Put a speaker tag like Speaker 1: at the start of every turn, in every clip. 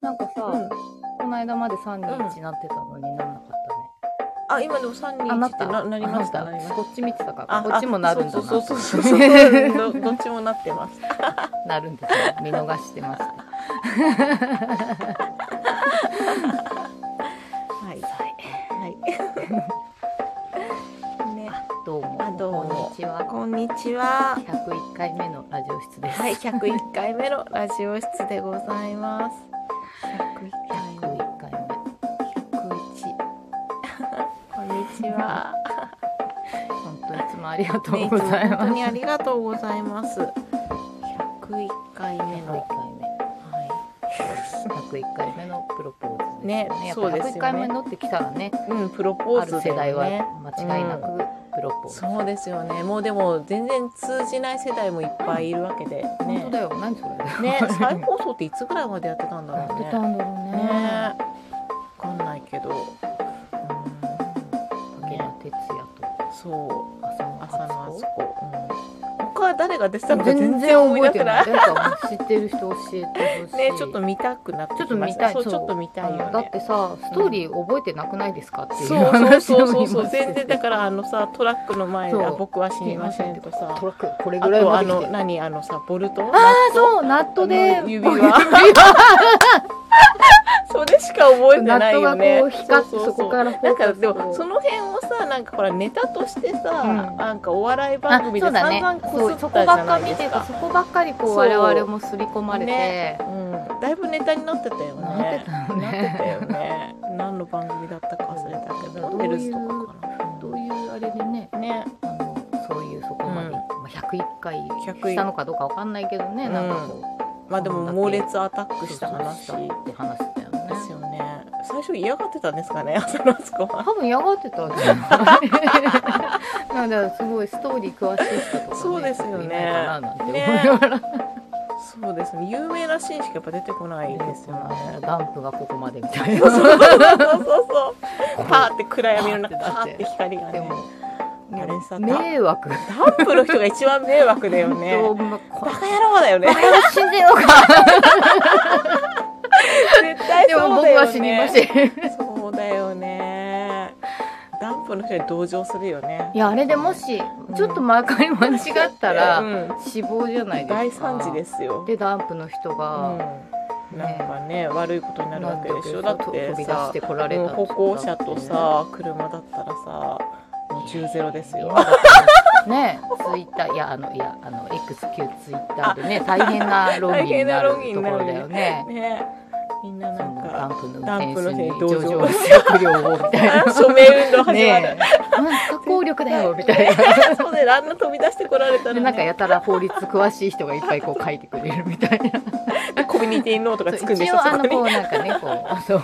Speaker 1: なんかさ、
Speaker 2: うん
Speaker 1: この間まで3日なってたのになんなかったね。
Speaker 2: あ、今でも三
Speaker 1: あ、な
Speaker 2: 人
Speaker 1: っ。
Speaker 2: ったてななりました。
Speaker 1: あ
Speaker 2: な
Speaker 1: なっ
Speaker 2: りました
Speaker 1: こっち見てたか
Speaker 2: あ
Speaker 1: ら、こっちもなるんだなと
Speaker 2: そう
Speaker 1: 思
Speaker 2: そう
Speaker 1: って
Speaker 2: そうそうそう。どどっちもなってます。
Speaker 1: なるんですよ。見逃してました。
Speaker 2: はいはい。 ね、
Speaker 1: どうも。
Speaker 2: あどうも
Speaker 1: こんにちは。
Speaker 2: こんにちは。
Speaker 1: 101回目のラジオ室です。
Speaker 2: はい、百一回目のラジオ室でございます。百一回目。
Speaker 1: 101回目。
Speaker 2: 百一。 こんにちは。
Speaker 1: 本当いつもありがと
Speaker 2: ね
Speaker 1: う
Speaker 2: いつも
Speaker 1: ござい
Speaker 2: 本当
Speaker 1: ます。
Speaker 2: にありがとうございます。百一回目の。
Speaker 1: 101回目。
Speaker 2: は
Speaker 1: 101回目のプロポーズ
Speaker 2: ね
Speaker 1: やっ
Speaker 2: そう
Speaker 1: ぱ
Speaker 2: ですよね
Speaker 1: 101回目のってきたらね、
Speaker 2: い。うん、プロポ
Speaker 1: あ
Speaker 2: ーズ
Speaker 1: る
Speaker 2: だ
Speaker 1: 世
Speaker 2: よね
Speaker 1: 代は間違いなくプロポーズ。
Speaker 2: そうですよね。もうでも全然通じない世代もいっぱいいるわけで。ね、
Speaker 1: 本当だよ。何それ。
Speaker 2: ね、再放送っていつぐらいまでやってたんだ
Speaker 1: や
Speaker 2: ろ
Speaker 1: っ
Speaker 2: う
Speaker 1: て
Speaker 2: ね。
Speaker 1: たんだろう
Speaker 2: ね、
Speaker 1: ね。
Speaker 2: わかんないけど。
Speaker 1: 武田鉄矢と
Speaker 2: うん、そう、
Speaker 1: 浅野
Speaker 2: 朝のあ
Speaker 1: 敦
Speaker 2: そ
Speaker 1: 子。
Speaker 2: こ。うん、他は誰が出てたのか
Speaker 1: 全
Speaker 2: 全
Speaker 1: 然
Speaker 2: 然思い
Speaker 1: 覚えて
Speaker 2: 出せな
Speaker 1: ない。
Speaker 2: い。
Speaker 1: なんか知ってる人教えてほしい。
Speaker 2: ね、ちょっと見たくなってきました。
Speaker 1: ちょっと見たい
Speaker 2: そう、
Speaker 1: そう
Speaker 2: ちょっと見た
Speaker 1: あ
Speaker 2: い
Speaker 1: の
Speaker 2: よ
Speaker 1: だっ
Speaker 2: ね。
Speaker 1: てさ、ストーリー覚えてなくないですかっていう
Speaker 2: そうそう
Speaker 1: 話
Speaker 2: そう
Speaker 1: を
Speaker 2: そう
Speaker 1: 今
Speaker 2: そう、
Speaker 1: して
Speaker 2: 全然だ
Speaker 1: て。
Speaker 2: からあのさ、トラックの前で
Speaker 1: そう
Speaker 2: あ僕は死にませんとさ。
Speaker 1: トラックこれ
Speaker 2: あ
Speaker 1: ぐらい
Speaker 2: と
Speaker 1: ま
Speaker 2: あ
Speaker 1: で来
Speaker 2: の
Speaker 1: て。
Speaker 2: 何あのさボルトあ
Speaker 1: ああそうナットで
Speaker 2: 指 輪それしか覚えて
Speaker 1: ナ
Speaker 2: な
Speaker 1: ッ
Speaker 2: い
Speaker 1: ト
Speaker 2: よ
Speaker 1: が
Speaker 2: ね
Speaker 1: こう光って
Speaker 2: う
Speaker 1: そうこ
Speaker 2: う
Speaker 1: から
Speaker 2: なんかでもそ
Speaker 1: の
Speaker 2: の辺をさなんかほらネタとしてさ、
Speaker 1: うん
Speaker 2: なんかお笑い番組で
Speaker 1: そうだ
Speaker 2: 散
Speaker 1: ね
Speaker 2: 々こす
Speaker 1: そ
Speaker 2: っ
Speaker 1: うそこ
Speaker 2: たじ
Speaker 1: ば
Speaker 2: ゃ
Speaker 1: っ
Speaker 2: な
Speaker 1: か
Speaker 2: い
Speaker 1: 見
Speaker 2: です
Speaker 1: てた
Speaker 2: か
Speaker 1: そこばっかりこ
Speaker 2: そう
Speaker 1: う我々も刷り込まれて、
Speaker 2: ねうん、だいぶネタになってたよね
Speaker 1: なってたよね
Speaker 2: なってたよね何の番組だったか忘れたけど
Speaker 1: ど
Speaker 2: モ
Speaker 1: ういう
Speaker 2: デルズとかかな
Speaker 1: どういうあれでね
Speaker 2: ね
Speaker 1: あのそういうそこまで、
Speaker 2: うん
Speaker 1: まあ、101回
Speaker 2: 101
Speaker 1: したのかどうかわかんないけどね、
Speaker 2: うん
Speaker 1: なんかこう
Speaker 2: まあでも猛烈アタックした話
Speaker 1: そうそうしたって話だよね
Speaker 2: ですよね最初嫌がってたんですかね浅野敦子 は
Speaker 1: 多分嫌がってたんじゃない なんかすごいストーリー詳しい人とか、ね、
Speaker 2: そうですよね
Speaker 1: いないかななんて思いながら、
Speaker 2: そうですね有名なシーンしかやっぱ出てこないですよね
Speaker 1: ダンプがここまでみたい
Speaker 2: そう
Speaker 1: な
Speaker 2: そうそうそうそうパーって暗闇の中パ
Speaker 1: パー
Speaker 2: ー
Speaker 1: っ
Speaker 2: ってて光が
Speaker 1: で
Speaker 2: ね
Speaker 1: も
Speaker 2: あれさ
Speaker 1: 迷惑
Speaker 2: ダンプの人が一番迷惑だよね
Speaker 1: 本当まあこ
Speaker 2: バカ野郎だよね
Speaker 1: これは死んでようか
Speaker 2: 絶対
Speaker 1: でも
Speaker 2: そう
Speaker 1: 僕
Speaker 2: だよね
Speaker 1: は死にません
Speaker 2: そうだよねダンプの人に同情するよね
Speaker 1: いやあれでもし
Speaker 2: ん
Speaker 1: ちょっとマーカーに間違ったら、
Speaker 2: うん
Speaker 1: 死亡じゃないですか
Speaker 2: 大惨事ですよ
Speaker 1: でダンプの人が、
Speaker 2: うんなんかね悪いことになるわけでしょ
Speaker 1: な
Speaker 2: だ
Speaker 1: ん
Speaker 2: っ
Speaker 1: とか
Speaker 2: て
Speaker 1: 飛び出
Speaker 2: さ
Speaker 1: してこられ
Speaker 2: も
Speaker 1: た
Speaker 2: う歩行者とさ車だったらさもう10ゼロですよ
Speaker 1: ねツイッターいやあのいやあの XQ ツイッターでね大変な論議になるところだよね
Speaker 2: ねみんな
Speaker 1: そ
Speaker 2: なん
Speaker 1: のダ
Speaker 2: か
Speaker 1: ンプの
Speaker 2: ダン
Speaker 1: 運
Speaker 2: プの
Speaker 1: 転手に
Speaker 2: 人に同
Speaker 1: 上
Speaker 2: 情
Speaker 1: 場酌量をみたいな
Speaker 2: 署名運動始まる
Speaker 1: ねえうん不可抗力だよみたいな
Speaker 2: そうであんな飛び出してこられたら
Speaker 1: で
Speaker 2: ね
Speaker 1: なんかやたら法律詳しい人がいっぱいこう書いてくれるみたいな
Speaker 2: コミュニティのとかつくんでし
Speaker 1: 一
Speaker 2: ょ
Speaker 1: 応
Speaker 2: そ
Speaker 1: あ
Speaker 2: こ
Speaker 1: のこう
Speaker 2: に
Speaker 1: なんかねこうあの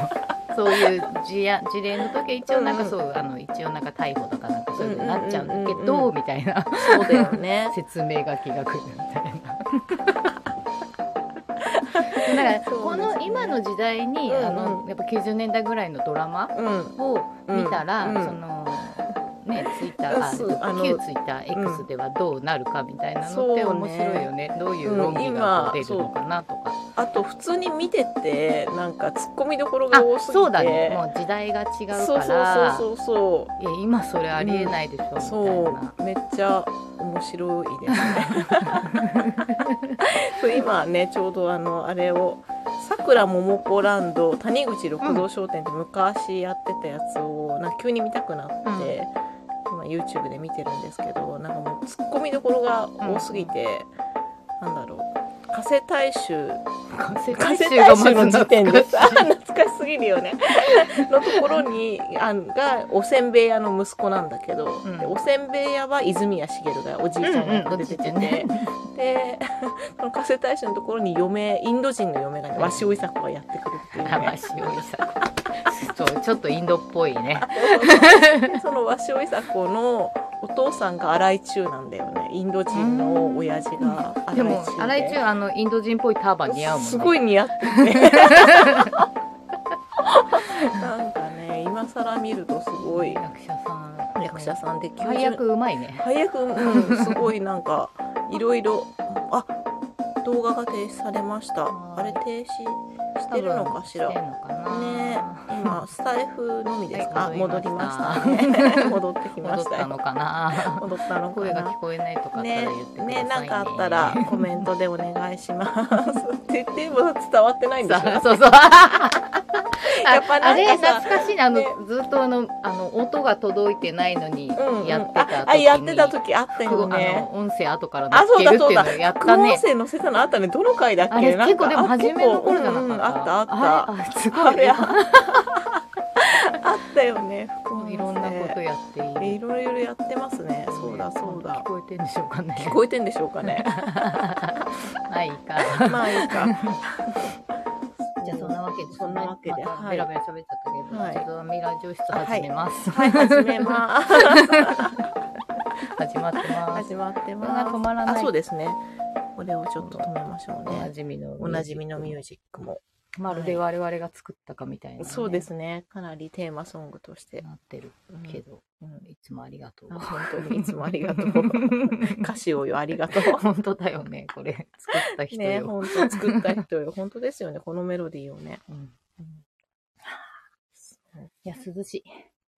Speaker 1: そういう事案事例の時は一応なんかそう、あの一応なんか逮捕とかなんかそういうのになっちゃうんだけ
Speaker 2: うんうん
Speaker 1: ど、
Speaker 2: うんうん
Speaker 1: みたいな
Speaker 2: そうだよね
Speaker 1: 説明書きが来るみた いな。だからこの今の時代に、
Speaker 2: うんうん
Speaker 1: あのやっぱ90年代ぐらいのドラマ
Speaker 2: うん
Speaker 1: を見たら、
Speaker 2: うんうん
Speaker 1: その。ね、ツイッタ
Speaker 2: そう
Speaker 1: ー
Speaker 2: あ
Speaker 1: あ
Speaker 2: の
Speaker 1: 旧ツイッター X ではどうなるかみたいなのって
Speaker 2: そうね
Speaker 1: 面白いよね,、どういう論議がこう出るのかなとか、
Speaker 2: あと普通に見ててなんかツッコミどころが
Speaker 1: あ
Speaker 2: 多すぎて
Speaker 1: そうだねもう時代が違うから
Speaker 2: そうそうそうそう
Speaker 1: いや今それありえないでしょ、
Speaker 2: そう
Speaker 1: みたいな
Speaker 2: そうめっちゃ面白いですねそう今ねちょうどあのあれをさくらももこランド谷口六道商店って昔やってたやつを、なんか急に見たくなって、今 YouTube で見てるんですけどなんかもうツッコミどころが多すぎて、なんだろう加 瀬大衆
Speaker 1: 世
Speaker 2: 加
Speaker 1: 界
Speaker 2: 瀬
Speaker 1: 中
Speaker 2: 大
Speaker 1: がま
Speaker 2: 衆
Speaker 1: ず
Speaker 2: の時点
Speaker 1: 懐か
Speaker 2: で
Speaker 1: しい
Speaker 2: さ 懐かしすぎるよねのところにあんがおせんべい屋の息子なんだけど、
Speaker 1: うん
Speaker 2: でおせんべい屋は泉谷しげるがおじいさんがやっぱ出てて、
Speaker 1: うんうんおじいち
Speaker 2: で その加瀬大衆のところに嫁インド人の嫁がね鷲尾いさ子がやってくるっていう
Speaker 1: あまあ
Speaker 2: ね。
Speaker 1: 塩井さん そうちょっとインドっぽいね
Speaker 2: で その鷲尾いさ子のお父さんが荒井中なんだよねインド人の親父が
Speaker 1: で
Speaker 2: 荒井
Speaker 1: も
Speaker 2: 中
Speaker 1: 新井中あのインド人っぽいターバン似合うもんね
Speaker 2: すご
Speaker 1: い
Speaker 2: い似合ってて なんかね今更見るとすごい
Speaker 1: 役者さん
Speaker 2: 役者さんで90
Speaker 1: 配役うまいね
Speaker 2: 配役うんすごいなんかいろいろあ動画が停止されました
Speaker 1: は
Speaker 2: あ
Speaker 1: ー
Speaker 2: れ
Speaker 1: い
Speaker 2: 停止してるのかしら
Speaker 1: してんのかな。
Speaker 2: ね今スタイフのみですか、
Speaker 1: はい
Speaker 2: 戻
Speaker 1: 戻
Speaker 2: り
Speaker 1: り
Speaker 2: ま
Speaker 1: ま
Speaker 2: し
Speaker 1: したた
Speaker 2: ね 戻ってきま
Speaker 1: 戻っ
Speaker 2: した
Speaker 1: た
Speaker 2: よ
Speaker 1: のかな。
Speaker 2: 戻ったの
Speaker 1: 声
Speaker 2: 声
Speaker 1: が
Speaker 2: が
Speaker 1: 聞こえないとかあったら
Speaker 2: ね
Speaker 1: 言ってくださいね。
Speaker 2: ねなんかあったらコメントでお願いしますって言っても伝わってないんですよ
Speaker 1: さそうそう。
Speaker 2: やっぱ
Speaker 1: あ
Speaker 2: なんかさ
Speaker 1: れ懐かしいなあの、
Speaker 2: ね
Speaker 1: ずっとあのあの音が届いてないのに
Speaker 2: うんうん
Speaker 1: やってた時に、
Speaker 2: ああやってた時あった
Speaker 1: あ
Speaker 2: よね
Speaker 1: の音声後から
Speaker 2: あ
Speaker 1: 乗っ
Speaker 2: そう
Speaker 1: ける
Speaker 2: だ
Speaker 1: って
Speaker 2: そ
Speaker 1: いううのを
Speaker 2: だ
Speaker 1: やっ
Speaker 2: 副
Speaker 1: た
Speaker 2: 音
Speaker 1: ね。
Speaker 2: 声載せたのあったねどの回だっけ
Speaker 1: あれ
Speaker 2: なんか
Speaker 1: 結構でも
Speaker 2: あ
Speaker 1: 初めの頃じゃなかった。
Speaker 2: 結構うんうんあったあった
Speaker 1: あれあす
Speaker 2: あ
Speaker 1: ごい
Speaker 2: れ
Speaker 1: ね
Speaker 2: ああったよね副音声
Speaker 1: いろんなことやっている。
Speaker 2: いろいろやってますねそうだそうだ
Speaker 1: 聞こえてんでしょうかね。
Speaker 2: 聞こえてんでしょうかね
Speaker 1: ないか。
Speaker 2: まあいいか
Speaker 1: じゃあそんなわけですね。
Speaker 2: そんなわけで
Speaker 1: ま
Speaker 2: は
Speaker 1: た
Speaker 2: い
Speaker 1: ベラベラ喋っちゃったけど、
Speaker 2: はい
Speaker 1: ちょっとミラー教室始めます。
Speaker 2: はい始めます
Speaker 1: 始まってます。
Speaker 2: 始まって
Speaker 1: これが止まらない
Speaker 2: あそうですねこれをちょっと止めましょう
Speaker 1: おな
Speaker 2: ね
Speaker 1: じみの
Speaker 2: おなじみのミュージックも
Speaker 1: まるで我々が作ったかみたいなね、
Speaker 2: そうですねかなりテーマソングとして
Speaker 1: なってる
Speaker 2: うん
Speaker 1: けど、
Speaker 2: うん
Speaker 1: いつもありがとう
Speaker 2: あ本当にいつもありがとう歌詞をよありがとう
Speaker 1: 本当だよねこれ作った人
Speaker 2: ね
Speaker 1: よ、
Speaker 2: 本当作った人よ本当ですよねこのメロディーをね
Speaker 1: うんいや涼しい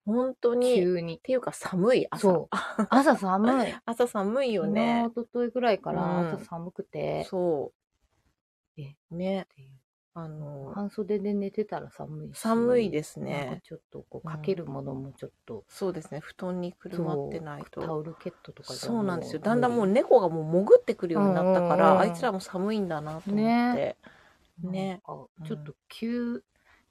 Speaker 2: 本当にっ
Speaker 1: 急に
Speaker 2: ていうか寒い朝
Speaker 1: そう 朝寒い
Speaker 2: 朝寒いよ
Speaker 1: 昨日
Speaker 2: ね
Speaker 1: 一昨日ぐらいか
Speaker 2: うん
Speaker 1: ら朝寒くて、
Speaker 2: そう
Speaker 1: え
Speaker 2: ね
Speaker 1: っていう
Speaker 2: あの
Speaker 1: 半袖で寝てたら寒いし
Speaker 2: 寒いです
Speaker 1: なん
Speaker 2: ね
Speaker 1: かちょっとこうかけるものもちょっと、
Speaker 2: そうですね布団にくるまってない
Speaker 1: そうタ
Speaker 2: と
Speaker 1: オルケットとかじゃ
Speaker 2: そ
Speaker 1: も
Speaker 2: うなんですよだんだんもう
Speaker 1: 無
Speaker 2: 猫がもう潜ってくるようになったから、
Speaker 1: うんうんうん
Speaker 2: あいつらも寒いんだなと思って、
Speaker 1: ね理
Speaker 2: ね
Speaker 1: なんかちょっと急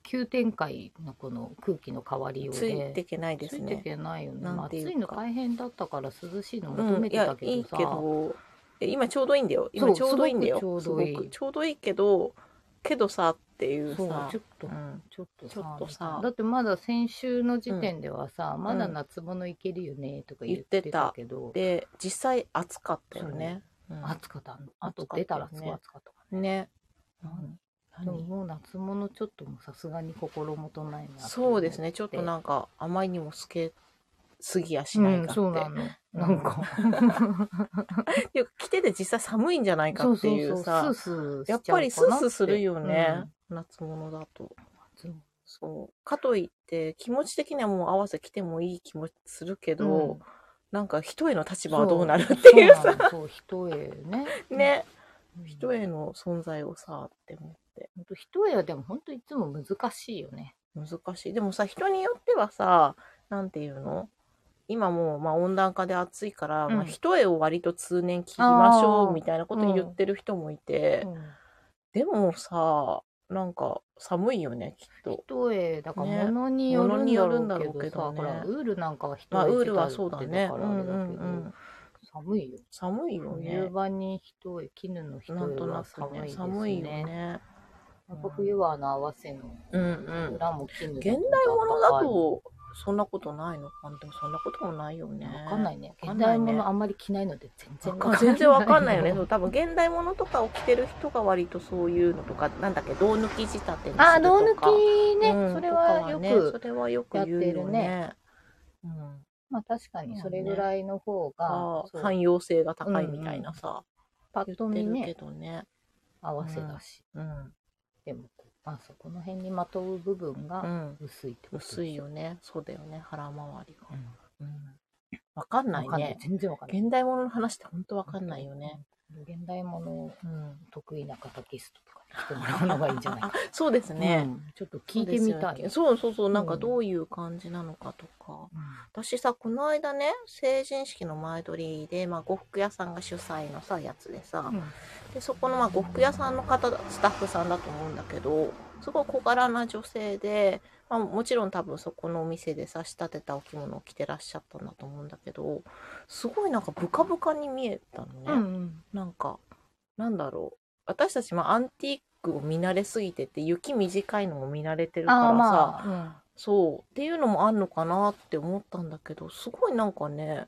Speaker 1: 急展開のこの空気の変わりようで
Speaker 2: ついていけないで
Speaker 1: つ
Speaker 2: す
Speaker 1: いて
Speaker 2: ね
Speaker 1: けないよね。
Speaker 2: な
Speaker 1: まあ
Speaker 2: んて
Speaker 1: 暑
Speaker 2: いうか
Speaker 1: いの大変だったから涼しいの求
Speaker 2: うん
Speaker 1: め
Speaker 2: い
Speaker 1: てた
Speaker 2: や
Speaker 1: けど
Speaker 2: いい
Speaker 1: さ、
Speaker 2: けどえ今ちょうどいいんだよ
Speaker 1: そ
Speaker 2: 今
Speaker 1: う
Speaker 2: ちょうどいいんだよ
Speaker 1: すごくちょうどいい
Speaker 2: すごくちょうどいいけどけどさっていう
Speaker 1: そう
Speaker 2: さ
Speaker 1: ちょっと、
Speaker 2: うん
Speaker 1: ちょっとさ
Speaker 2: ちょっとさ
Speaker 1: だってまだ先週の時点ではさ、まだ夏物いけるよねとか言ってたけど、
Speaker 2: で実際暑かったよね、うん
Speaker 1: 暑かったのあと
Speaker 2: 暑かったよね
Speaker 1: 出たらすごい暑かったからね。
Speaker 2: ね
Speaker 1: うんでも
Speaker 2: 何
Speaker 1: もう夏物ちょっともうさすがに心もとないな
Speaker 2: そうですねちょっとなんかあまりにも透けすぎやしないかって、
Speaker 1: うん、そうなのなんか
Speaker 2: っていうか着てて実際寒いんじゃないか
Speaker 1: そう
Speaker 2: って
Speaker 1: そう
Speaker 2: い
Speaker 1: そうう
Speaker 2: さ
Speaker 1: スースーしちゃ
Speaker 2: や
Speaker 1: う
Speaker 2: っぱりスー
Speaker 1: かな
Speaker 2: スーするよね
Speaker 1: っ、
Speaker 2: 夏物だと
Speaker 1: て、うん
Speaker 2: そうかといって気持ち的にはもう合わせ着てもいい気もするけど、
Speaker 1: うん
Speaker 2: なんか一重の立場はどうなるっていう
Speaker 1: そう
Speaker 2: さ
Speaker 1: なのそう一重ね
Speaker 2: ね
Speaker 1: うん
Speaker 2: 一重の存在をさって思って
Speaker 1: ほんと一重はでも本当いつも難しいよね。
Speaker 2: 難しいでもさ人によってはさなんていうの今もうまあ温暖化で暑いから、
Speaker 1: うん
Speaker 2: まあ一重を割と通年切りましょ
Speaker 1: あ
Speaker 2: う
Speaker 1: ー
Speaker 2: みたいなこと言ってる人もいて、でもさなんか寒いよねきっと。
Speaker 1: 一重だか
Speaker 2: ね
Speaker 1: ら物によるんだろうけどさ、
Speaker 2: 物に
Speaker 1: ほ
Speaker 2: よるんだろうけどね
Speaker 1: らウールなんかは一重
Speaker 2: まあ、ウールは
Speaker 1: 仕
Speaker 2: そう
Speaker 1: 立
Speaker 2: だ
Speaker 1: て
Speaker 2: ね。
Speaker 1: か
Speaker 2: う
Speaker 1: らあれだ
Speaker 2: ん
Speaker 1: け
Speaker 2: う
Speaker 1: ど、
Speaker 2: んうん、
Speaker 1: 寒いよ。
Speaker 2: 寒いよ
Speaker 1: 冬
Speaker 2: ね。
Speaker 1: 場に一重絹の一
Speaker 2: なん
Speaker 1: 重
Speaker 2: とな
Speaker 1: は
Speaker 2: く
Speaker 1: 寒いで
Speaker 2: ね。
Speaker 1: すね。
Speaker 2: 寒いよね。
Speaker 1: やっぱ冬はあの合わせの
Speaker 2: うんうん。
Speaker 1: 裏も絹の
Speaker 2: 現代物だと、そんなことないのかなでもそんなこともないよね。
Speaker 1: わかんないね。
Speaker 2: わか
Speaker 1: 現
Speaker 2: んない
Speaker 1: 代
Speaker 2: ね
Speaker 1: 物あんまり着ないので全然
Speaker 2: わかん。全然わかんないよね。そう多分現代物とかを着てる人が割とそういうのとか、なんだっけ、銅抜き仕立てにするとか。
Speaker 1: あー、銅抜きね、
Speaker 2: うん
Speaker 1: それはよ
Speaker 2: とか
Speaker 1: く
Speaker 2: ねそれはよく言うよね。うん、
Speaker 1: まあ確かにそれぐらいの方が
Speaker 2: あ、ー
Speaker 1: そう
Speaker 2: 汎用性が高いみたいなさ、
Speaker 1: パッと見
Speaker 2: 言って
Speaker 1: ね
Speaker 2: るけどね。
Speaker 1: 合わせだし、
Speaker 2: うん。
Speaker 1: でもこうまあそこの辺にまとう部分
Speaker 2: う
Speaker 1: が
Speaker 2: ん。
Speaker 1: 薄いってことです
Speaker 2: 薄いよね。そうだよね。腹回りが。
Speaker 1: うん
Speaker 2: うんわかんな
Speaker 1: わ
Speaker 2: い
Speaker 1: かんない
Speaker 2: ね。
Speaker 1: 全然わかんない
Speaker 2: 現代物の話って本当わかんないよね。
Speaker 1: 現代物
Speaker 2: うん。
Speaker 1: 得意な方ゲストとかに来てもらうのがいいんじゃないか
Speaker 2: そうですね。
Speaker 1: うんちょっと聞いてみたい、
Speaker 2: そうそうそう。なん
Speaker 1: う
Speaker 2: か
Speaker 1: ん
Speaker 2: どういう感じなのかとか。
Speaker 1: うん
Speaker 2: 私さ、この間ね、成人式の前撮りで、まあ、呉服屋さんが主催のさ、やつでさ、で、そこのまあ、呉服屋さんの方だ、スタッフさんだと思うんだけど、すごい小柄な女性で、まあ、もちろん多分そこのお店でさ、仕立てたお着物を着てらっしゃったんだと思うんだけど、すごいなんかブカブカに見えたのね。
Speaker 1: うん
Speaker 2: なんか、なんだろう。私たち、まあ、アンティークを見慣れすぎてて、雪短いのも見慣れてるから
Speaker 1: あ
Speaker 2: さ、
Speaker 1: あまあ、うん
Speaker 2: そう、っていうのもあんのかなって思ったんだけど、すごいなんかね、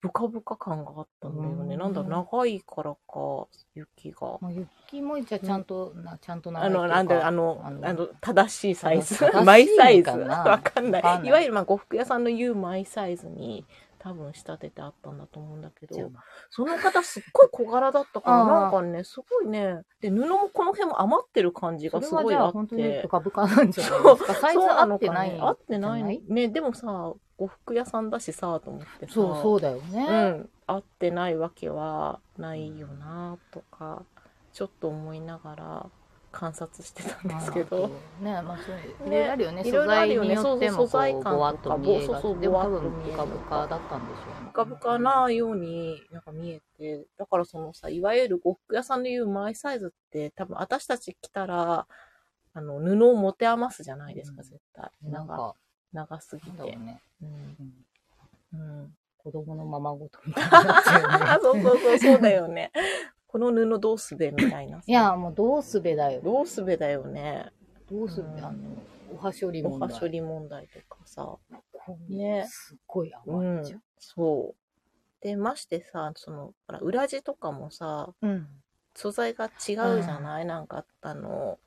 Speaker 2: ブカブカ感があったんだよね。
Speaker 1: うん
Speaker 2: なんだろう、長いからか、雪が。
Speaker 1: まあ、雪もいちゃちゃんと、なちゃんと長い
Speaker 2: あ
Speaker 1: ってい
Speaker 2: の、
Speaker 1: うか
Speaker 2: なんだろうあの、あ
Speaker 1: あ
Speaker 2: の、
Speaker 1: の
Speaker 2: 正しいサイズ
Speaker 1: あの正しいのか。な
Speaker 2: マイサイズ。わかんな
Speaker 1: わかん
Speaker 2: い。
Speaker 1: ない
Speaker 2: いわゆる、まあ、呉服屋さんの言うマイサイズに、多分仕立ててあったんだと思うんだけ
Speaker 1: じゃあ
Speaker 2: ど、その方すっごい小柄だったか
Speaker 1: あ
Speaker 2: ら、
Speaker 1: ー
Speaker 2: なんかね、すごいね、で、布もこの辺も余ってる感じ
Speaker 1: そ
Speaker 2: が
Speaker 1: れ
Speaker 2: す
Speaker 1: は
Speaker 2: ご
Speaker 1: じ
Speaker 2: い
Speaker 1: ゃ
Speaker 2: あ
Speaker 1: あ
Speaker 2: っ
Speaker 1: 本当に
Speaker 2: て。
Speaker 1: 深々なんじゃないですか。サイズ
Speaker 2: そう
Speaker 1: 合
Speaker 2: な
Speaker 1: っ
Speaker 2: の
Speaker 1: て
Speaker 2: か
Speaker 1: ない、
Speaker 2: ね合ってない
Speaker 1: じゃ
Speaker 2: ね、でもさ、呉服屋さんだしさ、と思ってさ。
Speaker 1: そうそうだよ
Speaker 2: う
Speaker 1: ね。
Speaker 2: ん、合ってないわけはないよなとかちょっと思いながら観察してたん
Speaker 1: ま
Speaker 2: で
Speaker 1: あ
Speaker 2: すけど、
Speaker 1: ね、まあそうい
Speaker 2: ね
Speaker 1: ろいろあるよね。
Speaker 2: い
Speaker 1: 素
Speaker 2: ろいろあ
Speaker 1: 材
Speaker 2: るよ
Speaker 1: に
Speaker 2: ね
Speaker 1: よっても
Speaker 2: そうそう
Speaker 1: こうぼわっ
Speaker 2: 素材感と
Speaker 1: と
Speaker 2: か
Speaker 1: 見え
Speaker 2: そう
Speaker 1: が
Speaker 2: そうそう
Speaker 1: ち、でも多
Speaker 2: ぼわっと
Speaker 1: 分
Speaker 2: 見
Speaker 1: ブ
Speaker 2: える
Speaker 1: カブカだったんでしょうね。
Speaker 2: ぶかぶかなようになんか見えてだからそのさいわゆる呉服屋さんでいうマイサイズって多分私たち来たらあの布を持て余すじゃないですか、
Speaker 1: うん
Speaker 2: 絶対
Speaker 1: なん
Speaker 2: 長
Speaker 1: か、
Speaker 2: 長すぎ
Speaker 1: なんだろ
Speaker 2: て
Speaker 1: う、ね。
Speaker 2: うん
Speaker 1: うん
Speaker 2: うん、
Speaker 1: 子供のままごとみたいになっちゃ
Speaker 2: あ
Speaker 1: う
Speaker 2: そう
Speaker 1: ね
Speaker 2: そうそうそうだよねこの布どうすべみたいなさ
Speaker 1: いや、もうどうすべだよ。
Speaker 2: どうすべだよね
Speaker 1: どうすべ、
Speaker 2: うん
Speaker 1: あの、おはしょり
Speaker 2: お
Speaker 1: 問題。
Speaker 2: は処理問題とかさ
Speaker 1: ね
Speaker 2: ね。
Speaker 1: すっごい余っちゃう。
Speaker 2: そう。で、ましてさ、その、ほら、裏地とかもさ、
Speaker 1: うん。
Speaker 2: 素材が違うじゃない、なんか、あの、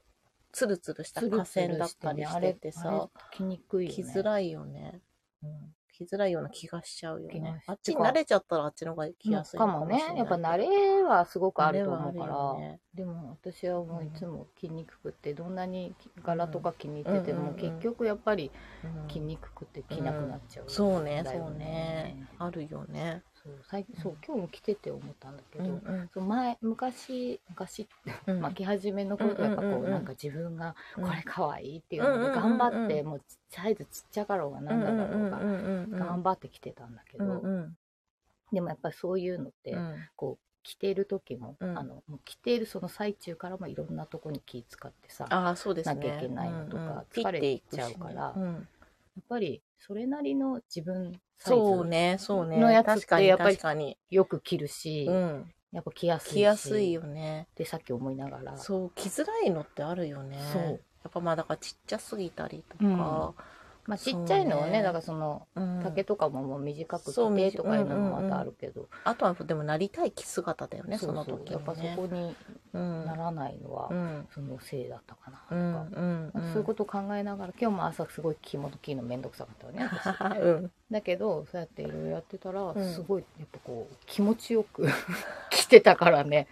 Speaker 2: ツルツルした
Speaker 1: つる
Speaker 2: 河
Speaker 1: つ
Speaker 2: 川
Speaker 1: る
Speaker 2: だっ
Speaker 1: して
Speaker 2: た
Speaker 1: ね
Speaker 2: り
Speaker 1: あ
Speaker 2: し
Speaker 1: れっ
Speaker 2: て
Speaker 1: てて
Speaker 2: さ、
Speaker 1: さ、着にくいよね。
Speaker 2: 着づらいよね。うん着づらいような気がしちゃうよ
Speaker 1: 気がし
Speaker 2: ね。あっちに慣れちゃったらあっちの方が着やすい
Speaker 1: か
Speaker 2: の
Speaker 1: もね
Speaker 2: しれない
Speaker 1: やっぱ慣れはすごくあると思うか
Speaker 2: 慣れ
Speaker 1: ら、
Speaker 2: はあるよね
Speaker 1: でも私はもういつも着にくくってどんなに柄とか気に入ってて
Speaker 2: うんうん
Speaker 1: も
Speaker 2: うん
Speaker 1: 結局やっぱり
Speaker 2: うん
Speaker 1: 着にくくて着なくなっちゃう、
Speaker 2: そうね、
Speaker 1: だ
Speaker 2: そ
Speaker 1: よ
Speaker 2: うね。あるよね。
Speaker 1: そう最近そう今日も着てて思ったんだけど、
Speaker 2: うんうん
Speaker 1: そう前昔昔
Speaker 2: うん
Speaker 1: 巻き始めの頃やっぱこう,、
Speaker 2: うんうんうんうん
Speaker 1: なんか自分が
Speaker 2: うん
Speaker 1: これ可愛いっていうので
Speaker 2: うんうんうんうん
Speaker 1: 頑張ってもうサイズちっちゃかろうがなんだかろうが
Speaker 2: うんうんうんうん
Speaker 1: 頑張って着てたんだけど、
Speaker 2: うんうん
Speaker 1: でもやっぱりそういうのって、
Speaker 2: うん
Speaker 1: こう着ている時も、
Speaker 2: うん
Speaker 1: あのもう着ているその最中からもいろんなとこに気使ってさやっ
Speaker 2: ああ、そうですね。
Speaker 1: なきゃいけないのとか
Speaker 2: うんうん
Speaker 1: 疲れ
Speaker 2: ピッていくし
Speaker 1: ちゃうから
Speaker 2: うん
Speaker 1: ぱりそれなりの自分サイ
Speaker 2: そう
Speaker 1: ズ
Speaker 2: ね、そうね。
Speaker 1: のやつって
Speaker 2: 確かに
Speaker 1: やっぱり
Speaker 2: 確かに。
Speaker 1: よく着るし、
Speaker 2: うん。
Speaker 1: やっぱ着やすいし
Speaker 2: 着やすいよね。
Speaker 1: ってさっき思いながら
Speaker 2: そう、着づらいのってあるよね。
Speaker 1: そう
Speaker 2: やっぱまあだからちっちゃすぎたりと
Speaker 1: うん
Speaker 2: か。
Speaker 1: まあ、ちっちゃいのは
Speaker 2: そう
Speaker 1: ね
Speaker 2: ね
Speaker 1: だからその
Speaker 2: うん
Speaker 1: 竹とかももう短く
Speaker 2: そう
Speaker 1: 着てとかいうのもまたあるけど、
Speaker 2: あとはでもなりたい着姿だよね、
Speaker 1: そ
Speaker 2: そう
Speaker 1: そ
Speaker 2: の
Speaker 1: う
Speaker 2: 時
Speaker 1: やっぱ
Speaker 2: の
Speaker 1: そ
Speaker 2: ね。
Speaker 1: こに
Speaker 2: うん
Speaker 1: ならないのは、
Speaker 2: うん。
Speaker 1: そのせいだったかなと
Speaker 2: う
Speaker 1: か。
Speaker 2: んうん
Speaker 1: なんかそういうことを考えながら今日も朝すごい着物着るの面倒くさかったわね 私
Speaker 2: とうん
Speaker 1: だけどそうやっていろいろやってたら、
Speaker 2: ん
Speaker 1: すごいやっぱこう気持ちよく 着てたからね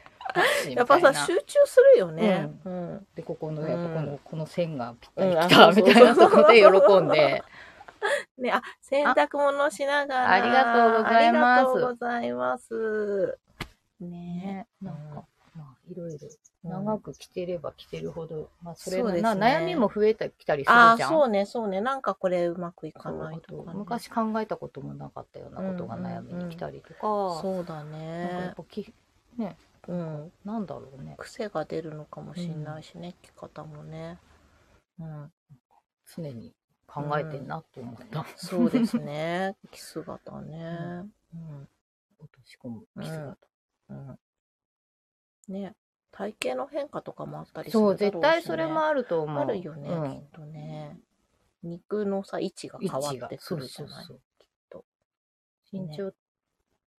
Speaker 2: やっぱさ
Speaker 1: シ
Speaker 2: 集
Speaker 1: ュッ
Speaker 2: 中するよね、うん
Speaker 1: でここのやっぱこの,、
Speaker 2: うん
Speaker 1: この線がぴったり
Speaker 2: うんあ
Speaker 1: きたみたいな
Speaker 2: そ
Speaker 1: と
Speaker 2: うそう
Speaker 1: こで喜 んで
Speaker 2: ねあ洗濯物しながら
Speaker 1: あありがとうございます
Speaker 2: ありがとうございますね
Speaker 1: ねなんかまあいろいろ
Speaker 2: うん
Speaker 1: 長く着てれば着てるほど、まあ、それが
Speaker 2: そうです
Speaker 1: な、
Speaker 2: ね
Speaker 1: 悩みも増えてきたりする
Speaker 2: ああ
Speaker 1: じゃん
Speaker 2: そうねそうねなんかこれうまくいか
Speaker 1: そう
Speaker 2: ない
Speaker 1: あ
Speaker 2: と
Speaker 1: と
Speaker 2: か、ね、
Speaker 1: 昔考えたこともなかったようなことが悩みに来たりとか、
Speaker 2: そう
Speaker 1: な
Speaker 2: だ
Speaker 1: んかやっ
Speaker 2: ね
Speaker 1: ぱき
Speaker 2: うん
Speaker 1: なんだろうね
Speaker 2: 癖が出るのかもしれないしね、着方もねうん
Speaker 1: 常に考えてんなと思った、
Speaker 2: そうで すね着姿ねうん、
Speaker 1: 落とし込む
Speaker 2: うん
Speaker 1: キスが
Speaker 2: うんね体型の変化とかもあったりする
Speaker 1: そ
Speaker 2: だろ
Speaker 1: う
Speaker 2: うし、ね、
Speaker 1: 絶対それもあると思う
Speaker 2: あるよね、
Speaker 1: うん
Speaker 2: きっとね肉のさ位置が
Speaker 1: 位
Speaker 2: 変わ
Speaker 1: 置
Speaker 2: っ
Speaker 1: が
Speaker 2: てく
Speaker 1: そう
Speaker 2: るじ
Speaker 1: そ
Speaker 2: ゃ
Speaker 1: う
Speaker 2: ない
Speaker 1: そう
Speaker 2: きっと
Speaker 1: 身長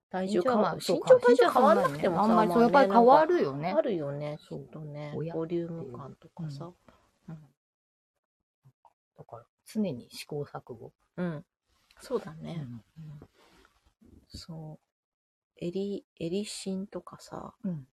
Speaker 2: 体
Speaker 1: 身
Speaker 2: 重
Speaker 1: 長
Speaker 2: 変
Speaker 1: はま
Speaker 2: わ
Speaker 1: あ
Speaker 2: 身
Speaker 1: そう
Speaker 2: 長
Speaker 1: か
Speaker 2: 体重変わらなくても
Speaker 1: あ
Speaker 2: さ
Speaker 1: んまりそうやっぱり変わるよね
Speaker 2: あるよね、きっとね。
Speaker 1: 親
Speaker 2: ボリューム感とかさ。
Speaker 1: だから常に試行錯誤、
Speaker 2: うん。そうだ
Speaker 1: う
Speaker 2: ね。
Speaker 1: ん
Speaker 2: そう。襟、襟芯とかさ、
Speaker 1: うん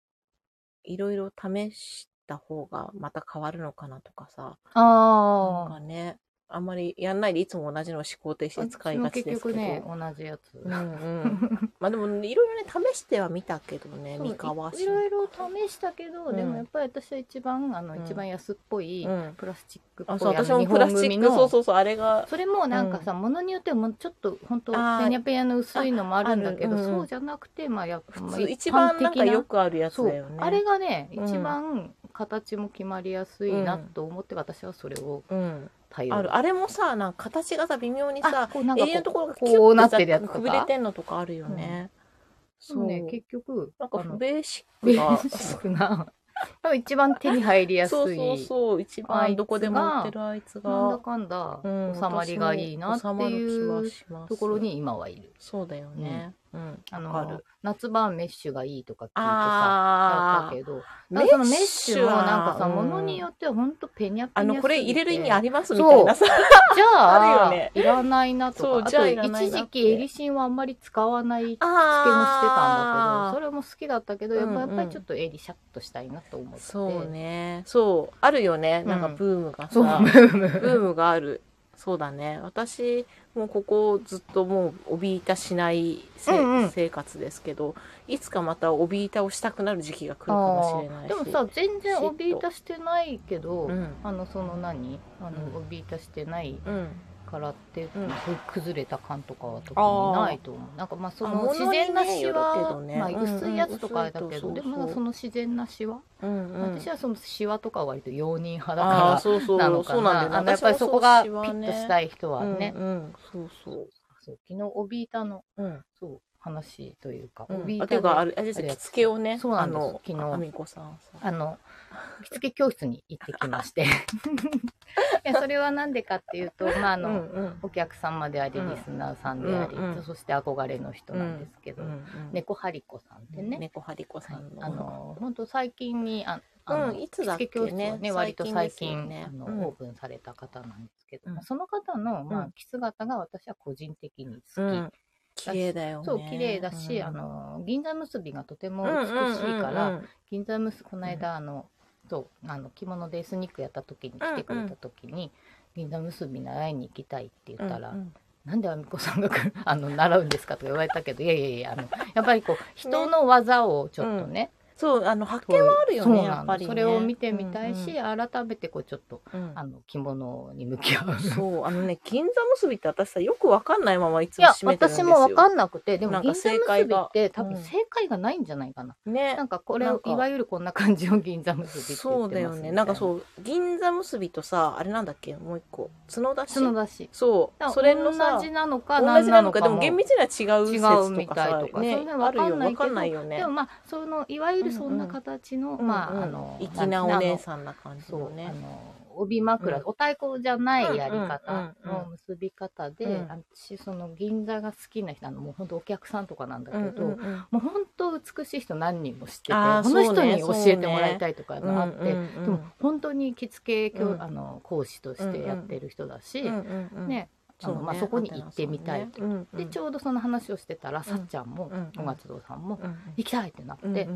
Speaker 2: いろいろ試した方がまた変わるのかなとかさ。なん
Speaker 1: あ
Speaker 2: かね、あんまりやんないでいつも同じのを思考停止
Speaker 1: あ
Speaker 2: で使いがちですけ
Speaker 1: 結
Speaker 2: ど。
Speaker 1: 局ね同じやつ、
Speaker 2: うんうん。 まあでも、いろいろね、試しては見たけどね、
Speaker 1: そう
Speaker 2: 三河
Speaker 1: いいろいろ試したけど、
Speaker 2: うん
Speaker 1: でもやっぱり私は一番あの、
Speaker 2: うん
Speaker 1: 一番安っぽい、
Speaker 2: うん。
Speaker 1: プラスチックっぽい
Speaker 2: あ、そう、
Speaker 1: あの
Speaker 2: 私も
Speaker 1: 日
Speaker 2: プラ
Speaker 1: 本
Speaker 2: スチ
Speaker 1: 組
Speaker 2: ック、そう
Speaker 1: の
Speaker 2: そうそう、あれが、
Speaker 1: それもなんかさ、ものによってはもうちょっと本当
Speaker 2: あ
Speaker 1: ペ
Speaker 2: ー
Speaker 1: ニャペニャの薄いのもあるんだけど、
Speaker 2: ああるうんうん
Speaker 1: そうじゃなくてまあやっぱ
Speaker 2: 普
Speaker 1: まあ
Speaker 2: 通、一
Speaker 1: 般
Speaker 2: 番
Speaker 1: 的
Speaker 2: なんかよくあるやつ
Speaker 1: そう
Speaker 2: だよね。
Speaker 1: あれがね、
Speaker 2: うん
Speaker 1: 一番形も決まりやすいなと思って私はそれを
Speaker 2: うん。
Speaker 1: 対応
Speaker 2: ある。あれもさ、なんか形がさ、微妙に
Speaker 1: あ
Speaker 2: さ、
Speaker 1: こうなんか
Speaker 2: 襟のところがキュッ
Speaker 1: こうな
Speaker 2: な
Speaker 1: っ
Speaker 2: ってて
Speaker 1: るやつとか
Speaker 2: くびれてんのとかあるよね。
Speaker 1: そう
Speaker 2: そう
Speaker 1: ね結局
Speaker 2: なんか
Speaker 1: あの
Speaker 2: ベーシ
Speaker 1: ベ
Speaker 2: ッ
Speaker 1: ーシックな多分一番手に入りや
Speaker 2: クが、
Speaker 1: すい
Speaker 2: そうそうそう、一
Speaker 1: あいつが
Speaker 2: 番どこでも売ってるあいつ
Speaker 1: なんだ
Speaker 2: が、
Speaker 1: かんだ
Speaker 2: うん
Speaker 1: 収まりがいいなって
Speaker 2: 私も収まる気
Speaker 1: い
Speaker 2: は
Speaker 1: う
Speaker 2: します
Speaker 1: ところに今はいる。
Speaker 2: そうだよね。うん、
Speaker 1: あ
Speaker 2: わ
Speaker 1: の
Speaker 2: かる
Speaker 1: 夏場はメッシュがいいとか聞いてさやっ
Speaker 2: あ
Speaker 1: た
Speaker 2: ー
Speaker 1: けど
Speaker 2: メ
Speaker 1: メ
Speaker 2: ッ
Speaker 1: ッ
Speaker 2: シュ
Speaker 1: シュメッシュ
Speaker 2: は
Speaker 1: もなんかさ、
Speaker 2: うん
Speaker 1: ものによってはほんとペニャペニャ
Speaker 2: あのこれ入れる意味あ
Speaker 1: る
Speaker 2: りますみ
Speaker 1: そう
Speaker 2: たいなさ
Speaker 1: じゃあ
Speaker 2: あるよね
Speaker 1: いらないなとか
Speaker 2: そ
Speaker 1: あ
Speaker 2: うじゃ
Speaker 1: と
Speaker 2: あいらない
Speaker 1: 一
Speaker 2: なって
Speaker 1: 時期エリシンはあんまり使わない
Speaker 2: あ
Speaker 1: つけもしてたんだけどそ
Speaker 2: ー
Speaker 1: れも好きだったけどやっぱ,、
Speaker 2: うんうん
Speaker 1: やっぱりちょっとエリシャッとしたいなと思って
Speaker 2: そうねそうあるよねなんか
Speaker 1: うん
Speaker 2: ブームがさ、
Speaker 1: そうブーム
Speaker 2: ブームがある。そうだね。私、もうここずっともう、おびいたしないせ、
Speaker 1: うんうん
Speaker 2: 生活ですけど、いつかまたおびいたをしたくなる時期が来るかもしれな
Speaker 1: あー
Speaker 2: いし。
Speaker 1: でもさ全然おびいたしてないけど、
Speaker 2: うん。
Speaker 1: あのその何あの、
Speaker 2: うん
Speaker 1: おびいたしてない
Speaker 2: うん。
Speaker 1: からって、
Speaker 2: うん
Speaker 1: そういう崩れた感とかは特にないと思うなんかまあそ
Speaker 2: あ
Speaker 1: の
Speaker 2: 物
Speaker 1: 自然な
Speaker 2: にね
Speaker 1: シ
Speaker 2: よるけ
Speaker 1: ワ、
Speaker 2: どね
Speaker 1: ま
Speaker 2: うん
Speaker 1: あ、
Speaker 2: うん
Speaker 1: 薄いやつとかあれだけど、
Speaker 2: そうそう
Speaker 1: でもなんかその自然なシワ、
Speaker 2: うん、うん。
Speaker 1: 私はそのシワとかは割と容認派だ
Speaker 2: ああー、
Speaker 1: か
Speaker 2: そうそ
Speaker 1: ら
Speaker 2: う、
Speaker 1: なの
Speaker 2: そ
Speaker 1: か
Speaker 2: う
Speaker 1: な
Speaker 2: なんだ
Speaker 1: あ
Speaker 2: よ
Speaker 1: の
Speaker 2: ね。
Speaker 1: やっぱりそこがピ
Speaker 2: 私もそう
Speaker 1: ッとしたい人はね
Speaker 2: シワね。うん、うん、そう
Speaker 1: そう
Speaker 2: そ
Speaker 1: そう昨日おびいたの
Speaker 2: う。うん。
Speaker 1: そう話というか、お
Speaker 2: う
Speaker 1: びい
Speaker 2: ん、
Speaker 1: た
Speaker 2: あていう
Speaker 1: で
Speaker 2: か、あれ、あれです
Speaker 1: あれ
Speaker 2: よ
Speaker 1: や
Speaker 2: 着
Speaker 1: つ
Speaker 2: 付けをね、
Speaker 1: そうなんです
Speaker 2: あの、
Speaker 1: 昨日
Speaker 2: あみこさん。
Speaker 1: あの、着付け教室に行ってきま して。いや、それはなんでかっていうと、まあ、あ
Speaker 2: うん、
Speaker 1: の、
Speaker 2: うん。
Speaker 1: お客様であり、
Speaker 2: うん
Speaker 1: リスナーさんであり、
Speaker 2: うんうん
Speaker 1: そして憧れの人なんですけど、
Speaker 2: うん
Speaker 1: 猫ハリコさんってね、
Speaker 2: 猫ハリコさんの。
Speaker 1: あの、本当最近に、ああ
Speaker 2: う
Speaker 1: の、
Speaker 2: ん、いつだっ
Speaker 1: 着
Speaker 2: け
Speaker 1: 付け教室
Speaker 2: ね
Speaker 1: はね、割と最近、
Speaker 2: で
Speaker 1: あ
Speaker 2: すよね
Speaker 1: の、
Speaker 2: うん
Speaker 1: オープンされた方なんですけど、
Speaker 2: うん
Speaker 1: まあその方の、ま
Speaker 2: う
Speaker 1: あ、着姿が私は個人的に好き。
Speaker 2: うん綺麗だよね。
Speaker 1: そう、綺麗だし、
Speaker 2: うん
Speaker 1: あ、の、銀座結びがとても
Speaker 2: うんうん
Speaker 1: 美しい
Speaker 2: うんうん
Speaker 1: から、
Speaker 2: うん
Speaker 1: 銀座ムスこの間あの、そうあの着物でエスニックやった時に来てくれた時に、銀座結び習いに行きたいって言ったら「
Speaker 2: うん
Speaker 1: なんであみこさんが来る あの習うんですか?」とか言われたけどいやいやいやあのやっぱりこう人の技をちょっとね
Speaker 2: そう、あの、発
Speaker 1: そう
Speaker 2: 見はあるよね、
Speaker 1: そうなの
Speaker 2: やっぱりね。
Speaker 1: それを見てみたいし、改めてこうちょっと
Speaker 2: うんうん、
Speaker 1: あの着物に向き合う。
Speaker 2: そう、あのね、銀座結びって私さ、よくわかんないままいつ
Speaker 1: い
Speaker 2: も
Speaker 1: や
Speaker 2: 閉めてるんです
Speaker 1: 私
Speaker 2: よ。
Speaker 1: も分かんなくてで
Speaker 2: な
Speaker 1: も
Speaker 2: んか
Speaker 1: 銀座
Speaker 2: 正
Speaker 1: 結
Speaker 2: 解
Speaker 1: び
Speaker 2: が
Speaker 1: って多分
Speaker 2: うん
Speaker 1: 正解がないんじゃないかな、
Speaker 2: ね
Speaker 1: な。んかこれ
Speaker 2: なん
Speaker 1: を
Speaker 2: か
Speaker 1: いわゆるこんな感じを銀座結びって言
Speaker 2: そ
Speaker 1: っ
Speaker 2: う
Speaker 1: て
Speaker 2: だ
Speaker 1: ま
Speaker 2: よ
Speaker 1: すみたい
Speaker 2: ね。なんかそう、銀座結びとさ、あれなんだっけもう一個。角出し。
Speaker 1: 角だし
Speaker 2: そ
Speaker 1: だ
Speaker 2: う。
Speaker 1: そ
Speaker 2: そ
Speaker 1: れ
Speaker 2: れ
Speaker 1: の
Speaker 2: のさ、
Speaker 1: 同じなのか
Speaker 2: 同じなのか、で
Speaker 1: 何
Speaker 2: も厳密には違う説とか
Speaker 1: 違う
Speaker 2: さ
Speaker 1: みたいと、かそ
Speaker 2: ね
Speaker 1: んな、の
Speaker 2: あ
Speaker 1: わ
Speaker 2: る
Speaker 1: かん
Speaker 2: よ、
Speaker 1: ない
Speaker 2: わ
Speaker 1: けど
Speaker 2: かんないよね
Speaker 1: でも。まあそのいわゆるそんな形の、まああの
Speaker 2: 粋なお姉さんな感
Speaker 1: ん
Speaker 2: じ
Speaker 1: そ
Speaker 2: の
Speaker 1: う、あ
Speaker 2: ね。
Speaker 1: の帯枕、
Speaker 2: うん
Speaker 1: お太鼓じゃないやり方
Speaker 2: うんうんうん
Speaker 1: の結び方で、
Speaker 2: うん
Speaker 1: 私その銀座が好きな人あのもう本当お客さんとかなんだけ
Speaker 2: う
Speaker 1: ど、
Speaker 2: んうんうん
Speaker 1: もう本当美しい人何人も知ってて、
Speaker 2: あー
Speaker 1: この人
Speaker 2: そう
Speaker 1: に
Speaker 2: ね
Speaker 1: 教えてもらいたいとかがあって、でも本当に着付け教、
Speaker 2: うん
Speaker 1: あの講師としてやってる人だし、
Speaker 2: ね
Speaker 1: ねあのまあ、そこに行ってみたいとでち
Speaker 2: ょ
Speaker 1: ょうどその話をしてたら、さっちゃんも
Speaker 2: うん
Speaker 1: 小松堂さんも、
Speaker 2: っ
Speaker 1: 行きたいってなって、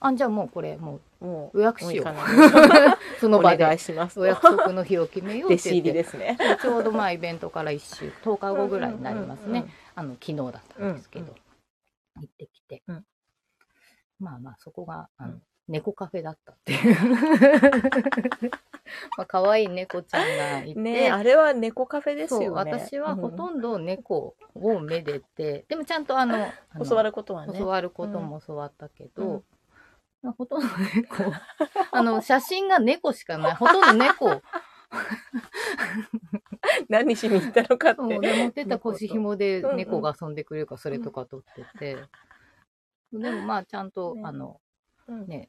Speaker 1: あじゃあもうこれも
Speaker 2: も
Speaker 1: う予約しよう
Speaker 2: もう行かない
Speaker 1: その
Speaker 2: お
Speaker 1: 場
Speaker 2: 願い
Speaker 1: で
Speaker 2: します
Speaker 1: お
Speaker 2: 弟
Speaker 1: 約束の日を決めようって
Speaker 2: 子
Speaker 1: 言
Speaker 2: 入
Speaker 1: って
Speaker 2: りですね
Speaker 1: ちょうどまあイベントから1週10日後ぐらいになりますね、あの昨日だったんですけど、
Speaker 2: うんう
Speaker 1: 行ってきて、
Speaker 2: うん
Speaker 1: まあまあそこがあの、
Speaker 2: うん
Speaker 1: 猫カフェだったっていう まあ可愛い猫ちゃんがいて、
Speaker 2: ねあれは猫カフェですよ
Speaker 1: そ
Speaker 2: ね
Speaker 1: う私はほ
Speaker 2: ん
Speaker 1: とんど猫をめでて、でもちゃんとあのあの
Speaker 2: 教わることはね
Speaker 1: 教わることも教わったけ
Speaker 2: う
Speaker 1: ど
Speaker 2: ん、
Speaker 1: まあほとんど猫あの写真が猫しかないほとんど猫
Speaker 2: 何しに行ったのかって
Speaker 1: そうで持ってった腰紐で
Speaker 2: うんうん
Speaker 1: 猫が遊んでくれるからそれとか撮ってて、でもまあちゃんと、
Speaker 2: ね
Speaker 1: あの
Speaker 2: うん
Speaker 1: ね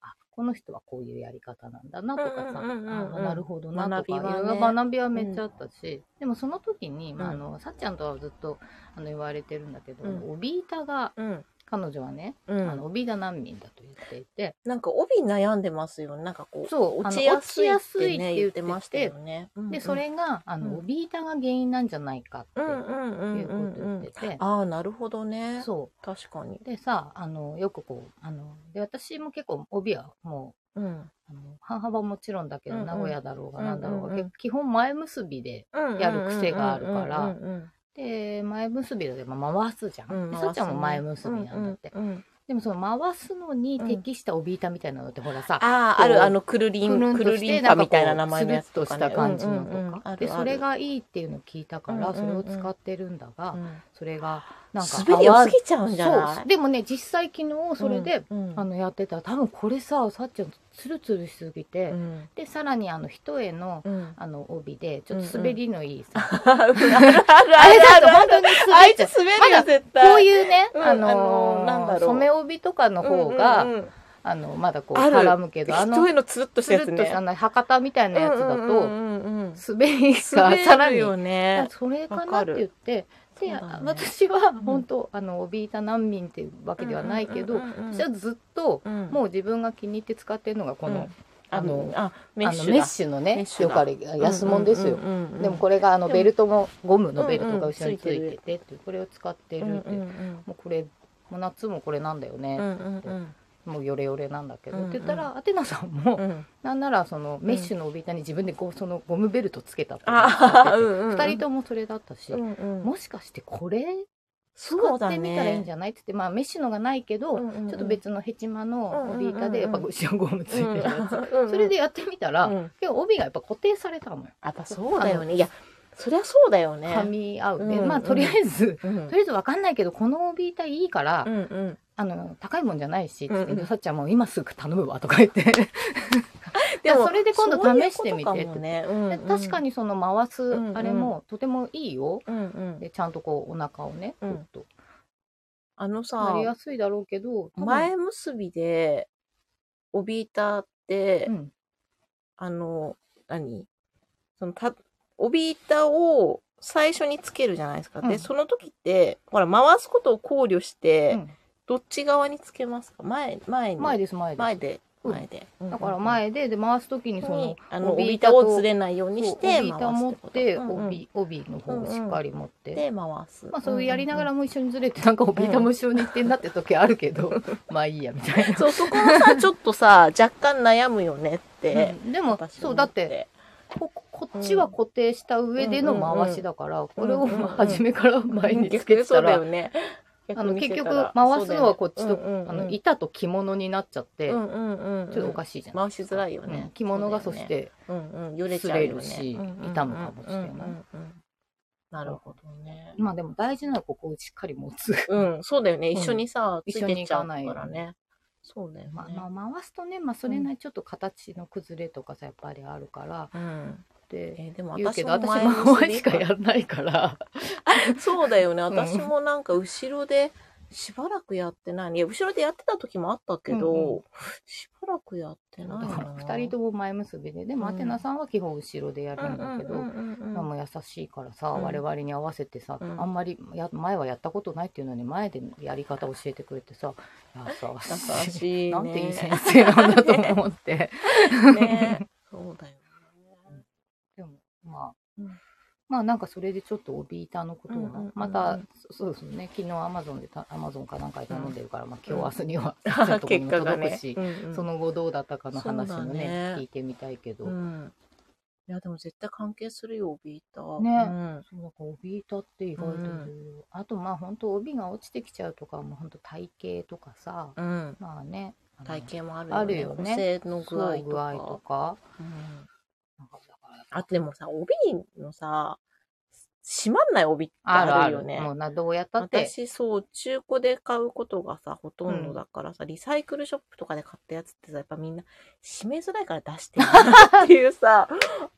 Speaker 1: あこの人はこういうやり方なんだなとかさ、
Speaker 2: うんうんうんうん
Speaker 1: あなるほどなと
Speaker 2: 学び
Speaker 1: か
Speaker 2: はね
Speaker 1: いろいろ学びはめっちゃあったし、でもその時に、まあ、あ
Speaker 2: うん
Speaker 1: のさっちゃんとはずっとあの言われてるんだけど、
Speaker 2: うん
Speaker 1: おびいたが
Speaker 2: うん
Speaker 1: 彼女はね、
Speaker 2: う
Speaker 1: あの
Speaker 2: ん
Speaker 1: おびいた難民だと言っていて、
Speaker 2: なんか帯悩んでますよねなんかこう
Speaker 1: そう
Speaker 2: 落ちやすい
Speaker 1: あの
Speaker 2: っ
Speaker 1: 落ちやすい
Speaker 2: て
Speaker 1: っ
Speaker 2: ね
Speaker 1: て
Speaker 2: 言
Speaker 1: 言
Speaker 2: っ
Speaker 1: ってて
Speaker 2: ま
Speaker 1: ま
Speaker 2: し
Speaker 1: したた
Speaker 2: よ
Speaker 1: よ
Speaker 2: ねうん
Speaker 1: でそれがあ
Speaker 2: うん
Speaker 1: のおびいたが原因なんじゃないかって
Speaker 2: うん
Speaker 1: い
Speaker 2: うんうん
Speaker 1: う
Speaker 2: う
Speaker 1: こと
Speaker 2: ん
Speaker 1: を言っ
Speaker 2: うん
Speaker 1: てて、
Speaker 2: ああなるほどね
Speaker 1: そう
Speaker 2: 確かに
Speaker 1: でさあのよくこうあので私も結構帯はも
Speaker 2: うん
Speaker 1: うあの半幅もちろんだけど、
Speaker 2: うんうん
Speaker 1: 名古屋だろうがなんだろうが、
Speaker 2: うんうんうん
Speaker 1: 基本前結びでやる癖があるから
Speaker 2: うんうん
Speaker 1: で前結びだけど、まあ、回すじゃん、
Speaker 2: う
Speaker 1: で
Speaker 2: んうん、
Speaker 1: さっちゃんも前結びなんだって、
Speaker 2: うんうんうん
Speaker 1: でもその回すのに適した帯板みたいなのって、ほらさ
Speaker 2: ああ
Speaker 1: こう
Speaker 2: あるあのくるり
Speaker 1: くる
Speaker 2: ん
Speaker 1: ん
Speaker 2: く
Speaker 1: と
Speaker 2: る
Speaker 1: し
Speaker 2: り
Speaker 1: て
Speaker 2: ん
Speaker 1: な
Speaker 2: ぱ
Speaker 1: んか
Speaker 2: み
Speaker 1: こ
Speaker 2: たいうな名前
Speaker 1: ス
Speaker 2: の
Speaker 1: ル
Speaker 2: やつ
Speaker 1: ッと
Speaker 2: と
Speaker 1: し
Speaker 2: か、ね、
Speaker 1: た感じのとか、
Speaker 2: うんうんうんある
Speaker 1: で
Speaker 2: ある
Speaker 1: それがいいっていうのを聞いたから、
Speaker 2: うんうん
Speaker 1: それ
Speaker 2: うん
Speaker 1: を使ってるんだが、
Speaker 2: うん
Speaker 1: それがなんか
Speaker 2: 滑り
Speaker 1: 合
Speaker 2: を
Speaker 1: わ
Speaker 2: 過ぎちゃうんじゃない
Speaker 1: そうでもね実際昨日それで、
Speaker 2: うんうん
Speaker 1: あのやってたら多分これささっちゃんツルツルしすぎて、
Speaker 2: うん
Speaker 1: でさらにあの一重の
Speaker 2: うん、
Speaker 1: あの帯でちょっと滑りのいいさ、
Speaker 2: あるある
Speaker 1: あ
Speaker 2: あ
Speaker 1: れ
Speaker 2: る
Speaker 1: だ
Speaker 2: あ
Speaker 1: と
Speaker 2: る
Speaker 1: 本当に
Speaker 2: あ
Speaker 1: 滑っ
Speaker 2: い
Speaker 1: ちゃう
Speaker 2: つ滑るよ
Speaker 1: まだ
Speaker 2: 絶対
Speaker 1: こういうね、
Speaker 2: うん
Speaker 1: あのー
Speaker 2: あのーなんだろう
Speaker 1: 染め帯とかの方が、
Speaker 2: うんうんうん
Speaker 1: あのまだこう
Speaker 2: ある
Speaker 1: 絡むけどあ
Speaker 2: 一
Speaker 1: の
Speaker 2: 重のつるっとした
Speaker 1: つ
Speaker 2: やつ
Speaker 1: るっとしたあ
Speaker 2: ね
Speaker 1: の博多みたいなやつだと、
Speaker 2: うんうんうんうん
Speaker 1: 滑りがさ
Speaker 2: 滑
Speaker 1: ら
Speaker 2: る
Speaker 1: に
Speaker 2: よね
Speaker 1: あそれかなって言ってで、
Speaker 2: そうだね
Speaker 1: 私は
Speaker 2: ん
Speaker 1: 本当、あの怯えた難民っていうわけではないけど、
Speaker 2: うんうんうんうん
Speaker 1: 私はずっと、
Speaker 2: うん
Speaker 1: もう自分が気に入って使ってるのがこの、
Speaker 2: うん
Speaker 1: あの
Speaker 2: あメ
Speaker 1: あ
Speaker 2: ッ
Speaker 1: の
Speaker 2: シュだ
Speaker 1: メッシュの
Speaker 2: メッ
Speaker 1: ね
Speaker 2: シュ
Speaker 1: よ
Speaker 2: だ
Speaker 1: くあれ安物ですよ、
Speaker 2: うんうんうんうん
Speaker 1: でもこれがあの
Speaker 2: でも
Speaker 1: ベルトもゴムのベルト
Speaker 2: うんう
Speaker 1: が
Speaker 2: ん
Speaker 1: 後ろについて
Speaker 2: つい
Speaker 1: てっていうこれを使ってるって、
Speaker 2: うんう
Speaker 1: も
Speaker 2: んうん
Speaker 1: うこれもう夏もこれなんだよ
Speaker 2: う
Speaker 1: ね、
Speaker 2: んうん
Speaker 1: もうヨレヨレなんだけど、
Speaker 2: うんうん
Speaker 1: って言ったらアテナさんも、
Speaker 2: うんうん
Speaker 1: なんならそのメッシュの帯板に自分でゴそのゴムベルトつけたって
Speaker 2: あうんうんうん
Speaker 1: 2人ともそれだったし、
Speaker 2: うんうん
Speaker 1: もしかしてこれ
Speaker 2: そう
Speaker 1: 使っ
Speaker 2: だ
Speaker 1: てみたらいいんじ
Speaker 2: ね
Speaker 1: ゃないって言って、まあ、メッシュのがないけど、
Speaker 2: うんうんうん
Speaker 1: ちょっと別のヘチマの帯板で
Speaker 2: う
Speaker 1: や
Speaker 2: ん
Speaker 1: っ
Speaker 2: うん
Speaker 1: ぱ
Speaker 2: うんうん
Speaker 1: 後ろゴムついてるやつ、
Speaker 2: うんうん
Speaker 1: それでやってみたら、
Speaker 2: うん
Speaker 1: 結構帯がやっぱ固定されたのよ
Speaker 2: やっぱそうだよねいやそりゃそうだよね
Speaker 1: 噛み合うね、
Speaker 2: うん
Speaker 1: まあとりあえず、
Speaker 2: うん
Speaker 1: とりあえずわかんないけどこの帯板いいから、
Speaker 2: うんうん
Speaker 1: あの高いもんじゃないし、つって
Speaker 2: うんうん
Speaker 1: さっちゃんもう今すぐ頼むわとか言ってでもそれで今度試してみて
Speaker 2: そういうことかもねうん
Speaker 1: で
Speaker 2: うん
Speaker 1: 確かにその回す
Speaker 2: うんうん
Speaker 1: あれもとてもいいよ、
Speaker 2: うんうん
Speaker 1: でちゃんとこうお腹をね、
Speaker 2: うん
Speaker 1: ちょっと
Speaker 2: あの
Speaker 1: な
Speaker 2: さ
Speaker 1: りやすいだろうけど多分
Speaker 2: 前結びで帯板って
Speaker 1: うん
Speaker 2: あの何そのた帯板を最初につけるじゃないですか、
Speaker 1: う
Speaker 2: で
Speaker 1: ん
Speaker 2: その時ってほら回すことを考慮して、
Speaker 1: うん
Speaker 2: どっち側につけますか前前に
Speaker 1: 前です前です
Speaker 2: 前で
Speaker 1: うん
Speaker 2: 前で、
Speaker 1: だから前でで回す時に
Speaker 2: に
Speaker 1: その
Speaker 2: あの帯
Speaker 1: 帯
Speaker 2: 板
Speaker 1: 板と
Speaker 2: をずれないようにして
Speaker 1: 帯
Speaker 2: 回す
Speaker 1: 板を持
Speaker 2: っ
Speaker 1: って
Speaker 2: こと
Speaker 1: て
Speaker 2: うんうん
Speaker 1: 帯帯の方をしっかり持って
Speaker 2: で回す、
Speaker 1: まあそういうやりながら
Speaker 2: も
Speaker 1: も一緒にずれてなんかおびたも一緒にってなってる時あるけど まあいいやみたいな。
Speaker 2: そうそこはさちょっとさ若干悩むよねって、
Speaker 1: うんでも
Speaker 2: 私
Speaker 1: そう
Speaker 2: 思
Speaker 1: だってここっちは固定した上での回しだから、これをまあ
Speaker 2: うん
Speaker 1: 初めから 前につ
Speaker 2: 逆
Speaker 1: け
Speaker 2: に
Speaker 1: て
Speaker 2: そ
Speaker 1: た
Speaker 2: うだ
Speaker 1: ら、
Speaker 2: よね
Speaker 1: あの結
Speaker 2: 逆に見せ
Speaker 1: 局
Speaker 2: たら
Speaker 1: 回すのはこっちと、
Speaker 2: そうだよね
Speaker 1: あ
Speaker 2: うんうんう
Speaker 1: の
Speaker 2: ん
Speaker 1: 板と着物になっちゃって、
Speaker 2: うんうんうんうん
Speaker 1: ちょっとおかしいじゃない、
Speaker 2: 回しづらいよね、
Speaker 1: うん着物がそ
Speaker 2: そうだ
Speaker 1: し
Speaker 2: よね
Speaker 1: て
Speaker 2: うんうん、よれちゃうよ
Speaker 1: 擦
Speaker 2: ね
Speaker 1: れるし
Speaker 2: うんうんうん
Speaker 1: 痛むかもしれない
Speaker 2: うんうんうんなるほどね
Speaker 1: まあでも大事なのはここをしっかり持つ。
Speaker 2: うんそうだよね
Speaker 1: うん
Speaker 2: 一緒にさ、
Speaker 1: 一
Speaker 2: つ
Speaker 1: 緒に
Speaker 2: いてっ
Speaker 1: 行
Speaker 2: ちゃ
Speaker 1: か
Speaker 2: う
Speaker 1: ない
Speaker 2: からねそうだよね、
Speaker 1: まあ、まあ回すとね、まあ、それなりにちょっと形の崩れとかさやっぱりあるから、
Speaker 2: うん、
Speaker 1: って
Speaker 2: えーでも
Speaker 1: 言うけ
Speaker 2: 私
Speaker 1: ど
Speaker 2: も
Speaker 1: 私真
Speaker 2: 前結
Speaker 1: 前
Speaker 2: び
Speaker 1: しかやらないから
Speaker 2: そうだよね
Speaker 1: ん
Speaker 2: 私もなんか後ろでしばらくやってないいや後ろでやってた時もあったけど、
Speaker 1: うんう
Speaker 2: しばらくやって
Speaker 1: だ
Speaker 2: ない
Speaker 1: から
Speaker 2: な
Speaker 1: 2人とも前結びででも
Speaker 2: うん
Speaker 1: アテナさんは基本後ろでやるんだけど、
Speaker 2: うんうんうんうん
Speaker 1: まあもう優しいからさ、
Speaker 2: うん
Speaker 1: 我々に合わせてさ、
Speaker 2: うん
Speaker 1: あんまりや前はやったことないっていうのに前でやり方教えてくれてさ優
Speaker 2: 優
Speaker 1: しい。
Speaker 2: しい、ね、
Speaker 1: なんていい先生なんだと思 って。
Speaker 2: ねそうだよね
Speaker 1: でもまあ、
Speaker 2: うん
Speaker 1: まあなんかそれでちょっと帯板のことをな、
Speaker 2: うんうんうんうん
Speaker 1: またそそうですね昨日アマゾンでたアマゾンかなんかで頼んでるから、まあ今日明日にはち ょっとここに
Speaker 2: 結
Speaker 1: も
Speaker 2: 果が
Speaker 1: 届く
Speaker 2: ね
Speaker 1: し、、
Speaker 2: うんうん
Speaker 1: その後どうだったかの話
Speaker 2: そう
Speaker 1: も
Speaker 2: だ
Speaker 1: ね
Speaker 2: ね
Speaker 1: 聞いてみたいけど、
Speaker 2: うん。いや、でも絶対関係するよ、ビーター。
Speaker 1: ね
Speaker 2: うん。
Speaker 1: そうだから帯板って意外といろいろ、あとまあ本当帯が落ちてきちゃうとかも本当体型とかさ、
Speaker 2: うん。
Speaker 1: まあねあの
Speaker 2: 体型もある
Speaker 1: あるよね
Speaker 2: 補正の具合
Speaker 1: そう
Speaker 2: と
Speaker 1: 具合
Speaker 2: か。
Speaker 1: とか
Speaker 2: うん
Speaker 1: なんかだから
Speaker 2: あとでもさ、帯のさ、閉まんない帯って
Speaker 1: ある
Speaker 2: あ
Speaker 1: あ
Speaker 2: る
Speaker 1: る
Speaker 2: よね。
Speaker 1: もうなどうやったって
Speaker 2: 私、そう、中古で買うことがさ、ほとんどだからさ、リサイクルショップとかで買ったやつってさ、やっぱみんな、締めづらいから出してる なっていうさ、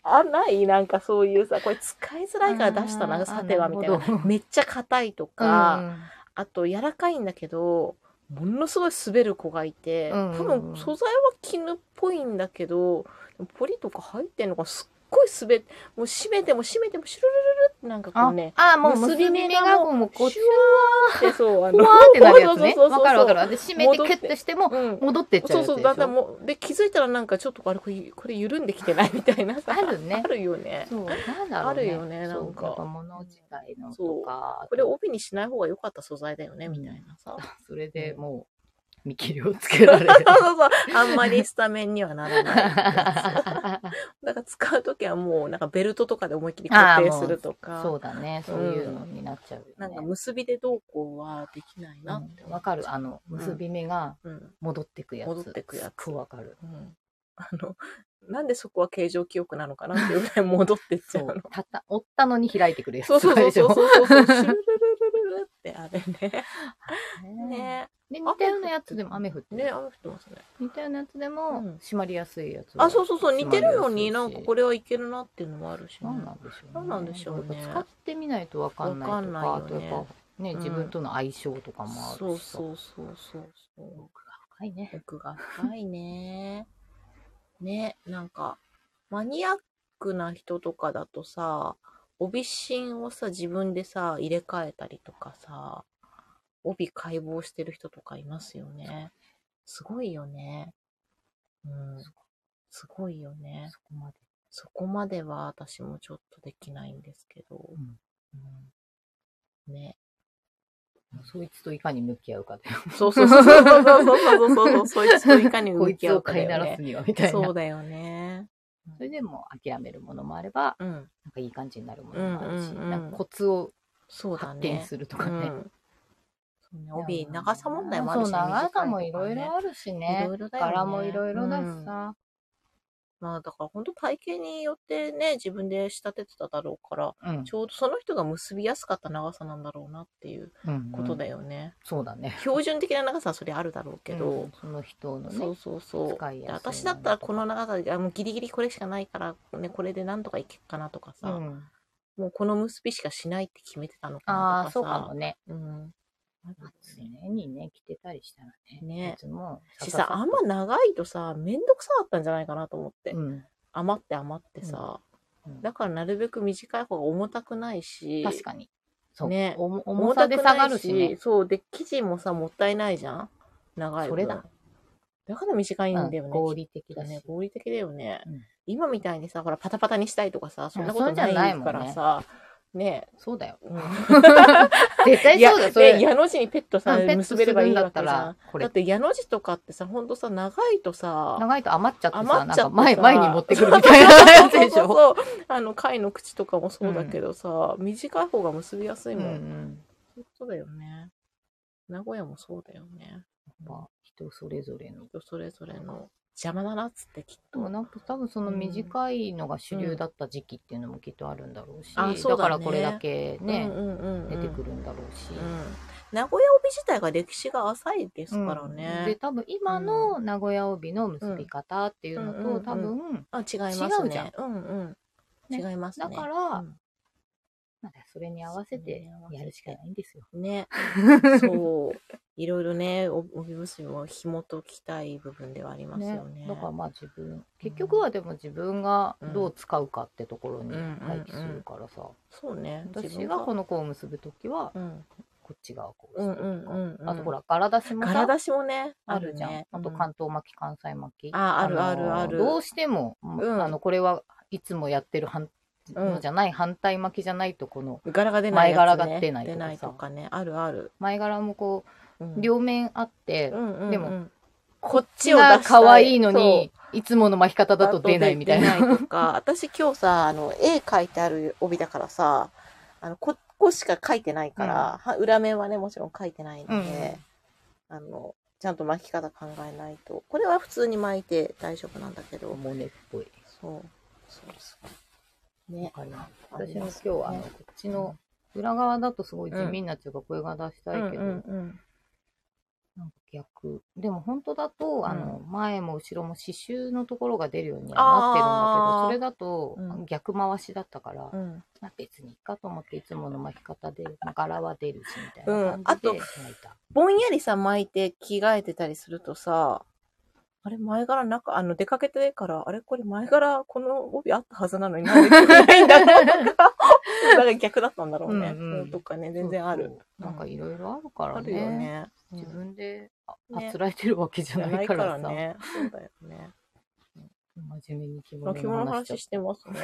Speaker 2: あ、ないなんかそういうさ、これ使いづらいから出した
Speaker 1: あ
Speaker 2: な、
Speaker 1: ー
Speaker 2: さては、みたい
Speaker 1: あなる
Speaker 2: な。
Speaker 1: ほど
Speaker 2: めっちゃ硬いとか、あと柔らかいんだけどものすごい滑る子がいて、
Speaker 1: うんうんうん
Speaker 2: 多分素材は絹っぽいんだけどでもポリとか入ってんのがすっごい滑ってもう締めても締めてもシュルルルルってなんかこ
Speaker 1: あ
Speaker 2: うね
Speaker 1: あ、もう結び目が
Speaker 2: もう
Speaker 1: もうこう、
Speaker 2: シ
Speaker 1: シ
Speaker 2: ュ
Speaker 1: ュ
Speaker 2: ってそうあ
Speaker 1: ワーってなるやつね。
Speaker 2: そうそうそうそう
Speaker 1: わかるわかる。あで、締めて
Speaker 2: 戻っ
Speaker 1: キュ
Speaker 2: て
Speaker 1: ッとしても、
Speaker 2: うん
Speaker 1: 戻ってっちゃう
Speaker 2: そ
Speaker 1: や
Speaker 2: う
Speaker 1: つでしょ。
Speaker 2: そうだんだんもうで気づいたらなんかちょっとあれこれこれ緩んできてないみたいなさ
Speaker 1: あるね
Speaker 2: あるよね
Speaker 1: そう、なんだろう、ね。
Speaker 2: あるよねなんか
Speaker 1: そうやっぱ物自体のとか。
Speaker 2: これ帯にしない方が良かった素材だよね、
Speaker 1: うん
Speaker 2: みたいなさ
Speaker 1: それでもう、見切りをつけられる。
Speaker 2: そうそうそうあんまりスタメンにはなら ないだから使うときはもうなんかベルトとかで思いっきり固定するとか、
Speaker 1: そうだね。そういうのになっちゃう
Speaker 2: な
Speaker 1: よ
Speaker 2: んか
Speaker 1: ね。
Speaker 2: 結びでどうこうはできないな
Speaker 1: わ、
Speaker 2: って思
Speaker 1: うん、
Speaker 2: う。
Speaker 1: かる。あの、結び目が
Speaker 2: うん。
Speaker 1: 戻ってくやつ。
Speaker 2: 戻ってくやつ
Speaker 1: すっごいわかる。
Speaker 2: うん。あの、なんでそこは形状記憶なのかなっていうぐらい戻ってっち
Speaker 1: そ
Speaker 2: ゃうの
Speaker 1: う。。たった、折ったのに開いてくるやつ
Speaker 2: そうそうそう
Speaker 1: でし
Speaker 2: そう
Speaker 1: ょ。
Speaker 2: そうそう。シュルルルルルってあれね。
Speaker 1: ね
Speaker 2: ね
Speaker 1: で、似たようなやつでも雨降ってる。
Speaker 2: ね、雨降ってますね。
Speaker 1: 似たようなやつで
Speaker 2: う
Speaker 1: も
Speaker 2: ん
Speaker 1: 締まりやすいやつは
Speaker 2: あ、そうそうそう。似てるのに
Speaker 1: 締
Speaker 2: な
Speaker 1: ま
Speaker 2: ん
Speaker 1: り
Speaker 2: か
Speaker 1: やすいし
Speaker 2: これはいけるなっていうのもあるしね、
Speaker 1: なんなんでしょうね
Speaker 2: なんなんでしょうね
Speaker 1: やっぱ使ってみないとわかんないとか
Speaker 2: わかんないよね
Speaker 1: あとやっぱね
Speaker 2: うん
Speaker 1: 自分との相性とかもあるし
Speaker 2: そう
Speaker 1: う
Speaker 2: そうそうそうそう。
Speaker 1: 深いね
Speaker 2: 奥が深いね。 ね、なんか、マニアックな人とかだとさ、帯芯をさ自分でさ入れ替えたりとかさ帯解剖してる人とかいますよねすごいよねうんすごいよね
Speaker 1: そこまで。
Speaker 2: そこまでは私もちょっとできないんですけど、
Speaker 1: ん
Speaker 2: うんね
Speaker 1: そいつといかに向き合うかだよ。
Speaker 2: そうそうそうそうそうそうそうそうそいつといかに
Speaker 1: こ
Speaker 2: 向
Speaker 1: い
Speaker 2: き
Speaker 1: つ
Speaker 2: 合
Speaker 1: を
Speaker 2: うか
Speaker 1: 飼
Speaker 2: だ
Speaker 1: いな
Speaker 2: よ
Speaker 1: らす
Speaker 2: ね
Speaker 1: には、みたいな。
Speaker 2: そう
Speaker 1: そ
Speaker 2: だよね
Speaker 1: れでも諦めるものもあれば、
Speaker 2: うん
Speaker 1: なんかいい感じになるものもあるし、
Speaker 2: うんうんうん
Speaker 1: なんかコツを
Speaker 2: そうだ
Speaker 1: 発
Speaker 2: ね
Speaker 1: 展するとかね。
Speaker 2: うんそうね帯長さ問題もある
Speaker 1: そう、
Speaker 2: し、
Speaker 1: 長さもい
Speaker 2: 短
Speaker 1: ろい
Speaker 2: とかね
Speaker 1: ろあるし
Speaker 2: い
Speaker 1: ね
Speaker 2: ろい。ろだよね
Speaker 1: 柄もいろいろだしさ。
Speaker 2: まあだから本当体型によってね自分で仕立ててただろうから
Speaker 1: うん。
Speaker 2: ちょうどその人が結びやすかった長さなんだろうなっていう
Speaker 1: うん
Speaker 2: ことだよね、
Speaker 1: そうだね。
Speaker 2: 標準的な長さはそれあるだろうけ
Speaker 1: う
Speaker 2: ど
Speaker 1: ん、その人の
Speaker 2: そう
Speaker 1: ね。
Speaker 2: そうそう
Speaker 1: 使いやすい
Speaker 2: で私だったらこの長さであもうギリギリこれしかないから、ね、これでなんとかいけっかなとかさ、
Speaker 1: うん
Speaker 2: もうこの結びしかしないって決めてたのか
Speaker 1: あ
Speaker 2: な
Speaker 1: あ、そ
Speaker 2: と
Speaker 1: う
Speaker 2: か
Speaker 1: か
Speaker 2: さ
Speaker 1: もね。
Speaker 2: うん、
Speaker 1: 常にね、着てたりしたらね。
Speaker 2: ね
Speaker 1: いつも。
Speaker 2: しさあんま長いとさめんどくさかったんじゃないかなと思って、
Speaker 1: うん。
Speaker 2: 余って余って
Speaker 1: うん
Speaker 2: さ、だからなるべく短い方が重たくないし
Speaker 1: 確かに。そう。
Speaker 2: ね
Speaker 1: おも重さで下がるしね。
Speaker 2: そうで生地もさもったいないじゃん長い分
Speaker 1: それだ
Speaker 2: だから短いんだよ
Speaker 1: う
Speaker 2: ね、
Speaker 1: ん合理的
Speaker 2: きっと
Speaker 1: だ
Speaker 2: ね
Speaker 1: し。
Speaker 2: 合理的だよね、
Speaker 1: うん
Speaker 2: 今みたいにさほらパタパタにしたいとかさそんなこ
Speaker 1: そ
Speaker 2: と
Speaker 1: うじゃ
Speaker 2: な
Speaker 1: ない
Speaker 2: い
Speaker 1: もん
Speaker 2: か
Speaker 1: ね
Speaker 2: らさね
Speaker 1: そうだよ。
Speaker 2: うん
Speaker 1: 絶対
Speaker 2: いや
Speaker 1: そうだよ、それ。
Speaker 2: ね矢の字にペットさ、
Speaker 1: うんペット
Speaker 2: 結べればいい
Speaker 1: するんだ
Speaker 2: わ
Speaker 1: っ
Speaker 2: け
Speaker 1: た
Speaker 2: じゃん
Speaker 1: ら、こ
Speaker 2: だっ
Speaker 1: れ。
Speaker 2: て矢の字とかってさほんとさ長いとさ
Speaker 1: 長いと余っちゃって
Speaker 2: 余っち
Speaker 1: さ、な
Speaker 2: ゃって
Speaker 1: ん
Speaker 2: さ
Speaker 1: か前、前に持ってくるみたいなやつでし
Speaker 2: そう
Speaker 1: ょ。
Speaker 2: そうそうあの貝の口とかもそうだけどさ、短い方が結びやす
Speaker 1: う
Speaker 2: い
Speaker 1: んう
Speaker 2: もん、
Speaker 1: ん。
Speaker 2: そういうことだよね名古屋もそうだよね
Speaker 1: まあ、人それぞれの。
Speaker 2: 人それぞれの邪魔だなっつってきっ
Speaker 1: でも
Speaker 2: と
Speaker 1: なんか多分その短いのが主流だった時期っていうのもきっとあるんだろうし、
Speaker 2: うんあそうだ
Speaker 1: だから
Speaker 2: ね
Speaker 1: これだけね、
Speaker 2: うんうんうんう
Speaker 1: 出
Speaker 2: ん
Speaker 1: てくるんだろうし。
Speaker 2: うん名古屋帯自体が歴史が浅いですから
Speaker 1: うんで
Speaker 2: ね、
Speaker 1: 多分今の名古屋帯の結び方っていうのと、
Speaker 2: うんうんうん
Speaker 1: 多分
Speaker 2: あ違います
Speaker 1: 違
Speaker 2: ね
Speaker 1: うじゃん
Speaker 2: うんうん
Speaker 1: ね
Speaker 2: 違いますね
Speaker 1: だから
Speaker 2: うん
Speaker 1: まだそれに合わせてやるしかないんですよ。
Speaker 2: ねそういろいろねお帯結びも紐解きたい部分ではあります
Speaker 1: ね
Speaker 2: よね
Speaker 1: だからまあ自分結局はでも自分がどう使うかってところに
Speaker 2: うん
Speaker 1: 回帰するからさ、
Speaker 2: そうね
Speaker 1: 私がこ
Speaker 2: の
Speaker 1: の子を結ぶ時は
Speaker 2: うん
Speaker 1: こっち側をこう
Speaker 2: うん
Speaker 1: 結
Speaker 2: う
Speaker 1: ぶ
Speaker 2: ん
Speaker 1: とか、
Speaker 2: うんうん
Speaker 1: あとほら柄出しも
Speaker 2: 柄
Speaker 1: さ
Speaker 2: 出しもね
Speaker 1: あるじゃん、
Speaker 2: ね
Speaker 1: あと
Speaker 2: うん
Speaker 1: 関東巻き関西巻き
Speaker 2: あある
Speaker 1: の
Speaker 2: あるある
Speaker 1: どうしても、
Speaker 2: ん
Speaker 1: あのこれはいつもやってる反のじゃない、反対巻きじゃないとこの
Speaker 2: 柄が出ないやつ、ね、
Speaker 1: 前柄が出ないとかさ
Speaker 2: 出ないとかねあるある、
Speaker 1: 前柄もこう
Speaker 2: うん
Speaker 1: 両面あって、
Speaker 2: うんうんうん
Speaker 1: でも
Speaker 2: こ
Speaker 1: こ
Speaker 2: っ
Speaker 1: っちが可愛いのに、いつもの巻き方だと出ないみたいな。
Speaker 2: 出ないと か私今日さあの絵描いてある帯だからさあのここしか描いてないから、は裏面はねもちろん描いてないので、あのちゃんと巻き方考えないとこれは普通に巻いて大丈夫なんだけど
Speaker 1: モネっぽい。
Speaker 2: そうそうそう
Speaker 1: わ
Speaker 2: ね
Speaker 1: かります
Speaker 2: あり
Speaker 1: 私も
Speaker 2: ま
Speaker 1: 今
Speaker 2: す
Speaker 1: 日は、あの、こっちの裏側だとすごい地
Speaker 2: うん
Speaker 1: 味なっちゃうか、声が出した
Speaker 2: うん
Speaker 1: いけど、
Speaker 2: うん
Speaker 1: なんか逆。でも本当だと、あの、前も後ろも刺繍のところが出るようにはなってるんだけ
Speaker 2: あー
Speaker 1: ど、それだと
Speaker 2: うん
Speaker 1: 逆回しだったから、
Speaker 2: うんうん
Speaker 1: まあ別にいいかと思って、いつもの巻き方で、まあ柄は出るし、みたい
Speaker 2: うん
Speaker 1: な感じで巻いた。
Speaker 2: ぼんやりさ、巻いて着替えてたりするとさ、あれ、前柄なんか、あの、出かけてから、あれ、これ前柄、この帯あったはずなのになんで着てないんだろうと か、だから逆だったんだろうね。
Speaker 1: うんうん
Speaker 2: とかね、全然ある。
Speaker 1: そう。なんかいろいろあるから
Speaker 2: あるよ
Speaker 1: ね。
Speaker 2: ね。
Speaker 1: 自分であ
Speaker 2: ね
Speaker 1: あつらえてるわけじ
Speaker 2: じ
Speaker 1: ゃ
Speaker 2: ゃ
Speaker 1: な
Speaker 2: ないい
Speaker 1: か
Speaker 2: からら
Speaker 1: さ、
Speaker 2: ね。そうだよ ね。
Speaker 1: 真面目に着
Speaker 2: まあ、
Speaker 1: 物
Speaker 2: 着物
Speaker 1: の
Speaker 2: の
Speaker 1: 話し
Speaker 2: 話
Speaker 1: ち
Speaker 2: してますね。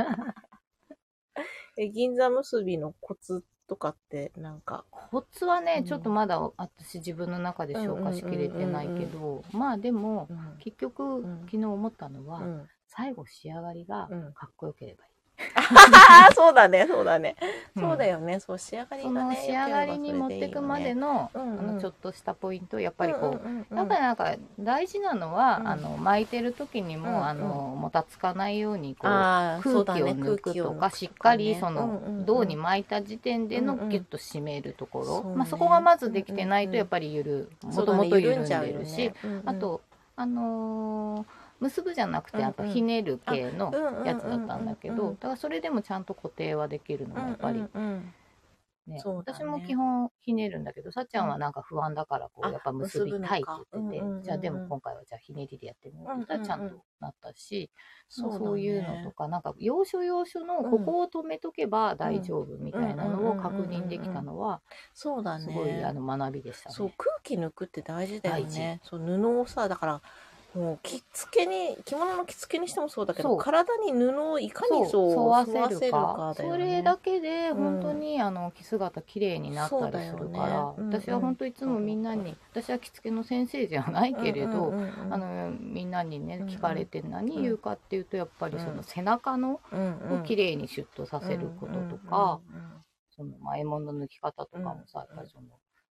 Speaker 2: え、銀座結びのコツとかって、なんか、
Speaker 1: ゃうコツはね、
Speaker 2: うん
Speaker 1: ちょっとまだ私自分の中で消化しきれてないけ
Speaker 2: う
Speaker 1: どまあでも
Speaker 2: うん
Speaker 1: 結局、
Speaker 2: ん
Speaker 1: 昨日思ったのは、
Speaker 2: うん。
Speaker 1: 最後仕上がりが
Speaker 2: うん
Speaker 1: かっこよければい
Speaker 2: ああ、そうだね、そうだね。
Speaker 1: い、
Speaker 2: そうだ
Speaker 1: よ
Speaker 2: よね、そう、仕上がり
Speaker 1: そ
Speaker 2: が
Speaker 1: の
Speaker 2: ね。
Speaker 1: 仕上がりに持ってくまでの,、
Speaker 2: の、うんうん
Speaker 1: あのちょっとしたポイントやっぱりこう、
Speaker 2: うんうんうん
Speaker 1: やっぱりなんか大事なのは、
Speaker 2: うん
Speaker 1: あの巻いてる時にも、
Speaker 2: うんうん
Speaker 1: あのもたつかないようにこう
Speaker 2: あー
Speaker 1: 空気を抜く
Speaker 2: そう
Speaker 1: と
Speaker 2: だ
Speaker 1: か、
Speaker 2: ね
Speaker 1: しっかりそ
Speaker 2: うんうんう
Speaker 1: の
Speaker 2: ん
Speaker 1: 胴に巻いた時点での
Speaker 2: うんうん
Speaker 1: ギュッと締めるところ、
Speaker 2: そうね
Speaker 1: まあ、そこがまずできてない
Speaker 2: うんうんう
Speaker 1: と
Speaker 2: ん
Speaker 1: やっぱりゆる
Speaker 2: そ
Speaker 1: も
Speaker 2: う
Speaker 1: と
Speaker 2: だね
Speaker 1: もと緩んでるし、
Speaker 2: 緩んじゃうよね
Speaker 1: あ、とあのー結ぶじゃなくて
Speaker 2: うんうん
Speaker 1: やっぱひねる系の
Speaker 2: うんうんうんうん
Speaker 1: やつだったんだけどだからそれでもちゃんと固定はできるの
Speaker 2: うん
Speaker 1: がやっぱり
Speaker 2: うんうん
Speaker 1: ね
Speaker 2: そうだね
Speaker 1: 私も基本ひねるんだけどさっちゃんはなんか不安だからこ
Speaker 2: あ
Speaker 1: うやっぱ結びたいって言ってて、
Speaker 2: 結ぶのかうんうんうんうん
Speaker 1: じゃあでも今回はじゃあひねりでやってみようって言った
Speaker 2: うん
Speaker 1: ら
Speaker 2: うん
Speaker 1: ちゃんとなったし、
Speaker 2: そうだね
Speaker 1: そういうのとかなんか要所要所の
Speaker 2: うん
Speaker 1: ここを止めとけば大丈夫みたいなのを確認できたのは
Speaker 2: そうだね
Speaker 1: すごいあの学びでしたね。
Speaker 2: そう空気抜くって大事だ
Speaker 1: 大
Speaker 2: よねそう布をさだからもう着付けに着物の着付けにしてもそうだけど
Speaker 1: そう
Speaker 2: 体に布をいかにそう
Speaker 1: 沿
Speaker 2: 沿
Speaker 1: わ
Speaker 2: わ
Speaker 1: せ
Speaker 2: せ
Speaker 1: るか
Speaker 2: るかだよ
Speaker 1: そ
Speaker 2: ね
Speaker 1: れだけで
Speaker 2: う
Speaker 1: 本
Speaker 2: ん
Speaker 1: 当に、あの着姿綺麗になっ
Speaker 2: そ
Speaker 1: た
Speaker 2: う
Speaker 1: り
Speaker 2: だ
Speaker 1: す
Speaker 2: よね
Speaker 1: るから、
Speaker 2: うん
Speaker 1: 私は本当いつもみんなに、私は着付けの先生じゃないけれど、
Speaker 2: うんうんうんうん
Speaker 1: あのみんなにね
Speaker 2: うん
Speaker 1: 聞かれて何言うかっていうとやっぱりその背中の
Speaker 2: うんう
Speaker 1: を
Speaker 2: ん
Speaker 1: 綺麗にシュッとさせることとか、
Speaker 2: うんうん
Speaker 1: その前ものの抜き方とかもさ、
Speaker 2: う
Speaker 1: や
Speaker 2: ん
Speaker 1: っぱりその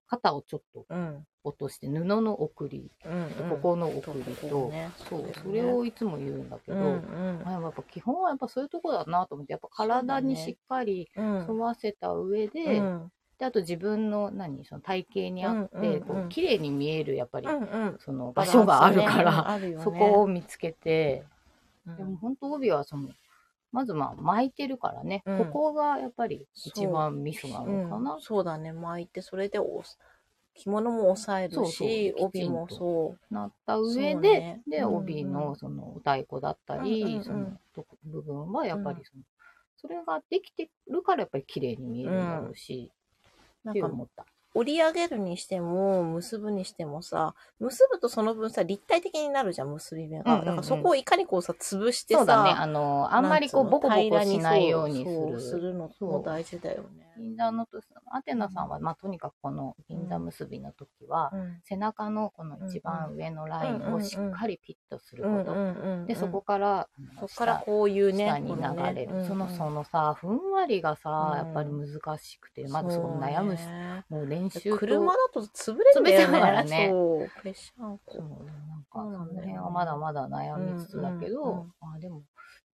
Speaker 1: 肩をちょっと
Speaker 2: うんうん
Speaker 1: 落として布の送り、
Speaker 2: うんうん
Speaker 1: ここの送り、
Speaker 2: ことこね
Speaker 1: そう
Speaker 2: ね
Speaker 1: それをいつも言うんだけ
Speaker 2: う
Speaker 1: ど。
Speaker 2: んうん
Speaker 1: まあ、やっぱ基本はやっぱそういうとこだなと思ってやっぱ体にしっかり
Speaker 2: うん
Speaker 1: 沿わせた上で,、
Speaker 2: うん
Speaker 1: であと自分の何その体型に合って、
Speaker 2: うんうんうん
Speaker 1: こう綺麗に見えるやっぱり、
Speaker 2: うんうん
Speaker 1: その場所があるか
Speaker 2: バランスね
Speaker 1: ら、
Speaker 2: あるよね
Speaker 1: そこを見つけて、
Speaker 2: うん
Speaker 1: でも本当帯はそのまずまあ巻いてるからね、
Speaker 2: うん
Speaker 1: ここがやっぱり
Speaker 2: そう
Speaker 1: 一番ミスなのかな。
Speaker 2: うんそうだね巻いてそれでお着物も抑えるし
Speaker 1: そうそう
Speaker 2: 帯もそ
Speaker 1: なった上
Speaker 2: そう
Speaker 1: で、
Speaker 2: ね
Speaker 1: で
Speaker 2: うんうん
Speaker 1: 帯のそのお太鼓だったり、
Speaker 2: うんうんうん
Speaker 1: そのとこ部分はやっぱりその、それができてるからやっぱり綺麗に見えるんだろうし、
Speaker 2: うな
Speaker 1: っ
Speaker 2: ん
Speaker 1: て
Speaker 2: か
Speaker 1: 思った。
Speaker 2: 折り上げるにしても結ぶにしてもさ結ぶとその分さ立体的になるじゃん結び目が、
Speaker 1: うんうんうん
Speaker 2: だからそこをいかにこうさ潰してさ
Speaker 1: そうだね。あの、あんまりこう、
Speaker 2: なんつ
Speaker 1: ボ
Speaker 2: の
Speaker 1: コボコしないように
Speaker 2: 平らそうそう
Speaker 1: す
Speaker 2: す
Speaker 1: る。
Speaker 2: るのも大事だよね。
Speaker 1: 銀座のと、アテナさんは、まあ、とにかくこの銀座結びの時は、
Speaker 2: うん
Speaker 1: 背中のこの一番上のラインをしっかりピッとすること。
Speaker 2: うんうんうん
Speaker 1: で、そこから、
Speaker 2: そこからこういう
Speaker 1: 下下
Speaker 2: ね
Speaker 1: に流れる。その、そのさ、ふんわりがさ、やっぱり難しくて、まずそこ悩むし、もう練習と。
Speaker 2: 車だと潰れるんだよ
Speaker 1: 潰れちゃ
Speaker 2: ね
Speaker 1: うからね
Speaker 2: そうプレッシャーこ
Speaker 1: そう
Speaker 2: う
Speaker 1: なんか、その辺はまだまだ悩みつつだけど、
Speaker 2: うんうんうん
Speaker 1: あ、でも、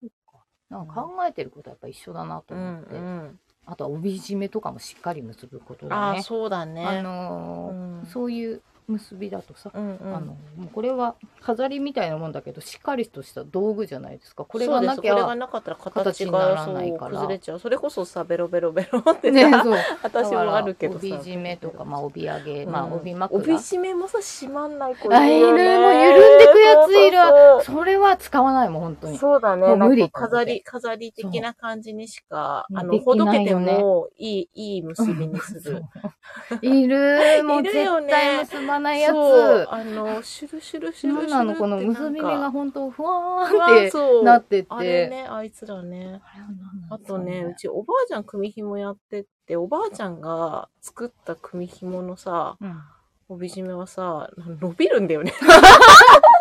Speaker 1: そっか。なんか考えてることはやっぱ一緒だなと
Speaker 2: う
Speaker 1: 思
Speaker 2: ん
Speaker 1: って。
Speaker 2: うん
Speaker 1: あとは帯締めとかもしっかり結ぶことだ
Speaker 2: あ
Speaker 1: ね。
Speaker 2: あそうだね
Speaker 1: あのーそういう結びだとさ、あのもうこれは飾りみたいなもんだけどしっかりとした道具じゃないですかこ
Speaker 2: こ
Speaker 1: れ
Speaker 2: れ
Speaker 1: が
Speaker 2: が
Speaker 1: な
Speaker 2: な
Speaker 1: き
Speaker 2: これが
Speaker 1: ゃ
Speaker 2: なかったら
Speaker 1: 形
Speaker 2: 形
Speaker 1: にな
Speaker 2: が
Speaker 1: らないから
Speaker 2: そう崩れちゃうそれこそさベロベロベロって
Speaker 1: ね
Speaker 2: さ、
Speaker 1: そう
Speaker 2: 私もあるけどさ
Speaker 1: だから帯締めとか、まあ、帯揚げ、まあ、
Speaker 2: うん
Speaker 1: 帯枕
Speaker 2: 帯締めもさ締まんない子
Speaker 1: あいるもう緩んでくやついる
Speaker 2: そうそう
Speaker 1: それは使わないもん本当
Speaker 2: そう
Speaker 1: に
Speaker 2: そうだね
Speaker 1: もう無理
Speaker 2: なんか飾り飾り的な感じにしか
Speaker 1: そう
Speaker 2: あ
Speaker 1: で
Speaker 2: の
Speaker 1: き
Speaker 2: ほど
Speaker 1: な
Speaker 2: け
Speaker 1: い
Speaker 2: て
Speaker 1: よね
Speaker 2: もいいいい結びにす
Speaker 1: そう
Speaker 2: る
Speaker 1: いるもう
Speaker 2: い
Speaker 1: 絶
Speaker 2: るよね
Speaker 1: 対結ばないやつ、
Speaker 2: そうあのシュルシュルシュルシュ
Speaker 1: なん
Speaker 2: ル
Speaker 1: なの
Speaker 2: って
Speaker 1: この結び目が本当ふわ
Speaker 2: ふわ
Speaker 1: ーんって
Speaker 2: そう
Speaker 1: なってて
Speaker 2: あれねあいつらね
Speaker 1: あれは何なんですか
Speaker 2: あとね、うちおばあちゃん組紐やってって、おばあちゃんが作った組紐のさ、
Speaker 1: うん
Speaker 2: 帯締めはさ、伸びるんだよね。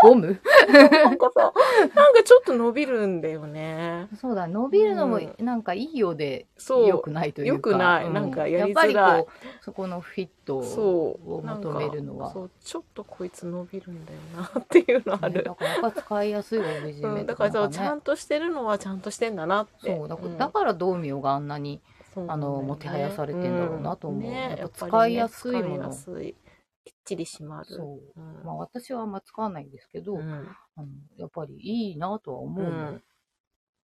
Speaker 1: ゴム
Speaker 2: なんかさ、なんかちょっと伸びるんだよね。
Speaker 1: そうだ伸びるのも
Speaker 2: うん
Speaker 1: なんかいいようで
Speaker 2: そう。
Speaker 1: 良くないというか
Speaker 2: 良くないなんかやりづらい
Speaker 1: っぱりこうそこのフィットを
Speaker 2: そう。
Speaker 1: 求めるの
Speaker 2: なん
Speaker 1: は
Speaker 2: かそう、ちょっとこいつ伸びるんだよなっていうのあ
Speaker 1: ね
Speaker 2: る。
Speaker 1: だからやっぱ使いやすい帯締
Speaker 2: う
Speaker 1: め
Speaker 2: ん、だ
Speaker 1: と
Speaker 2: か
Speaker 1: か,、
Speaker 2: ら
Speaker 1: ね
Speaker 2: さ、ちゃんとしてるのはちゃんとしてんだなって。
Speaker 1: そうだから、
Speaker 2: ん
Speaker 1: だから道明があんなに
Speaker 2: そう
Speaker 1: あのもてはやされてんだろうなと思う
Speaker 2: ね
Speaker 1: やっぱ
Speaker 2: ぱ
Speaker 1: 使い
Speaker 2: りね
Speaker 1: やすいもの
Speaker 2: 使やすいきっちり締まる。
Speaker 1: そう
Speaker 2: うん
Speaker 1: まあ私はあんま使わないんですけど、
Speaker 2: うん
Speaker 1: あのやっぱりいいなとは思う、
Speaker 2: うん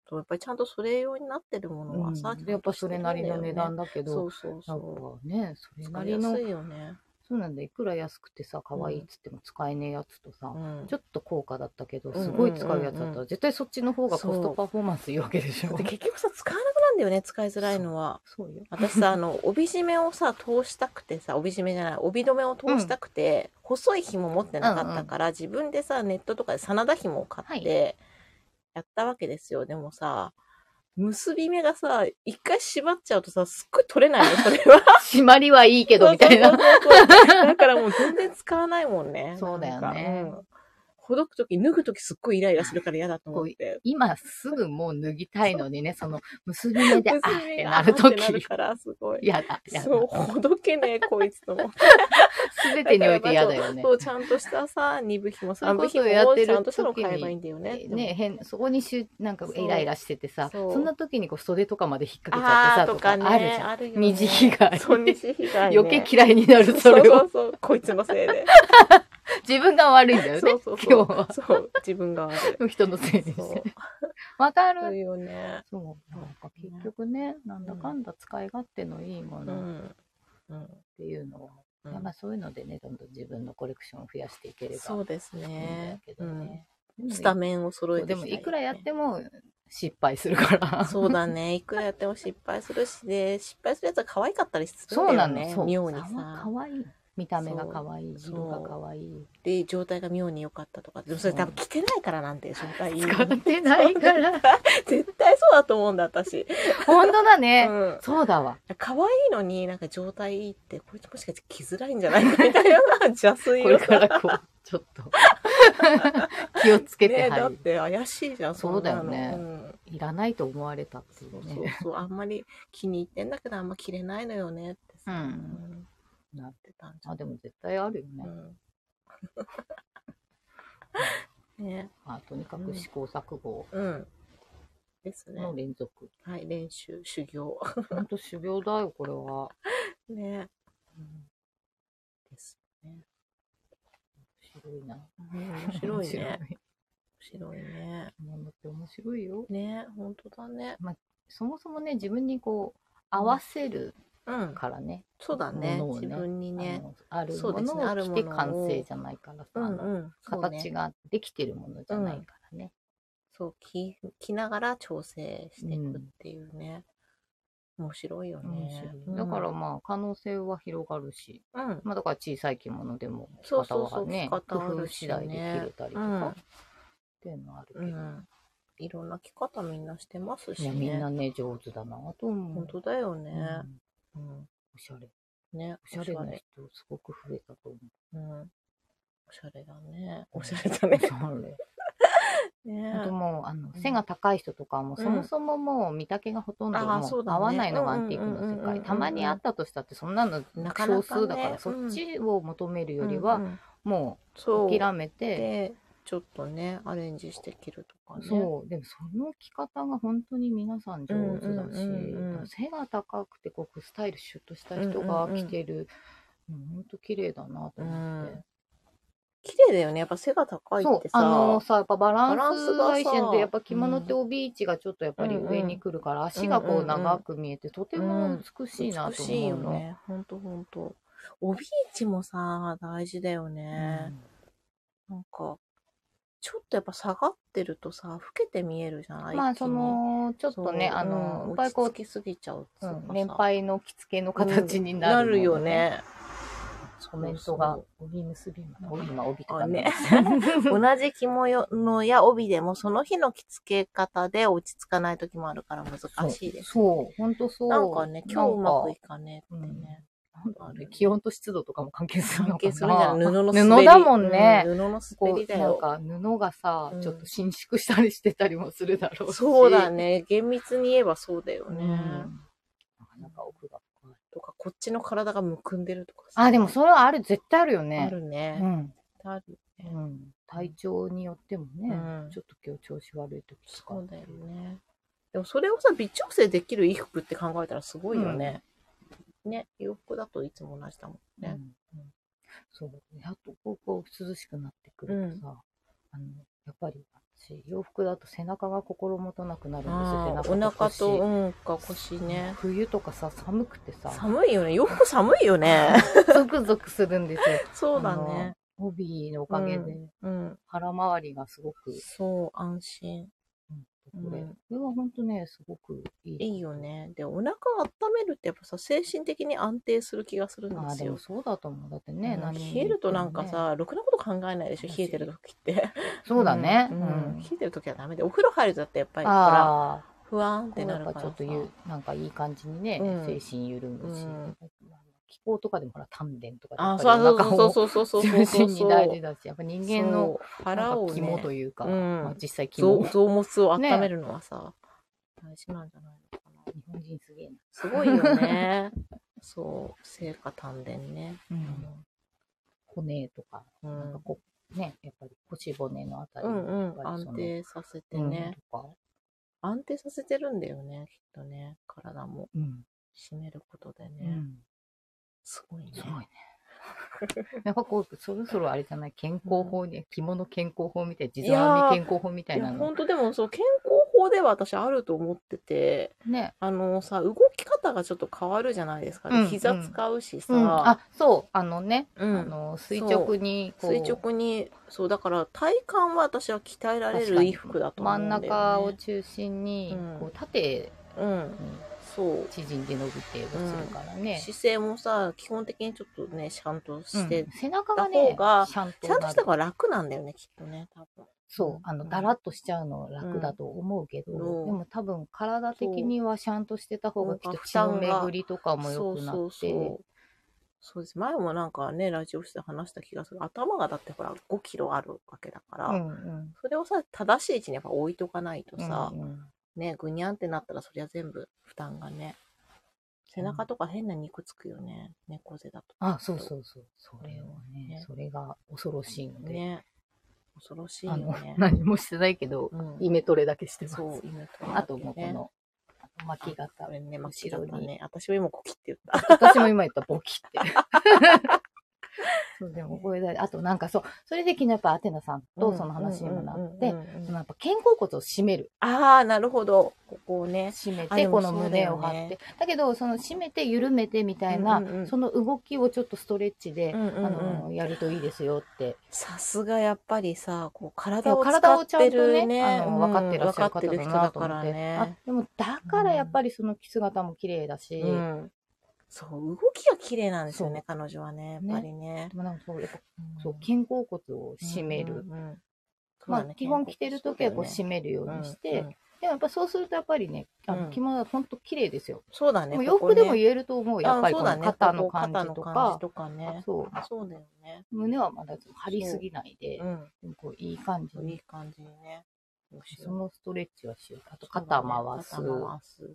Speaker 2: そうやっぱりちゃんとそれ用になってるもの
Speaker 1: う
Speaker 2: は
Speaker 1: ん
Speaker 2: さ、
Speaker 1: やっぱそれなりの値段
Speaker 2: だ
Speaker 1: だけ
Speaker 2: けそ
Speaker 1: ど
Speaker 2: うそう
Speaker 1: なん
Speaker 2: そ。
Speaker 1: かねそうれな
Speaker 2: 使い
Speaker 1: り
Speaker 2: や
Speaker 1: の
Speaker 2: すいよね。
Speaker 1: そうなんだいくら安くてさ可愛いっつっても使えねえやつとさ、
Speaker 2: うん
Speaker 1: ちょっと高価だったけど、
Speaker 2: うん
Speaker 1: すごい使うやつだった
Speaker 2: うんうんう
Speaker 1: ら、絶対そっちの方がコストパフォーマンスいいわけでしょ
Speaker 2: で。結局さ、使わなくなんだよね、使いづらいのは。
Speaker 1: そうよ。
Speaker 2: 私さ、あの、帯締めをさ、通したくてさ、帯締めじゃない、帯留めを通したくて、細い紐持ってなかったから、自分でさ、ネットとかで真田紐を買って、やったわけですよ。でもさ、結び目がさ、一回縛っちゃうとさ、すっごい取れないの、それは。
Speaker 1: 締まりはいい けど、みたいな。。
Speaker 2: そうそうそうそうだからもう全然使わないもんね
Speaker 1: そうだよね
Speaker 2: なんか。うんほどくとき、脱ぐときすっごいイライラするから嫌だと思って。
Speaker 1: 今すぐもう脱ぎたいのにね、その結び目で、あーっ
Speaker 2: 結び目
Speaker 1: て
Speaker 2: が
Speaker 1: なるとき
Speaker 2: あーってなる、から、すごい。
Speaker 1: やだ、やだ
Speaker 2: そ。う、ほどけねえ、こいつと思って。
Speaker 1: すべてにおいて嫌だよね
Speaker 2: そ。う、ちゃんとしたさ、二部紐、
Speaker 1: そういう
Speaker 2: 三部
Speaker 1: こと
Speaker 2: 紐
Speaker 1: をやっ
Speaker 2: を
Speaker 1: て
Speaker 2: ち
Speaker 1: る
Speaker 2: ゃんとしたの買えばいいんだよね。
Speaker 1: ね、変、そこにしゅ、なんか
Speaker 2: そう
Speaker 1: イライラしててさ、
Speaker 2: そ
Speaker 1: そうそんな時にこう袖とかまで引っ掛けちゃって
Speaker 2: ああー
Speaker 1: さ、
Speaker 2: と
Speaker 1: とか
Speaker 2: か
Speaker 1: あ
Speaker 2: ね。
Speaker 1: るじゃん。
Speaker 2: あるよね
Speaker 1: 二次被害。
Speaker 2: そう、二次被害ね。
Speaker 1: 余計嫌いになる、それ
Speaker 2: そうそ
Speaker 1: を。
Speaker 2: うそう、こいつのせいで。
Speaker 1: 自分が悪いんだよね
Speaker 2: そうそう、
Speaker 1: 今日
Speaker 2: そう
Speaker 1: は。。
Speaker 2: そう、自分が悪い。
Speaker 1: 人のせいにし
Speaker 2: そう
Speaker 1: て。わか
Speaker 2: ある
Speaker 1: る。
Speaker 2: よね。
Speaker 1: そう、なんか結局ね、なんだかんだ使い勝手のいいも
Speaker 2: う
Speaker 1: のっ
Speaker 2: ん。うん。
Speaker 1: ていうのは、
Speaker 2: う
Speaker 1: やっ
Speaker 2: ん
Speaker 1: ぱそういうのでね、どんどん自分のコレクションを増やしていければ
Speaker 2: そうです
Speaker 1: いいんだ
Speaker 2: ね
Speaker 1: け。ど
Speaker 2: うん。
Speaker 1: ね。でも
Speaker 2: スタメンを揃えて
Speaker 1: で
Speaker 2: きた
Speaker 1: も
Speaker 2: ね
Speaker 1: いくらやっても失敗するから。
Speaker 2: そうだね。いくらやっても失敗するしで、失敗するやつは可愛かったりするん
Speaker 1: そう
Speaker 2: だ
Speaker 1: な
Speaker 2: よ
Speaker 1: の
Speaker 2: ね。
Speaker 1: そう
Speaker 2: 妙に
Speaker 1: 可
Speaker 2: さ。
Speaker 1: 愛い見た目が可愛い
Speaker 2: そう
Speaker 1: 色が可愛い
Speaker 2: で、状態が妙に良かったとか。でもそれ多分着てないからなんて、状態い い。
Speaker 1: 使ってないから
Speaker 2: 絶対 そうだと思うんだ、私。
Speaker 1: 本当だね、
Speaker 2: うん。
Speaker 1: そうだわ
Speaker 2: 可愛いのになんか状態いいって、こいつもしかして着づらいんじゃないかみたいな邪推
Speaker 1: これ
Speaker 2: を
Speaker 1: からこうちょっと 気をつけて
Speaker 2: ねだ
Speaker 1: は
Speaker 2: って怪しいじゃん、んなの
Speaker 1: そうだよね
Speaker 2: ん
Speaker 1: いいらないと思われたってい
Speaker 2: そうう
Speaker 1: ね
Speaker 2: そうそう、あんまり気に入ってんだけど、あんま着れないのよねってさ、
Speaker 1: うん
Speaker 2: うん
Speaker 1: な
Speaker 2: なってたんじゃ
Speaker 1: あでも絶対あるよね、
Speaker 2: うん。ね、
Speaker 1: まあ、とにかく試行錯誤
Speaker 2: うん。ですね
Speaker 1: の。連続
Speaker 2: はい、練習、修行。
Speaker 1: 本当修行だよこれは
Speaker 2: ね。うんですね。
Speaker 1: 面白いな
Speaker 2: 面白いね。
Speaker 1: 面
Speaker 2: 面白
Speaker 1: 白
Speaker 2: いね。
Speaker 1: いものって面白いよ
Speaker 2: ね、本当だね。
Speaker 1: そもそもね自分にこう合わせる
Speaker 2: うん。
Speaker 1: からね、
Speaker 2: そうだ
Speaker 1: も
Speaker 2: ね。
Speaker 1: のをね
Speaker 2: 自分にね。
Speaker 1: あの
Speaker 2: そう
Speaker 1: あ
Speaker 2: で
Speaker 1: る
Speaker 2: す
Speaker 1: も
Speaker 2: ねある
Speaker 1: の
Speaker 2: も
Speaker 1: を
Speaker 2: のを
Speaker 1: 着て完成じゃないからさ、
Speaker 2: う
Speaker 1: あ
Speaker 2: ん
Speaker 1: の
Speaker 2: うん。そうね
Speaker 1: 形ができてるものじゃないからね。
Speaker 2: そう、着、着ながら調整していくっていうね。面白いよ
Speaker 1: 面
Speaker 2: ね
Speaker 1: 白い。だからまあ可能性は広がるし、
Speaker 2: うん、うん。
Speaker 1: まあ、だから小さい着物でも着
Speaker 2: そう
Speaker 1: 方
Speaker 2: そうそ
Speaker 1: は
Speaker 2: う
Speaker 1: ね
Speaker 2: 着方あるしね
Speaker 1: 工夫次第で着れたりとか、
Speaker 2: うん
Speaker 1: っていうのはあるけ
Speaker 2: う
Speaker 1: ど、
Speaker 2: ん。いろんな着方みんなしてますし
Speaker 1: いや
Speaker 2: ね。
Speaker 1: みんなね上手だなと思う。
Speaker 2: 本当だよ
Speaker 1: う
Speaker 2: ね。
Speaker 1: ん
Speaker 2: うん。
Speaker 1: おしゃれ。
Speaker 2: ね、
Speaker 1: おしゃれな人すごく増えたと思う。
Speaker 2: うん。おしゃれだね。おしゃれだ ね
Speaker 1: お。しゃれ。
Speaker 2: ね
Speaker 1: あともうあの
Speaker 2: うん
Speaker 1: 背が高い人とかはもう
Speaker 2: うん
Speaker 1: そもそももう見丈がほとんど
Speaker 2: あー
Speaker 1: も
Speaker 2: そう
Speaker 1: う
Speaker 2: だね
Speaker 1: 合わないのがアンティークの
Speaker 2: うんうん
Speaker 1: 世
Speaker 2: うんうんう
Speaker 1: 界
Speaker 2: ん
Speaker 1: たまにあったとしたってそんなの
Speaker 2: なかなかね
Speaker 1: 少数だからそっちを求めるよりはも
Speaker 2: そうう。
Speaker 1: 諦めて
Speaker 2: で、ちょっとね、アレンジして着るとかね。
Speaker 1: そうでもその着方が本当に皆さん上手だ
Speaker 2: うんうんうんうん
Speaker 1: し背が高くてこうスタイルシュッとした人が着てるの本当綺麗だなと思って。
Speaker 2: 綺麗だよね。やっぱ背が高い
Speaker 1: そ
Speaker 2: っ
Speaker 1: う
Speaker 2: てさ。
Speaker 1: あのさやっぱバラ
Speaker 2: バラン
Speaker 1: ン
Speaker 2: ス
Speaker 1: ス
Speaker 2: がさ
Speaker 1: 配線でやっぱ着物って帯位置がちょっとやっぱり上に来るから、足が
Speaker 2: うん
Speaker 1: こ
Speaker 2: うんう
Speaker 1: うん長く見えて、とても美しいなと
Speaker 2: 美し
Speaker 1: 思
Speaker 2: いよ
Speaker 1: うの。
Speaker 2: ね。ほんとほんと。帯位置もさ、大事だよ
Speaker 1: う
Speaker 2: ね。
Speaker 1: ん
Speaker 2: なんか、ちょっとやっぱ下がってるとさ、老けて見えるじゃない
Speaker 1: まあそ、のちょっ
Speaker 2: 一気に
Speaker 1: とね
Speaker 2: そう
Speaker 1: あのや
Speaker 2: うん
Speaker 1: っぱりこ
Speaker 2: 落
Speaker 1: う
Speaker 2: ち着きすぎちゃう。
Speaker 1: うん年配の着付けの形に
Speaker 2: な
Speaker 1: なる,、
Speaker 2: るよ。ね。
Speaker 1: コメントが帯結びまで帯今帯とかね。
Speaker 2: 同じ着物や帯でも、その日の着付け方で落ち着かない時もあるから難しいです。
Speaker 1: そう本当そう。
Speaker 2: なんかね、今日うまくい
Speaker 1: く。
Speaker 2: かねえってね。
Speaker 1: なんだろうね気温と湿度とかも関係するのか
Speaker 2: 関係
Speaker 1: な。
Speaker 2: するんじゃない布の滑り。
Speaker 1: 布だもんね
Speaker 2: うん布の
Speaker 1: こ
Speaker 2: 滑りだ
Speaker 1: うな
Speaker 2: よ
Speaker 1: ん。か布がさ、
Speaker 2: うん
Speaker 1: ちょっと伸縮したりしてたりもするだろうし
Speaker 2: そうだね。厳密に言えばそうだよ
Speaker 1: うん
Speaker 2: ね。
Speaker 1: なかなか奥が深い
Speaker 2: とか、こっちの体がむくんでるとかさ
Speaker 1: あでもそれはある絶対あるよ
Speaker 2: あ
Speaker 1: ね
Speaker 2: る
Speaker 1: う
Speaker 2: ね。
Speaker 1: ん、
Speaker 2: ある。
Speaker 1: うん、体調によってもね、
Speaker 2: うん
Speaker 1: ちょっと今日調子悪い時とか
Speaker 2: そうだよね。でもそれをさ、微調整できる衣服って考えたらすごいよね。ね、洋服だといつも同じだもん
Speaker 1: う
Speaker 2: ね。
Speaker 1: んそうやっとこうこう涼しくなってくるとさ、あのやっぱり私洋服だと背中が心もとなくなるんですよ
Speaker 2: あ
Speaker 1: 背
Speaker 2: ーお腹
Speaker 1: 腰
Speaker 2: と、うん、か腰ね。
Speaker 1: 冬とかさ寒くてさ
Speaker 2: 寒いよね。洋服寒いよね。
Speaker 1: ゾクゾクするんですよ
Speaker 2: そうだね。
Speaker 1: あの帯のおかげで、
Speaker 2: うん。
Speaker 1: 腹回りがすごく、
Speaker 2: そう、安心。
Speaker 1: うんこれ、
Speaker 2: うん
Speaker 1: これは本当ね、すごくいい。
Speaker 2: いいよね。で、お腹を温めるってやっぱさ、精神的に安定する気がするん
Speaker 1: ま
Speaker 2: で
Speaker 1: あ
Speaker 2: す
Speaker 1: でも
Speaker 2: よ。
Speaker 1: そうだと思う。だってね、
Speaker 2: うん
Speaker 1: 何
Speaker 2: 冷えるとなんか
Speaker 1: ね、
Speaker 2: さ、ろくなこと考えないでしょ、冷えてる時って。
Speaker 1: そうだね。
Speaker 2: う
Speaker 1: うんん。
Speaker 2: うん冷えてる時はダメで、お風呂入るとだってやっぱり、ほら、
Speaker 1: ああ、
Speaker 2: 不安っ
Speaker 1: こ
Speaker 2: て
Speaker 1: う
Speaker 2: な
Speaker 1: やっ
Speaker 2: る
Speaker 1: ぱ
Speaker 2: から
Speaker 1: ちょ
Speaker 2: さ
Speaker 1: っとゆなんかいい感じにね、
Speaker 2: うん
Speaker 1: 精神緩むし、
Speaker 2: うん
Speaker 1: 気候とかでもほら丹田とかで
Speaker 2: あ、
Speaker 1: やっぱ
Speaker 2: そう
Speaker 1: りお腹
Speaker 2: そう
Speaker 1: を
Speaker 2: そうそうそうそうそう。
Speaker 1: 中心に大事だし、やっぱ人間の
Speaker 2: そう
Speaker 1: な
Speaker 2: 腹
Speaker 1: ん
Speaker 2: を
Speaker 1: か肝と
Speaker 2: ね、
Speaker 1: いうか、
Speaker 2: うん
Speaker 1: まあ実際肝。
Speaker 2: 臓
Speaker 1: 日
Speaker 2: 臓物を温めるのはさ、大事なんじゃないのかな。
Speaker 1: 本人すげえな。
Speaker 2: すごい よね。そう、成果丹田ね。
Speaker 1: 骨とか、
Speaker 2: う
Speaker 1: なん
Speaker 2: ん
Speaker 1: かこう、ね、やっぱり腰骨のあた
Speaker 2: う
Speaker 1: りも
Speaker 2: んう
Speaker 1: やっ
Speaker 2: ん、
Speaker 1: ぱりそ
Speaker 2: 安
Speaker 1: の
Speaker 2: 定させて
Speaker 1: うん
Speaker 2: ね、
Speaker 1: とか、
Speaker 2: 安定させてるんだよね、きっとね。体も
Speaker 1: うん。
Speaker 2: 締めることでね。
Speaker 1: うん
Speaker 2: すごいね。
Speaker 1: すごいね。 やっぱこう、そろそろあれじゃない、健康法に、着物健康法みたいな、地
Speaker 2: いや
Speaker 1: 沢
Speaker 2: ー
Speaker 1: み健康法みたい
Speaker 2: いや、
Speaker 1: なの。
Speaker 2: 本当でもそう、健康法では私あると思ってて、
Speaker 1: ね。
Speaker 2: あのさ、動き方がちょっと変わるじゃないですか。
Speaker 1: うんうん
Speaker 2: 膝使うしさ、
Speaker 1: うん、あ、そう、あのね、
Speaker 2: うん
Speaker 1: あの、垂直に、こう、
Speaker 2: 垂直に、そう、だから体幹は私は鍛えられる
Speaker 1: 確かに
Speaker 2: 衣服だと思
Speaker 1: 真
Speaker 2: うんんだよ、ね。
Speaker 1: 中を中心に、
Speaker 2: うん
Speaker 1: こう、縦
Speaker 2: う
Speaker 1: に
Speaker 2: ん、そう。
Speaker 1: 縮んで伸びてをするからね。
Speaker 2: 姿勢もさ、基本的にちょっとね、ちゃんとして、
Speaker 1: うん背中がね、
Speaker 2: た方が
Speaker 1: ちゃんと
Speaker 2: ちゃんと
Speaker 1: なる
Speaker 2: した方が楽なんだよね、きっとね、多分。
Speaker 1: そう、あの、だらっとしちゃうの楽だと思うけど、
Speaker 2: うん
Speaker 1: でも多分体的にはちゃんとしてた方がきっ
Speaker 2: そう
Speaker 1: と血の巡りとかも良くなって、
Speaker 2: そうそうそうそうです前もなんかねラジオ室で話した気がする頭がだってほら5キロあるわけだから、
Speaker 1: うんうん
Speaker 2: それをさ正しい位置にやっぱ置いとかないとさ、
Speaker 1: うんうん
Speaker 2: ねぐにゃんってなったらそりゃ全部負担がね背中とか変な肉つくよね猫背だと
Speaker 1: あ、そうそうそう。それをね、
Speaker 2: ね
Speaker 1: それが恐ろしいので、
Speaker 2: ね恐ろしいよ
Speaker 1: あの、
Speaker 2: ね
Speaker 1: 何もしてないけど、
Speaker 2: うん
Speaker 1: イメトレだけしてます。
Speaker 2: そう今と
Speaker 1: あともうこ
Speaker 2: ね
Speaker 1: の、あの巻き
Speaker 2: こ
Speaker 1: 型。
Speaker 2: れね真っ
Speaker 1: 後ろ
Speaker 2: 白
Speaker 1: に
Speaker 2: だね私は今コキって言った
Speaker 1: 私も今言ったボキって。 そう、でもこれだ。あとなんかそう、それで昨日やっぱアテナさんとその話にもなって、そのやっぱ肩甲骨を締める。
Speaker 2: ああなるほどここをね
Speaker 1: 締め
Speaker 2: あで
Speaker 1: て、
Speaker 2: も
Speaker 1: この胸を張って。
Speaker 2: そうだよ
Speaker 1: だ
Speaker 2: ね
Speaker 1: けど、その締めて、緩めてみたいな、
Speaker 2: うんうんうん
Speaker 1: その動きをちょっとストレッチで、
Speaker 2: うんうんうん
Speaker 1: あの、やるといいですよって。
Speaker 2: さすがやっぱりさ、こう体を使
Speaker 1: 体を
Speaker 2: っ
Speaker 1: ちゃ
Speaker 2: て
Speaker 1: んと
Speaker 2: る
Speaker 1: ね、
Speaker 2: ね、
Speaker 1: あの、分かってらっしゃる
Speaker 2: うん分かって
Speaker 1: 方
Speaker 2: る
Speaker 1: だ
Speaker 2: 人
Speaker 1: な
Speaker 2: だ
Speaker 1: と
Speaker 2: か
Speaker 1: 思っ
Speaker 2: ら
Speaker 1: て。あ
Speaker 2: ね。
Speaker 1: でも、だからやっぱりその姿も綺麗だし、
Speaker 2: うん。そう、動きが綺麗なんですよね、彼女はね、やっ
Speaker 1: ね
Speaker 2: ぱりね
Speaker 1: で。もなんかそう、やっぱそう、
Speaker 2: ん
Speaker 1: 肩甲骨を締める。
Speaker 2: うんうんうんそう
Speaker 1: ま
Speaker 2: だ
Speaker 1: あ
Speaker 2: ね、
Speaker 1: 基本着てるときはこう
Speaker 2: 肩
Speaker 1: 締めるよ
Speaker 2: 甲
Speaker 1: う
Speaker 2: 骨
Speaker 1: に
Speaker 2: そうだよ
Speaker 1: して、
Speaker 2: ねうんうん
Speaker 1: でもやっぱそうするとやっぱりね、あ
Speaker 2: う
Speaker 1: の
Speaker 2: ん
Speaker 1: 着物はほんと綺麗ですよ。
Speaker 2: そうだね。
Speaker 1: でも洋
Speaker 2: ここ
Speaker 1: 服
Speaker 2: ね
Speaker 1: でも言えると思う、やっぱり
Speaker 2: あ
Speaker 1: こ
Speaker 2: そうだ
Speaker 1: の
Speaker 2: ね
Speaker 1: 肩の
Speaker 2: ここ
Speaker 1: 感じと
Speaker 2: 肩の感
Speaker 1: か
Speaker 2: じ、とかね。
Speaker 1: そう、
Speaker 2: そうだよね。
Speaker 1: 胸はまだ張りすぎないで、
Speaker 2: うん
Speaker 1: でもこういい感じ
Speaker 2: そう。い
Speaker 1: に
Speaker 2: い、感じにね。どうし
Speaker 1: そ
Speaker 2: よう
Speaker 1: のストレッチはしよう。あと肩回す。
Speaker 2: そうだね肩回す。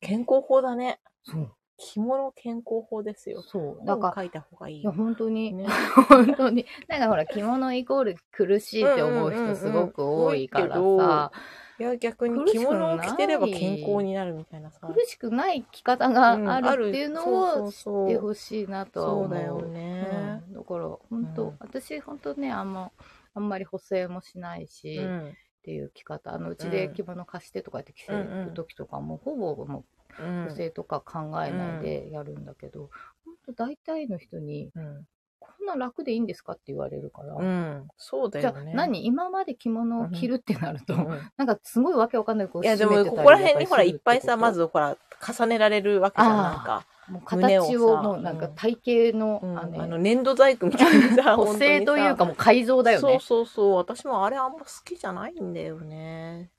Speaker 2: 健康法だね。
Speaker 1: そう。
Speaker 2: 着物健康法ですよ。
Speaker 1: そう。
Speaker 2: な
Speaker 1: だ
Speaker 2: ん
Speaker 1: か
Speaker 2: か書いた方がい
Speaker 1: ら、
Speaker 2: い
Speaker 1: いや、
Speaker 2: よ。
Speaker 1: 本当に、
Speaker 2: ね
Speaker 1: 本当に。なんかほら、着物イコール苦しいって思う人すごく多いから
Speaker 2: うんうんうんうん
Speaker 1: さ、
Speaker 2: いや、逆に
Speaker 1: 苦し
Speaker 2: 着
Speaker 1: くない
Speaker 2: 物を着てれば健康になるみたいなさ。
Speaker 1: 苦しくない着方
Speaker 2: うん
Speaker 1: があるっていうの
Speaker 2: そう
Speaker 1: を知
Speaker 2: そうそう
Speaker 1: ってほしいなとは思う。
Speaker 2: そうだよね。
Speaker 1: うんだから本当、
Speaker 2: うん
Speaker 1: 私本当ねあんまあんまり補正もしないし、
Speaker 2: う
Speaker 1: っ
Speaker 2: ん
Speaker 1: ていう着方あのうち
Speaker 2: う
Speaker 1: で
Speaker 2: ん
Speaker 1: 着物貸してとかって着せ
Speaker 2: うんう
Speaker 1: る
Speaker 2: ん
Speaker 1: 時とかも、ほぼも
Speaker 2: う
Speaker 1: うん補正とか考えないでやるんだけど、ほんと大体の人に
Speaker 2: うん
Speaker 1: こんな楽でいいんですかって言われるから、
Speaker 2: うん。そうだ
Speaker 1: じゃ
Speaker 2: よ
Speaker 1: あ
Speaker 2: ね。
Speaker 1: 何今まで着物を着るってなると、
Speaker 2: うん
Speaker 1: なんかすごいわけわかんないこう
Speaker 2: いや、で
Speaker 1: 締め
Speaker 2: も、
Speaker 1: てた
Speaker 2: こ
Speaker 1: り
Speaker 2: こら辺に
Speaker 1: とか
Speaker 2: ほ
Speaker 1: す
Speaker 2: ら、
Speaker 1: る
Speaker 2: い
Speaker 1: てこ
Speaker 2: っ
Speaker 1: と
Speaker 2: ぱいさ、まずほら、重ねられるわけじゃん、なんか。
Speaker 1: もう
Speaker 2: 胸を
Speaker 1: 形
Speaker 2: さ
Speaker 1: をもうなんか体型の,、
Speaker 2: うん
Speaker 1: あの
Speaker 2: あの、粘土細工みたいなさ、
Speaker 1: 補正というか
Speaker 2: も
Speaker 1: もう改造だよ
Speaker 2: そう
Speaker 1: ね。
Speaker 2: そうそう。私もあれあんま好きじゃないんだよね。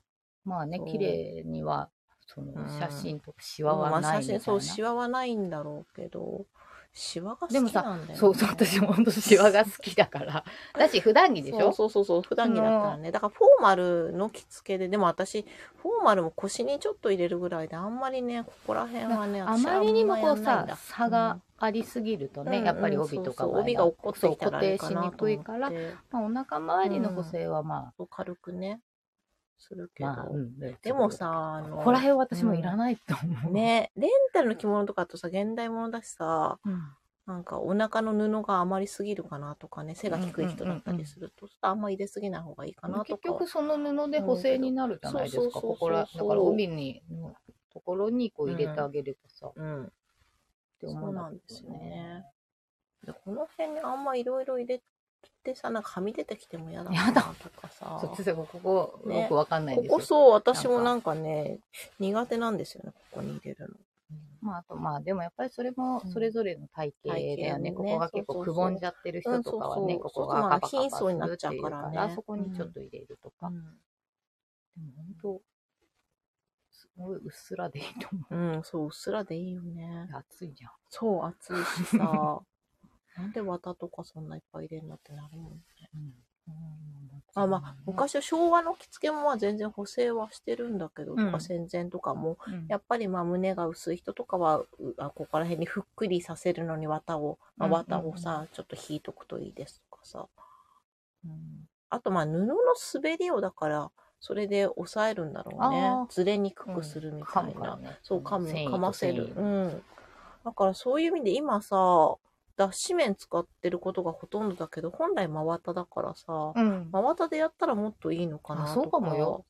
Speaker 1: まあね
Speaker 2: そう
Speaker 1: 綺麗にはその
Speaker 2: うん
Speaker 1: 写真とかシワは
Speaker 2: まあ
Speaker 1: ない
Speaker 2: 写
Speaker 1: みたい
Speaker 2: 真、
Speaker 1: な。
Speaker 2: そう、シワはないんだろうけど、シワが好き
Speaker 1: で
Speaker 2: なん
Speaker 1: も
Speaker 2: だ
Speaker 1: さ
Speaker 2: よね。
Speaker 1: そうそう私も本当シワが好きだ から。だし普段着でしょ。
Speaker 2: そうそうそうそう普段着だったらねだからフォーマルの着付けででも私フォーマルも腰にちょっと入れるぐらいであんまりねここら辺はね
Speaker 1: あ
Speaker 2: 私
Speaker 1: まりにもこ
Speaker 2: あん
Speaker 1: う
Speaker 2: まやんな
Speaker 1: さ
Speaker 2: いんだ
Speaker 1: 差がありすぎるとね、
Speaker 2: うん
Speaker 1: やっぱり帯とか
Speaker 2: そうそう帯が落っこってきたらあれ
Speaker 1: そう固定
Speaker 2: か
Speaker 1: し
Speaker 2: な
Speaker 1: に
Speaker 2: と
Speaker 1: く
Speaker 2: 思っ
Speaker 1: い
Speaker 2: て
Speaker 1: から、まあ、お腹周りの補正はま
Speaker 2: そう軽くねする
Speaker 1: あ、
Speaker 2: けど、
Speaker 1: まあ、うん、
Speaker 2: でもさあ
Speaker 1: こ
Speaker 2: の
Speaker 1: こら辺は私もいらないと思う、
Speaker 2: ねレンタルの着物とかとさ現代物だしさ
Speaker 1: うん
Speaker 2: なんかお腹の布が余りすぎるかなとかね背が低い人だったりすると、ちょっとあんま入れすぎない方がいいかなとか
Speaker 1: 結局その布で補正になるじゃないです
Speaker 2: うん
Speaker 1: か、
Speaker 2: そうそうそうそう
Speaker 1: ここら、だから帯に、のところにこう入れてあげればさ、っ
Speaker 2: うん
Speaker 1: て
Speaker 2: そ
Speaker 1: 思う
Speaker 2: うん
Speaker 1: だ
Speaker 2: なんで
Speaker 1: け
Speaker 2: す
Speaker 1: ど
Speaker 2: よね。でこの辺にあんまいろいろ入れてさ、なんかはみ出てきても嫌だな
Speaker 1: やだ
Speaker 2: とかさ。
Speaker 1: そう先生、ここ、
Speaker 2: ね
Speaker 1: よくわかんないん
Speaker 2: こ
Speaker 1: ですよ。
Speaker 2: こそう、私もなんかね、苦手なんですよね、ここに入れるの。
Speaker 1: まあ、あとまあ、でもやっぱりそれも
Speaker 2: うん、
Speaker 1: それぞれの体型だよね。
Speaker 2: 体型
Speaker 1: こ
Speaker 2: もね
Speaker 1: こが結
Speaker 2: そう
Speaker 1: 構
Speaker 2: そうそう
Speaker 1: くぼんじゃってる人とかはね、
Speaker 2: うんそうそう
Speaker 1: ここが赤
Speaker 2: そうそうまあ貧相に
Speaker 1: パ
Speaker 2: な
Speaker 1: カ
Speaker 2: っちゃ
Speaker 1: す
Speaker 2: う
Speaker 1: るっていうか
Speaker 2: か
Speaker 1: ら
Speaker 2: らね
Speaker 1: そこにちょっと入れるとか。でも本当、すごいうっすらでいいと思う。
Speaker 2: うん、そう、うっすらでいいよね。
Speaker 1: 暑いじゃん。
Speaker 2: そう、暑いしさ。 なんで綿とかそんないっぱい入れるのってなるもんね。
Speaker 1: うん
Speaker 2: あまあ、、昔は昭和の着付けもまあ全然補正はしてるんだけど、と
Speaker 1: う
Speaker 2: か
Speaker 1: ん
Speaker 2: 戦前とかも
Speaker 1: うん
Speaker 2: やっぱりまあ胸が薄い人とかはうあここら辺にふっくりさせるのに綿を、まあ、
Speaker 1: うんうんうん
Speaker 2: 綿をさ、ちょっと引いとくといいですとかさ
Speaker 1: うん
Speaker 2: あとまあ布の滑りをだからそれで抑えるんだろうね
Speaker 1: あー
Speaker 2: ずれにくくするみたい
Speaker 1: 噛むか
Speaker 2: な、
Speaker 1: らね
Speaker 2: そうかむ
Speaker 1: 繊維と
Speaker 2: かませ
Speaker 1: 繊
Speaker 2: る
Speaker 1: 維
Speaker 2: うんだからそういう意味で今さ脱脂綿使ってることがほとんどだけど本来真綿だからさ
Speaker 1: うん
Speaker 2: 真綿でやったらもっといいのかなとか
Speaker 1: あそうかもよ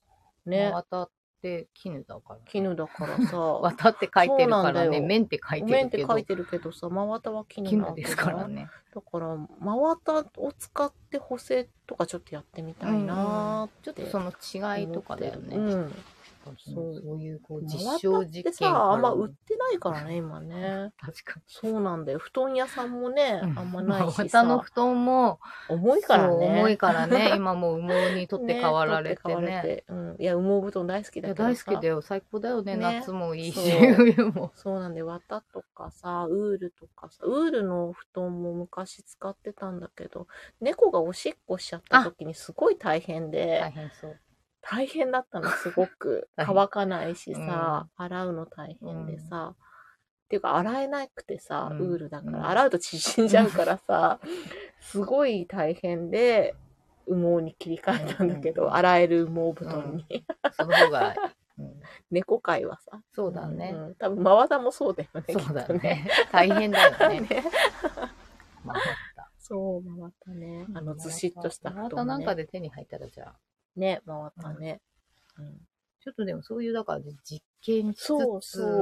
Speaker 2: ね
Speaker 1: 渡って絹だから。
Speaker 2: 絹だから さ
Speaker 1: 渡って書いてるか
Speaker 2: そうな
Speaker 1: ら
Speaker 2: んだ
Speaker 1: ね、
Speaker 2: よ
Speaker 1: 面って書い
Speaker 2: お
Speaker 1: て
Speaker 2: 面っ
Speaker 1: る
Speaker 2: て
Speaker 1: け
Speaker 2: 書
Speaker 1: ど
Speaker 2: い、てるけどさ真綿は絹な
Speaker 1: 絹
Speaker 2: わけ
Speaker 1: で
Speaker 2: だ
Speaker 1: すからね。
Speaker 2: だから真綿を使って補正とかちょっとやってみたいなーって、
Speaker 1: ちょっとその違いとかだよね。
Speaker 2: うん
Speaker 1: そうそういうこう
Speaker 2: 実
Speaker 1: 実
Speaker 2: 証
Speaker 1: 証
Speaker 2: 実
Speaker 1: 実
Speaker 2: 験
Speaker 1: 験
Speaker 2: ってさあんま売っ
Speaker 1: って
Speaker 2: ないからね今ね
Speaker 1: 確か
Speaker 2: そうなんだよ布団屋さんもね、
Speaker 1: に。
Speaker 2: あんまないし
Speaker 1: 綿の
Speaker 2: さ
Speaker 1: 布団も、
Speaker 2: 重いから
Speaker 1: そう
Speaker 2: ね
Speaker 1: 重いからね、今もう羽毛に取って代わられて
Speaker 2: 取って代わ
Speaker 1: ね。
Speaker 2: れてうん、いや羽毛布団大好き
Speaker 1: い
Speaker 2: だ
Speaker 1: や
Speaker 2: けどさ
Speaker 1: 大好きだよ、最高だよね、
Speaker 2: ね
Speaker 1: 夏もいいし、
Speaker 2: そう
Speaker 1: 冬も。
Speaker 2: そうなんで綿とかさウールとかさウールの布団も昔使ってたんだけど猫がおしっこしちゃった時にすごい大変で、
Speaker 1: 大変そう。
Speaker 2: 大変だった のすごく
Speaker 1: 大変
Speaker 2: 乾かないしさ、洗うの大変でさ、っていうか洗えなくてさ、
Speaker 1: うん
Speaker 2: ウールだから、
Speaker 1: うん
Speaker 2: 洗うと縮んじゃうからさすごい大変で羽毛に切り替えたんだけど、
Speaker 1: うん
Speaker 2: 洗える羽毛布団に、
Speaker 1: その方が、 うん
Speaker 2: 猫界はさ
Speaker 1: そうだね。
Speaker 2: ん多分真綿もそうだよね
Speaker 1: そうだ
Speaker 2: きっと
Speaker 1: ね。大変だよね。
Speaker 2: ね
Speaker 1: まあ、
Speaker 2: そう真綿ねあのずしっとした
Speaker 1: ま
Speaker 2: 布
Speaker 1: た
Speaker 2: 団
Speaker 1: な
Speaker 2: も
Speaker 1: んか
Speaker 2: ね
Speaker 1: で手に入ったらじゃあ。
Speaker 2: ね真綿ね、うん
Speaker 1: ちょっとでもそういう、だから実験しつつ
Speaker 2: そう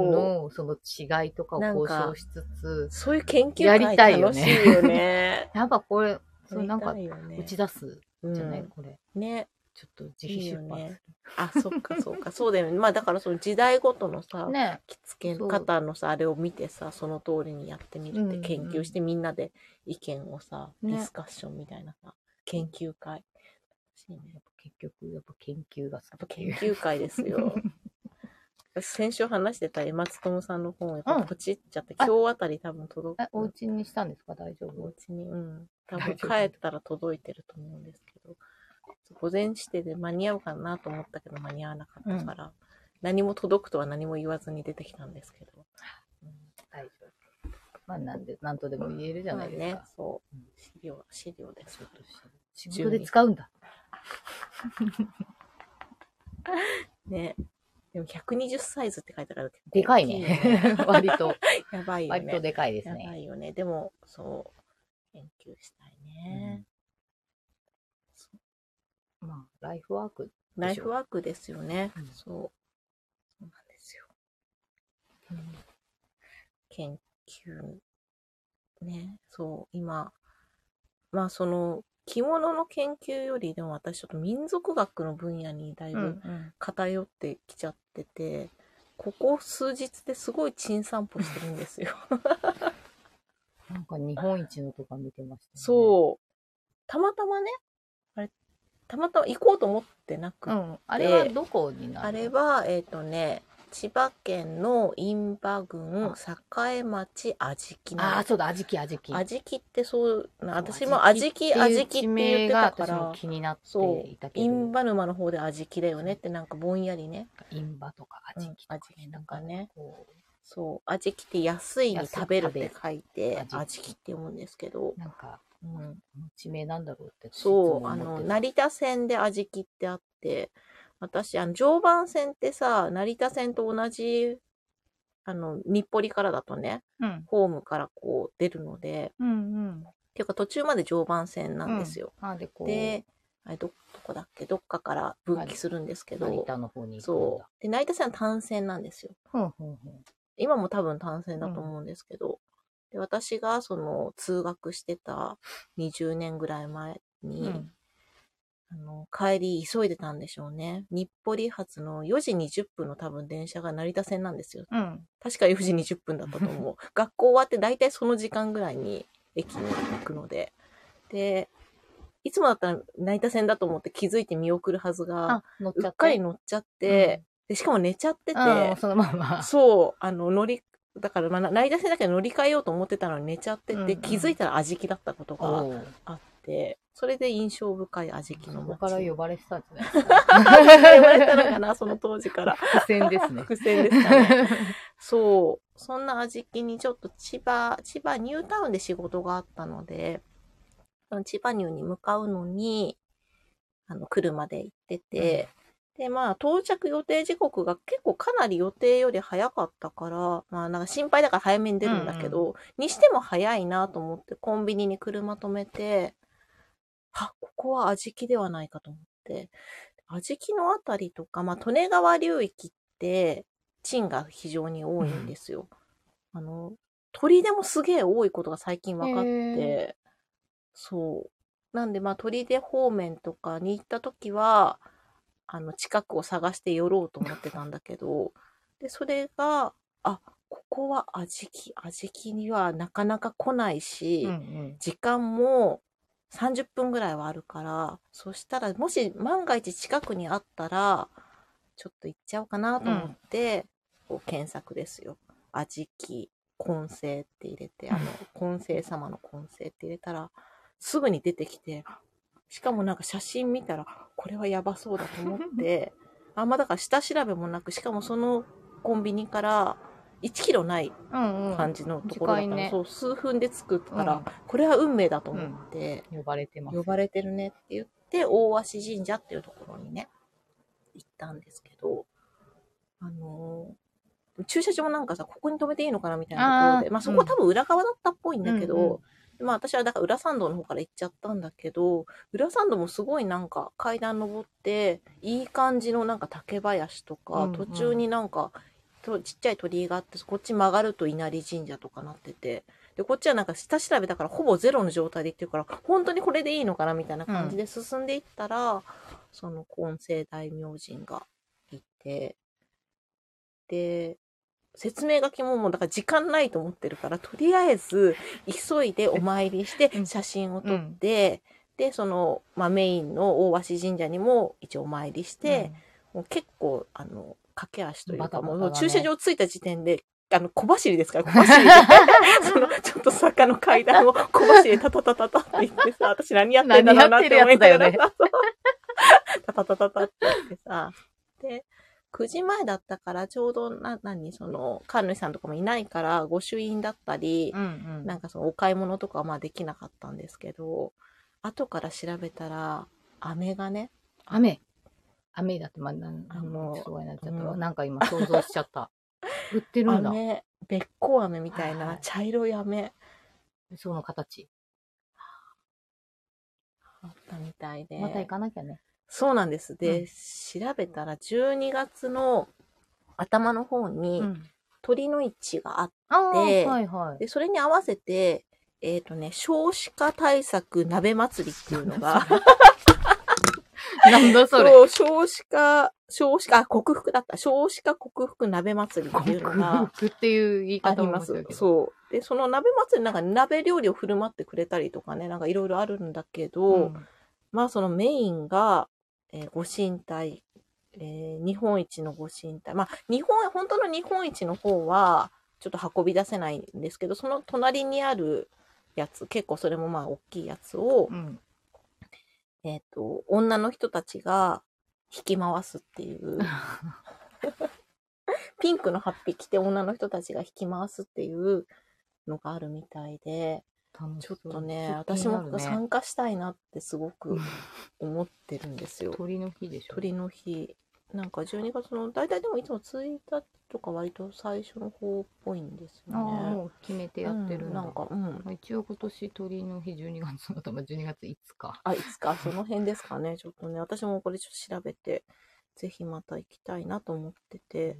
Speaker 1: の、
Speaker 2: そ
Speaker 1: その違いとかを
Speaker 2: なん
Speaker 1: 交
Speaker 2: か
Speaker 1: 渉しつつ、
Speaker 2: そういう研究
Speaker 1: やり
Speaker 2: 会
Speaker 1: たいよ
Speaker 2: 楽し
Speaker 1: ね
Speaker 2: いよね
Speaker 1: やっぱこれ、 それなん
Speaker 2: や
Speaker 1: か
Speaker 2: りたいよね
Speaker 1: 打ち出すじゃない、
Speaker 2: うん
Speaker 1: これ。
Speaker 2: ね。
Speaker 1: ちょっと自費出
Speaker 2: いいよ
Speaker 1: 版
Speaker 2: ねあ、そっかそっか。そうだよね。まあだからその時代ごとのさ、
Speaker 1: する。ね
Speaker 2: 着付け
Speaker 1: そう
Speaker 2: 方のさ、あれを見てさ、その通りにやってみるっ
Speaker 1: うんう
Speaker 2: て
Speaker 1: ん
Speaker 2: 研究して、みんなで意見をさ、
Speaker 1: ね
Speaker 2: ディスカッションみたいなさ、研究会。楽しいね
Speaker 1: やっぱ結局、やっぱ研究が
Speaker 2: やっぱ研究会です よ。私先週話してた松友さんの本、やっぱポチっちゃって、
Speaker 1: うんあ
Speaker 2: 今日あたり多分届く
Speaker 1: え。お家にしたんですか大丈
Speaker 2: お
Speaker 1: 夫
Speaker 2: 家に、うん。多
Speaker 1: 大
Speaker 2: 分帰
Speaker 1: 丈夫
Speaker 2: ったら届いてると思うんですけど、午前指定で間に合うかなと思ったけど間に合わなかったから、何も届くとは何も言わずに出てきたんですけど。
Speaker 1: 大丈夫。まあ、なんで、なんとでも言えるじゃないです
Speaker 2: まあね
Speaker 1: か。、
Speaker 2: そう
Speaker 1: うん。
Speaker 2: 資料、資料です
Speaker 1: ちょ。っと仕
Speaker 2: 準
Speaker 1: 事
Speaker 2: 備
Speaker 1: で使うんだ。
Speaker 2: ね。でも120サイズって書いてあるけど。
Speaker 1: でかい
Speaker 2: 大きよ
Speaker 1: ね。割と、
Speaker 2: やばいよね。
Speaker 1: 割とでかいです
Speaker 2: やば
Speaker 1: ね。
Speaker 2: いよね。でも、そう、研究したいね。
Speaker 1: まあ、ライフワーク。
Speaker 2: ライフワークですよね。
Speaker 1: うん
Speaker 2: そう。そうなんですよ。研究。ね、そう、今、まあその、着物の研究より、でも私ちょっと民族学の分野にだいうぶ
Speaker 1: ん。
Speaker 2: 偏ってきちゃってて、ここ数日ですごい陳散歩してるんですよ。
Speaker 1: なんか日本一のとか見てましたね。
Speaker 2: そう。たまたまね、あれ、たまたま行こうと思ってなく
Speaker 1: う
Speaker 2: て
Speaker 1: ん。あれはどこになる
Speaker 2: あれは、えっ、とね、千葉県の印旛郡
Speaker 1: あ
Speaker 2: 栄町小豆
Speaker 1: あ
Speaker 2: な
Speaker 1: あ、そうだ、あじきあじき。
Speaker 2: の。小豆ってそうな、私も小
Speaker 1: あじ
Speaker 2: 豆、
Speaker 1: き
Speaker 2: 小豆って言ってたか
Speaker 1: 地名が私
Speaker 2: ら
Speaker 1: も、気になって
Speaker 2: そ
Speaker 1: いた
Speaker 2: う、
Speaker 1: け
Speaker 2: 印
Speaker 1: ど、
Speaker 2: 旛沼の方で小豆だよねってなんかぼんやりね。
Speaker 1: インバとかあじき
Speaker 2: うん
Speaker 1: と
Speaker 2: あ
Speaker 1: か
Speaker 2: じ
Speaker 1: ね、
Speaker 2: きと
Speaker 1: なん
Speaker 2: か
Speaker 1: か
Speaker 2: ね
Speaker 1: ね、こ
Speaker 2: そう、小豆って安いに食べるって書いうて、
Speaker 1: 安い
Speaker 2: 小豆って読むんですけど
Speaker 1: う、、なんか、
Speaker 2: うん、
Speaker 1: 地名なんだろうって。
Speaker 2: そう、あの、
Speaker 1: な、
Speaker 2: 成田線で味きってあって、私、あの、常磐線ってさ、成田線と同じ、あの、日暮里からだとね、
Speaker 1: うん、
Speaker 2: ホームからこう出るので、
Speaker 1: うん、うん。
Speaker 2: っていうか途中まで常磐線なんですよ。
Speaker 1: あで、こう、
Speaker 2: で、あれど、どこだっけどっかから分岐するんですけ
Speaker 1: 成
Speaker 2: ど、
Speaker 1: 田の方に行くん
Speaker 2: そ
Speaker 1: だ。
Speaker 2: う。で、成田線は単線なんですよ。
Speaker 1: ふんふんふん
Speaker 2: 今も多分単線だと思うんですけど、で私がその通学してた20年ぐらい前に、
Speaker 1: うん
Speaker 2: あの帰り急いでたんでしょうね。日暮里発の4時20分の多分電車が成田線なんですよ。
Speaker 1: うん。
Speaker 2: 確か4時20分だった と思う。学校終わって大体その時間ぐらいに駅に行くので。で、いつもだったら成田線だと思って気づいて見送るはずが、
Speaker 1: あ、乗っち
Speaker 2: う
Speaker 1: ゃ
Speaker 2: っ
Speaker 1: っ
Speaker 2: かり
Speaker 1: て。
Speaker 2: 乗っちゃって、でしかも寝ちゃってて、
Speaker 1: うん、そのま ま。
Speaker 2: そう、あの、乗り、だから、まあ、な成田線だけど乗り換えようと思ってたのに寝ちゃってて、
Speaker 1: うんうん
Speaker 2: 気づいたら味気だったことが
Speaker 1: おう
Speaker 2: あって、それで印象深い味気
Speaker 1: そ
Speaker 2: の
Speaker 1: こ
Speaker 2: 街。
Speaker 1: から 呼ばれてたんじゃないです
Speaker 2: 言われたのかな、その当時から
Speaker 1: か。。伏線です ね。
Speaker 2: 伏線ですかね。そう。そんな味気にちょっと千葉、千葉ニュータウンで仕事があったので、千葉ニューに向かうのに、あの、車で行ってて、で、まあ、到着予定時刻が結構かなり予定より早かったから、まあ、なんか心配だから早めに出るんだけど、にしても早いなと思って、コンビニに車止めて、あ、ここは味気ではないかと思って、安食のあたりとか、まあ、利根川流域って、賃が非常に多いんですよ。あの、鳥でもすげえ多いことが最近分かっ
Speaker 1: へ
Speaker 2: て、そう。なんで、まあ、鳥で方面とかに行った時は、あの、近くを探して寄ろうと思ってたんだけど、で、それが、あ、ここは味気、味気にはなかなか来ないし、
Speaker 1: うん
Speaker 2: 時間も30分ぐらいはあるから、そしたら、もし万が一近くにあったら、ちょっと行っちゃおうかなと思って、こう検索ですよ。味気、根性って入れて、あの、根性様の根性って入れたら、すぐに出てきて、しかもなんか写真見たら、これはやばそうだと思って、あんまだから下調べもなく、しかもそのコンビニから1キロない
Speaker 1: うん。
Speaker 2: 感じのところだから、
Speaker 1: 近いね
Speaker 2: そう数分で着くか
Speaker 1: うん
Speaker 2: ら、これは運命だと思って、
Speaker 1: 呼ばれてます。
Speaker 2: 呼ばれてるねって言って大鷲神社っていうところにね行ったんですけどあのー駐車場もなんかさここに止めていいのかなみたいなところで
Speaker 1: あー
Speaker 2: まあ、そこは多分裏側だったっぽいんだけど、
Speaker 1: うん
Speaker 2: まあ私はだから裏参道の方から行っちゃったんだけど裏参道もすごいなんか階段登っていい感じのなんか竹林とか、
Speaker 1: うんうん
Speaker 2: 途中になんかとちっちゃい鳥居があってこっち曲がると稲荷神社とかなっててでこっちはなんか下調べだからほぼゼロの状態で行ってるから本当にこれでいいのかなみたいな感じで進んでいったら、その根性大明神がいてで説明書きももうだから時間ないと思ってるからとりあえず急いでお参りして
Speaker 1: うん
Speaker 2: 写真を撮って、でその、まあ、メインの大鷲神社にも一応お参りして。もう結構、あの、駆け足という
Speaker 1: バタ
Speaker 2: か、
Speaker 1: バタだ
Speaker 2: も
Speaker 1: ね
Speaker 2: う駐車場着いた時点で、あの、小走りですから、小走り で。その、ちょっと坂の階段を小走りでタタタタタって言ってさ、私何やってんだろうなって思いながら
Speaker 1: 何
Speaker 2: さ、タタタタタって言ってさ、で、9時前だったから、ちょうど、な、何、その、神主さんとかもいないから、御朱印だったり、
Speaker 1: うんうん。
Speaker 2: なんかそのお買い物とかはまあできなかったんですけど、後から調べたら、飴がね、
Speaker 1: 雨。雨だって、まあ、なん
Speaker 2: あ
Speaker 1: あ
Speaker 2: の
Speaker 1: の、すごいなっちゃったわ。
Speaker 2: うん
Speaker 1: なんか今想像しちゃった。 売ってるんだ。
Speaker 2: 飴、べっこう飴みたい
Speaker 1: は
Speaker 2: ない茶色い飴
Speaker 1: その形。
Speaker 2: あったみたいで。
Speaker 1: また行かなきゃね。
Speaker 2: そうなんです。で、
Speaker 1: うん
Speaker 2: 調べたら12月の頭の方に
Speaker 1: ん。
Speaker 2: 鳥の市があっ
Speaker 1: ああ、
Speaker 2: で
Speaker 1: はいはい
Speaker 2: て、。それに合わせて、えっ、とね、少子化対策鍋祭りっていうのが、
Speaker 1: なんだそれ。
Speaker 2: そう、少子化、少子化、あ克服だった。少子化克服鍋祭りっていうのが、
Speaker 1: 服っていう言い
Speaker 2: あ
Speaker 1: 方
Speaker 2: り
Speaker 1: も
Speaker 2: ま
Speaker 1: 面白
Speaker 2: す
Speaker 1: いけ。ど。
Speaker 2: そう。で、その鍋祭りなんか鍋料理を振る舞ってくれたりとかね、なんかいろいろあるんだけど、
Speaker 1: ん
Speaker 2: まあそのメインが、えーご神体、えー日本一のご神体。まあ日本、本当の日本一の方は、ちょっと運び出せないんですけど、その隣にあるやつ、結構それもまあ大きいやつを
Speaker 1: う、ん。
Speaker 2: えっ、と、女の人たちが引き回すって いう、ピンクの8匹着て女の人たちが引き回すっていうのがあるみたいで、
Speaker 1: 楽し
Speaker 2: ちょ
Speaker 1: そう
Speaker 2: っとね、
Speaker 1: ちょっと気
Speaker 2: 私
Speaker 1: になるね
Speaker 2: も参加したいなってすごく思ってるんですよ。
Speaker 1: 鳥の日でしょ。
Speaker 2: 鳥の日なんか12月の大体でもいつも1日とか割と最初の方っぽいんです
Speaker 1: ああ、
Speaker 2: よね。
Speaker 1: もう決めてやってる
Speaker 2: うんん
Speaker 1: だ。
Speaker 2: なんかうん
Speaker 1: まあ一応今年鳥の日12月の頭12月5日。
Speaker 2: あいつかその辺ですかねち ょっとね私もこれちょっと調べてぜひまた行きたいなと思ってて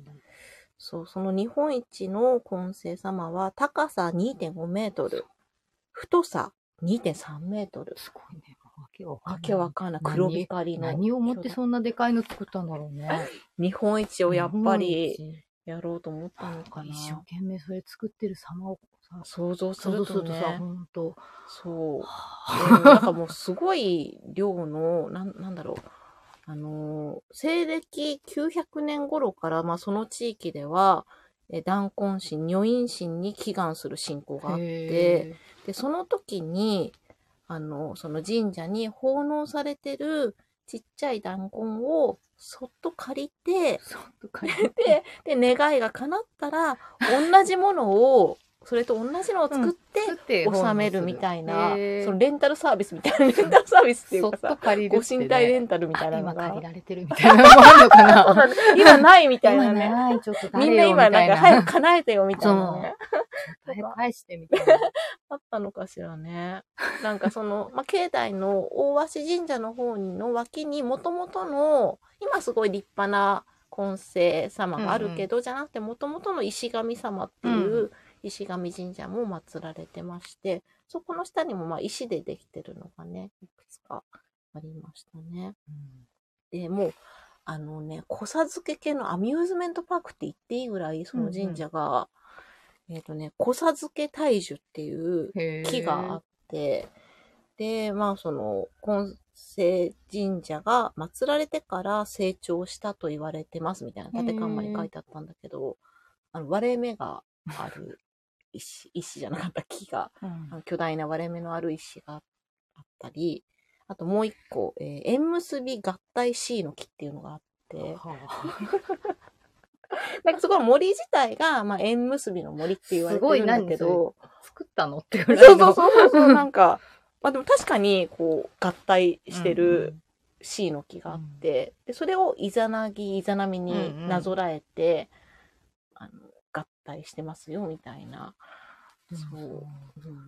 Speaker 2: そうその日本一の金星様は高さ2.5メートル太さ2.3メートル
Speaker 1: すごいね。わけわかんな
Speaker 2: わ
Speaker 1: い。
Speaker 2: けわかんない
Speaker 1: 何
Speaker 2: 黒光りの
Speaker 1: 何をもってそんなでかいの作ったんだろうね。
Speaker 2: 日本一をやっぱり
Speaker 1: 日
Speaker 2: やろうと思ったのか
Speaker 1: 本一。
Speaker 2: な
Speaker 1: 一生懸命それ作ってる様をさ、
Speaker 2: 想像す
Speaker 1: 想
Speaker 2: る
Speaker 1: 像す
Speaker 2: と
Speaker 1: るとさ、
Speaker 2: ね
Speaker 1: ほんと。
Speaker 2: そううんなんかもうすごい量の、なんなんだろう。あのー、西暦900年頃から、まあその地域では、えー断根神、女陰神に祈願する信仰があっ
Speaker 1: へ
Speaker 2: て、で、その時に、あの、その神社に奉納されてるちっちゃい断根をそっと借り
Speaker 1: ー。、
Speaker 2: て
Speaker 1: そっと書い
Speaker 2: で、で、願いが叶ったら、同じものを、それと同じのを作って、
Speaker 1: て
Speaker 2: 収めるみたいな、その
Speaker 1: っ
Speaker 2: レンタルサービスみたいな、レン タルサービスっていう
Speaker 1: そ
Speaker 2: か
Speaker 1: っと
Speaker 2: さ、
Speaker 1: 借りる
Speaker 2: ご
Speaker 1: ってね
Speaker 2: 神体レンタルみたいなの
Speaker 1: 今借
Speaker 2: が
Speaker 1: り。られてるみたいなのもあるのか
Speaker 2: そう
Speaker 1: な
Speaker 2: だね今ないみたいな
Speaker 1: 今
Speaker 2: ね。
Speaker 1: ない、ちょっと
Speaker 2: み
Speaker 1: 誰
Speaker 2: んな
Speaker 1: よみ
Speaker 2: 今
Speaker 1: た
Speaker 2: なん
Speaker 1: い
Speaker 2: か
Speaker 1: な。
Speaker 2: 早く叶えてよみたいなね。
Speaker 1: 早く返してみたいな。
Speaker 2: あったのかしらね。なんかその、 まあ、境内の大鷲神社の方の脇にもともとの、今すごい立派な金星様があるけど、じゃなくてもともとの石神様っていう石神神社も祀られてまして、そこの下にもまあ石でできてるのがね、いくつかありましたね。で、もう、あのね、子授け系のアミューズメントパークって言っていいぐらい、その神社が、えっ、とね、子授け大樹っていう
Speaker 1: へー
Speaker 2: 木があって、で、まあその、金聖神社が祀られてから成長したと言われてますみたいな縦看板に書いてあったんだけど、あの割れ目がある石、 石じゃなかった木が
Speaker 1: うん
Speaker 2: あの巨大な割れ目のある石があったり、あともう一個、えー縁結び合体 C の木っていうのがあ って、
Speaker 1: は
Speaker 2: なんかすごい森自体が、まあ、縁結びの森って言われてるんだけ
Speaker 1: すご
Speaker 2: ど、
Speaker 1: あ作ったのって
Speaker 2: そ
Speaker 1: ぐ
Speaker 2: う
Speaker 1: らい
Speaker 2: そ
Speaker 1: の
Speaker 2: うそうそうそう、なんか、まあでも確かに、こう、合体してる C の木があって、でそれをイザナギ、イザナミになぞらえて、あの合体してますよ、みたいな。
Speaker 1: うんうん
Speaker 2: そう。うん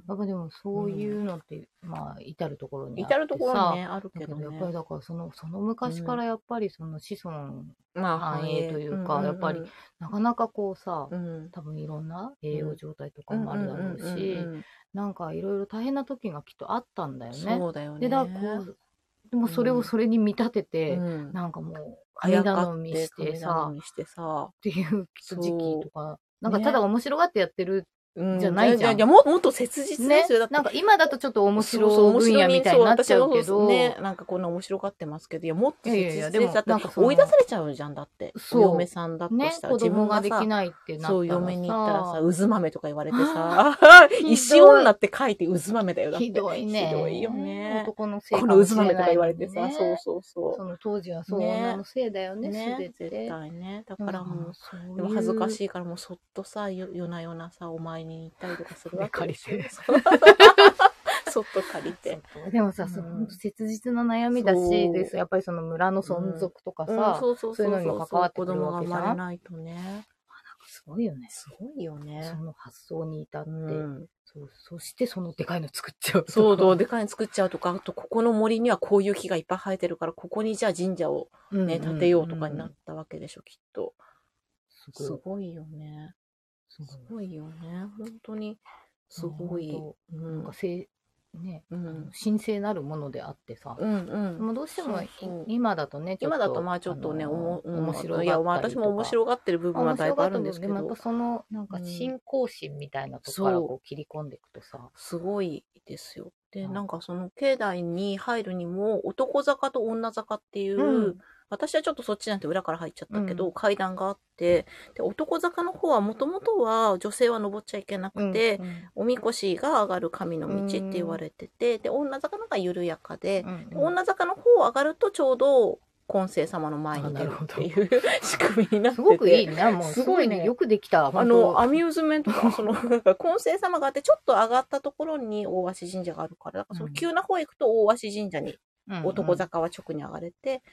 Speaker 1: なんかでもそういうのって、まあ至る所にあって
Speaker 2: 至
Speaker 1: さ
Speaker 2: るところにね、あるけ
Speaker 1: だけ
Speaker 2: ど
Speaker 1: どやっ
Speaker 2: ね
Speaker 1: ぱ。りだからそのその昔からやっぱりその子孫
Speaker 2: ま
Speaker 1: 繁栄というかやっぱりなかなかこうさ
Speaker 2: うん
Speaker 1: 多分いろんな栄養状態とかもあるだろうし
Speaker 2: んんんん
Speaker 1: なんかいろいろ大変な時がきっとあったんだよね。
Speaker 2: そうだよね。
Speaker 1: でだからこうでもそれをそれに見立てて、
Speaker 2: うん
Speaker 1: なんかもう
Speaker 2: あや
Speaker 1: 神
Speaker 2: かって
Speaker 1: 頼みしてさ
Speaker 2: 神頼
Speaker 1: っ
Speaker 2: みしてさ
Speaker 1: ていう 時期とかなんか
Speaker 2: ね
Speaker 1: ただ面白がってやってる
Speaker 2: うん
Speaker 1: じゃないじゃん
Speaker 2: いやももっと切実で
Speaker 1: ね
Speaker 2: すよ。だって
Speaker 1: なんか今だとちょっと面
Speaker 2: そうそ
Speaker 1: 白
Speaker 2: う
Speaker 1: 分野みたいになっちゃうけ
Speaker 2: そう私はそう
Speaker 1: ど
Speaker 2: ね、なんかこんな面白がってますけど、いや、もっと切
Speaker 1: いやいや
Speaker 2: 実
Speaker 1: で
Speaker 2: で
Speaker 1: も
Speaker 2: す。だって
Speaker 1: なんかその
Speaker 2: 追い出されちゃうじゃん、だって。
Speaker 1: そう
Speaker 2: お嫁さんだと
Speaker 1: ね
Speaker 2: したら、
Speaker 1: 子供がで
Speaker 2: さ
Speaker 1: きないってなったらさ
Speaker 2: そう、嫁に行ったらさ、うず豆とか言われてさ、
Speaker 1: ひどい
Speaker 2: 石女って書いてうず豆だよ、だって。
Speaker 1: ひどいね
Speaker 2: ひどいよね。
Speaker 1: 男のせい
Speaker 2: こ
Speaker 1: か
Speaker 2: の
Speaker 1: も
Speaker 2: う
Speaker 1: し
Speaker 2: ず
Speaker 1: れない
Speaker 2: 豆とか言われてさ、
Speaker 1: ね
Speaker 2: そうそうそう。
Speaker 1: その当時はそう、
Speaker 2: ね
Speaker 1: 女のせいだよね
Speaker 2: ね、
Speaker 1: 全
Speaker 2: 絶
Speaker 1: て
Speaker 2: 対ね。だからもう、
Speaker 1: そう
Speaker 2: でも恥ずかし
Speaker 1: い
Speaker 2: いからもうそっとさ、よ夜な夜なさ、お前に行ったりとかする
Speaker 1: ね
Speaker 2: わけ
Speaker 1: 借り
Speaker 2: でしょ
Speaker 1: て。
Speaker 2: そうそっと借りて。
Speaker 1: うでもさ、その
Speaker 2: うん
Speaker 1: 切実な悩みだ
Speaker 2: そう
Speaker 1: しですやっぱりその村の存続とかさ、
Speaker 2: うんそうそう
Speaker 1: そういうのにも関わって
Speaker 2: 子
Speaker 1: くる
Speaker 2: 供
Speaker 1: わ
Speaker 2: が
Speaker 1: け
Speaker 2: 生
Speaker 1: じゃん
Speaker 2: まれないとね。
Speaker 1: すごいよね
Speaker 2: すごいよね
Speaker 1: そ。の発想に至って、
Speaker 2: うん、
Speaker 1: そうそしてそのでかいの作っちゃう
Speaker 2: そうどうでかいの作っちゃうとかあとここの森にはこういう木がいっぱい生えてるからここにじゃあ神社を
Speaker 1: う
Speaker 2: ね、建てようとかになったわけでしょきっと
Speaker 1: す
Speaker 2: す
Speaker 1: ごい
Speaker 2: ごいよね
Speaker 1: す
Speaker 2: す
Speaker 1: ごい
Speaker 2: ごいよね本当にすごい、
Speaker 1: 本
Speaker 2: うん
Speaker 1: なんかせね、
Speaker 2: うん
Speaker 1: 神聖なるものであってさ、
Speaker 2: うんうん
Speaker 1: もうどうしても
Speaker 2: そうそう
Speaker 1: 今だとねちょっ
Speaker 2: 今だとまあちょっとね、
Speaker 1: あ
Speaker 2: お
Speaker 1: の
Speaker 2: も、うん
Speaker 1: 面白
Speaker 2: いや、まあ
Speaker 1: がったり
Speaker 2: 私
Speaker 1: とか
Speaker 2: も面白がってる部分はだいぶあるんですけ
Speaker 1: 面白か
Speaker 2: ど
Speaker 1: った、けどでもやっぱそのなんか
Speaker 2: うん
Speaker 1: 信仰心みたいなとこから
Speaker 2: そう
Speaker 1: こう切り込んでいくとさ、
Speaker 2: すごいですよ。で、
Speaker 1: うん
Speaker 2: なんかその境内に入るにも、男坂と女坂っていう、
Speaker 1: うん
Speaker 2: 私はちょっとそっちなんて裏から入っちゃったけど、階段があって、で、男坂の方はもともとは女性は登っちゃいけなくて、おみこしが上がる神の道って言われてて、で、女坂の方が緩やかで、で女坂の方を上がるとちょうど、金星様の前に出るっていう 仕組みになっ
Speaker 1: す
Speaker 2: てて。
Speaker 1: ごくいいねもう
Speaker 2: す
Speaker 1: す
Speaker 2: ご
Speaker 1: ご
Speaker 2: い
Speaker 1: い
Speaker 2: ね
Speaker 1: ねよくできた
Speaker 2: あ
Speaker 1: 本
Speaker 2: の、
Speaker 1: 当
Speaker 2: アミューズメン トか、その、なんか、金星様があって、ちょっと上がったところに大鷲神社があるから、だからその
Speaker 1: うん
Speaker 2: 急な方へ行くと大鷲神社に、
Speaker 1: うんうん
Speaker 2: 男坂は直に上がれて、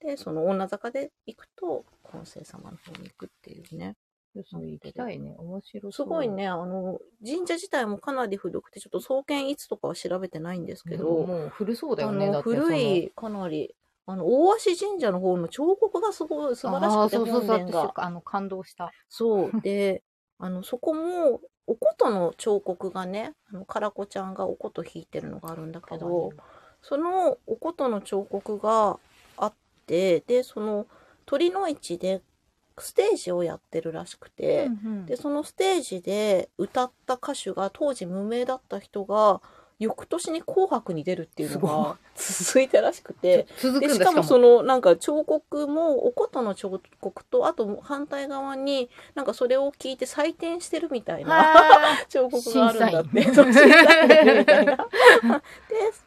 Speaker 2: で、その女坂で行くと、金星様の方に行くっていうね。
Speaker 1: そう行きたいね面白
Speaker 2: す
Speaker 1: そう
Speaker 2: ごいね、あの、神社自体もかなり古くて、ちょっと創建いつとかは調べてないんですけ
Speaker 1: け
Speaker 2: ど
Speaker 1: ど、もう古そうだよね
Speaker 2: あ
Speaker 1: だ
Speaker 2: の、
Speaker 1: ってその
Speaker 2: 古い、かなり、あの、大鷲神社の方の彫刻がすごい素晴らし
Speaker 1: あ
Speaker 2: く
Speaker 1: ー
Speaker 2: て、
Speaker 1: そうそうそう
Speaker 2: 本殿が
Speaker 1: 私あの感動した
Speaker 2: そう。で、あの、そこも、お琴の彫刻がね、あの、カラコちゃんがお琴弾いてるのがあるんだけど、そのお琴の彫刻があって、で、その鳥の市でステージをやってるらしくて、で、そのステージで歌った歌手が当時無名だった人が、翌年に紅白に出るっていうの
Speaker 1: すご
Speaker 2: が 続いたらしくて、
Speaker 1: で続くん
Speaker 2: で
Speaker 1: だ
Speaker 2: しかもそ
Speaker 1: の
Speaker 2: のなんか彫刻もお琴の彫刻とあと反対側になんかそれを聞いて採点してるみたいな 彫刻があるんだって。
Speaker 1: 審
Speaker 2: そ
Speaker 1: 査
Speaker 2: う
Speaker 1: 員
Speaker 2: 審査員みたいなで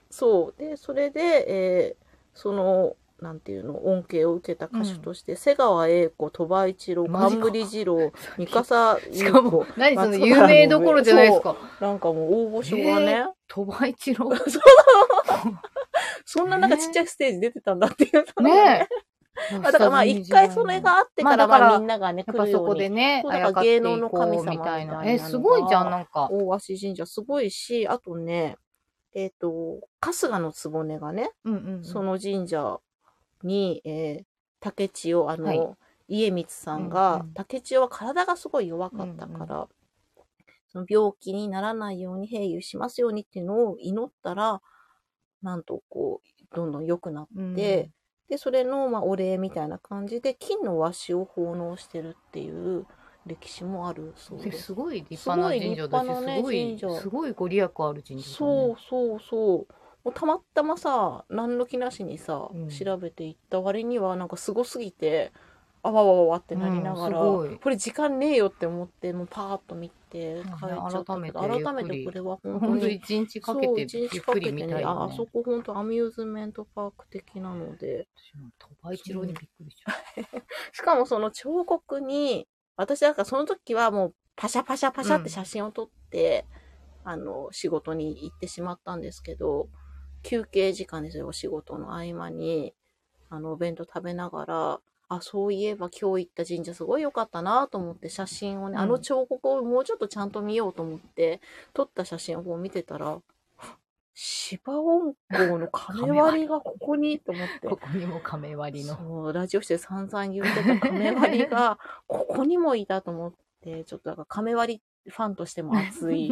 Speaker 2: そうでそれで、えーそのなんていうの恩恵を受けた歌手として、瀬川栄子鳥羽一郎
Speaker 1: マジか
Speaker 2: 冠 二郎三笠
Speaker 1: し
Speaker 2: 優
Speaker 1: かも
Speaker 2: 子
Speaker 1: 何その有名どころじゃないですか
Speaker 2: なんかもう大御所がね、
Speaker 1: へ鳥羽一 郎
Speaker 2: そんななんかちっちゃいステージ出てたんだっていうのが
Speaker 1: ねえ
Speaker 2: まあ、だからまあ一回それがあってから
Speaker 1: まあだか
Speaker 2: ま
Speaker 1: ら
Speaker 2: あみんながね、
Speaker 1: やっ
Speaker 2: 来
Speaker 1: ぱ
Speaker 2: る
Speaker 1: そ
Speaker 2: よ
Speaker 1: こ
Speaker 2: う
Speaker 1: で
Speaker 2: に。
Speaker 1: ね、
Speaker 2: そう
Speaker 1: あ
Speaker 2: だから
Speaker 1: やかっていこうみたい
Speaker 2: 芸能の神様みたいなの
Speaker 1: な。
Speaker 2: が
Speaker 1: え、すごいじゃん、なんか。
Speaker 2: 大鷲神社すごいし、あとね、えっ、と、春日の局がね、
Speaker 1: うんうんうん。
Speaker 2: その神社に、えー竹千代、あの、
Speaker 1: はい
Speaker 2: 家光さん
Speaker 1: うん
Speaker 2: が、
Speaker 1: うん
Speaker 2: 竹千代は体がすごい弱かったから、その病気にならないように、併誘しますようにっていうのを祈ったら、なんとこう、どんどん良くなって、
Speaker 1: うん、
Speaker 2: でで、それの、まあ、お礼みたいな感じで、金の和紙を奉納してるっていう歴史もあるそう
Speaker 1: で
Speaker 2: です。
Speaker 1: すごい立派な神社だし、
Speaker 2: すごい立派なね
Speaker 1: すごい、
Speaker 2: 神社
Speaker 1: すごいご利益ある神社だね。
Speaker 2: そうそうそう。もうたまたまさ、何の気なしにさ、
Speaker 1: うん
Speaker 2: 調べていった割には、なんかすごすぎて、あわわわわってなりながら、
Speaker 1: うんすごい
Speaker 2: これ時間ねえよって思って、もうパーッと見て、帰っちゃったけど
Speaker 1: 改めてゆっくり
Speaker 2: 改めてこれは本当
Speaker 1: 本当
Speaker 2: に、
Speaker 1: 一日か
Speaker 2: そう
Speaker 1: けて
Speaker 2: 一日
Speaker 1: ゆっ
Speaker 2: か
Speaker 1: く
Speaker 2: け
Speaker 1: り
Speaker 2: て
Speaker 1: 見
Speaker 2: ね
Speaker 1: たい
Speaker 2: あ
Speaker 1: よ
Speaker 2: あ
Speaker 1: ね。
Speaker 2: そこ本当アミューズメントパーク的なので、
Speaker 1: 鳥羽一郎にびっくりした。
Speaker 2: しかもその彫刻に、私なんかその時はもうパシャパシャパシャって写真を撮って、あの、仕事に行ってしまったんですけど、休憩時間ですよ、お仕事の合間に、あの、お弁当食べながら、あ、そういえば今日行った神社すごい良かったなと思って写真をね、
Speaker 1: うん
Speaker 2: あの彫刻をもうちょっとちゃんと見ようと思って、撮った写真をこう見てたら、芝音工の亀割りがここにと思って
Speaker 1: こ、こにも亀割りの。
Speaker 2: そう、ラジオ室で散々言ってた亀割り が、ここにもいたと思って、ちょっとなんか亀割りファンとしても 熱い、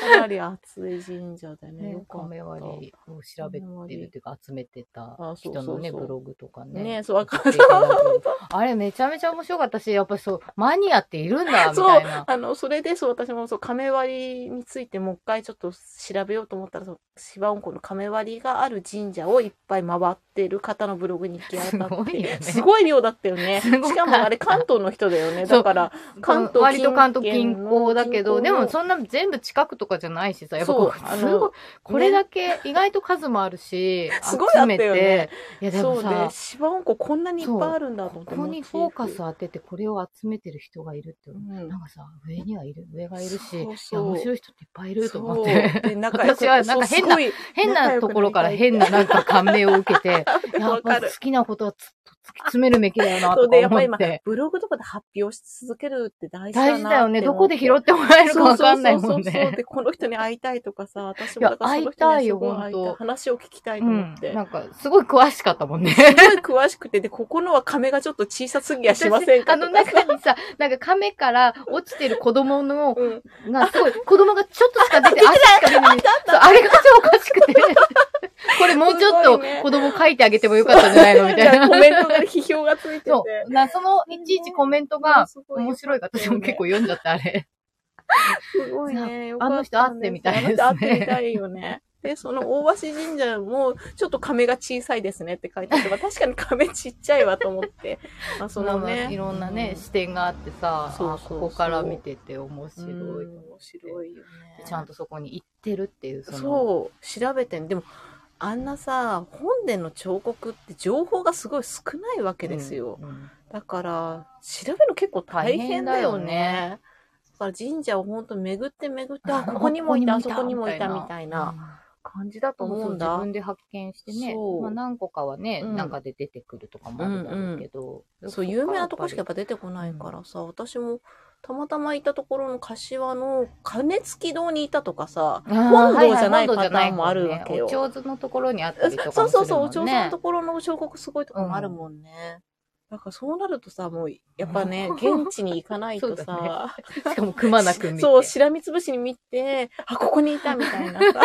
Speaker 2: かなり熱い神社でね、
Speaker 1: ね
Speaker 2: よ、かった。
Speaker 1: 亀割りを調べてるっていうか集めてた
Speaker 2: あそうそ
Speaker 1: 人
Speaker 2: うそう
Speaker 1: のねブログとかね。
Speaker 2: ねそうわかる
Speaker 1: 送っていただいてあれめちゃめちゃ面白かったし、やっぱりそう、マニアっているん だ、み
Speaker 2: そ
Speaker 1: た
Speaker 2: う
Speaker 1: いな。
Speaker 2: あの、それでそう、私もそう、亀割りについてもう一回ちょっと調べようと思ったら、そう芝音庫の亀割りがある神社をいっぱい回ってる方のブログに行き
Speaker 1: す
Speaker 2: 当たっ
Speaker 1: ごいよね。
Speaker 2: て、すごい量だったよ ね。
Speaker 1: すごかった
Speaker 2: しかもあれ関東の人だよね。
Speaker 1: そう
Speaker 2: だから、関東近
Speaker 1: 割と関東近郊だけど、
Speaker 2: 近郊の
Speaker 1: でもそんな全部近くとかじゃないしさ、やっぱこ
Speaker 2: そう
Speaker 1: う
Speaker 2: あの
Speaker 1: すごい、これだけ意外と数もあるし、
Speaker 2: すごいあったよね
Speaker 1: 集めて。いやで
Speaker 2: そ
Speaker 1: も
Speaker 2: うね
Speaker 1: さ、、
Speaker 2: 芝音庫こんなにいっぱいあるんだと思
Speaker 1: こ
Speaker 2: って。
Speaker 1: こに
Speaker 2: モチ
Speaker 1: フォ
Speaker 2: ー
Speaker 1: ーカス当ててこれを集めてる人がいるって、
Speaker 2: うん
Speaker 1: なんかさ、上にはいる、上がいるし、
Speaker 2: そう
Speaker 1: いや
Speaker 2: そう
Speaker 1: 面白い人っていっぱいいると思っ
Speaker 2: そう
Speaker 1: て。
Speaker 2: で仲良く
Speaker 1: 私はなんか
Speaker 2: そ
Speaker 1: 変
Speaker 2: う
Speaker 1: な
Speaker 2: すごい
Speaker 1: 変なところから変ななんか感銘を受け て、やっ
Speaker 2: わ
Speaker 1: ぱ
Speaker 2: か
Speaker 1: 好
Speaker 2: る
Speaker 1: きなことはつ突き詰めるべきだよな
Speaker 2: そ
Speaker 1: と
Speaker 2: うでやっ
Speaker 1: か思
Speaker 2: ぱ
Speaker 1: っ
Speaker 2: 今
Speaker 1: て。
Speaker 2: ブログとかで発表し続けるって大事だな
Speaker 1: 大事だよね。どこで拾
Speaker 2: っ
Speaker 1: ってもら
Speaker 2: て
Speaker 1: えるかわかんないもん
Speaker 2: そうそうそうそう
Speaker 1: ね。
Speaker 2: でこの人に会いたいとかさ私
Speaker 1: いや
Speaker 2: もだからその人にすごい
Speaker 1: 会いた
Speaker 2: 会いた
Speaker 1: い
Speaker 2: い
Speaker 1: よ
Speaker 2: 話を聞きたいうと思
Speaker 1: ん
Speaker 2: って、。
Speaker 1: なんか、すごい詳しかったもんね。
Speaker 2: すごい詳しくてでここのは亀がちょっと小さすぎやしませんか
Speaker 1: あの中にさ、なんか亀から落ちてる子供の、
Speaker 2: うん、
Speaker 1: がすごい、子供がちょっとし か出て、足しか出てない。そうあれが超おかしくて。これもうちょっ
Speaker 2: す
Speaker 1: と
Speaker 2: ごいね
Speaker 1: 子供書いてあげてもよかったんじゃないのみた いな。
Speaker 2: コメントが批評がついてて
Speaker 1: そう。な、その、いちいちコメントが
Speaker 2: すごい
Speaker 1: 面白い。私も結構読んじゃった、あれ。
Speaker 2: すごいね。
Speaker 1: あの人会ってみたいですね
Speaker 2: あの人会ってみたい よね。で、その大橋神社も、ちょっと亀が小さいですねって書いてあって、まあ確かに亀ちっちゃいわと思 って。まあ、その
Speaker 1: まあ
Speaker 2: ね。
Speaker 1: いろんなね、
Speaker 2: う
Speaker 1: 視点があってさ、
Speaker 2: そう
Speaker 1: あ
Speaker 2: そうそう
Speaker 1: ここから見てて面白い。
Speaker 2: うん面白いよね。
Speaker 1: ちゃんとそこに行ってるっていう、の
Speaker 2: そう、調べてん。でも、あんなさ、本殿の彫刻って情報がすごい少ないわけですよ。
Speaker 1: うんうん
Speaker 2: だから、調べるの結構大変だよ
Speaker 1: 大変だよ
Speaker 2: ね。
Speaker 1: ね
Speaker 2: だから神社をほんと巡って巡って、あ、ここにもいた、あそこにもいたみたいな感じだと思うん
Speaker 1: そう
Speaker 2: だ
Speaker 1: 自。分で発見してね
Speaker 2: そ、う
Speaker 1: まあ、何個かはね、
Speaker 2: うん
Speaker 1: 中で出てくるとかもあるだろうけど、
Speaker 2: そう、有名なとこしかやっぱ出てこないからさ、私もたまたまいたところの柏の鐘付き堂にいたとかさ、
Speaker 1: 本
Speaker 2: 本堂じゃないパターンもあるわけよ
Speaker 1: お上手のところにあったりとかもす
Speaker 2: そ
Speaker 1: るもん、
Speaker 2: う
Speaker 1: ね、
Speaker 2: そうそう、お嬢さんのところの彫刻すごいとこもあるもんね。なんかそうなるとさ、もう、やっぱね、現地に行かないと
Speaker 1: そう
Speaker 2: さ
Speaker 1: だ、 しかもくまなく見 て。
Speaker 2: そう、しらみつぶしに見て、あ、ここにいたみたい なさ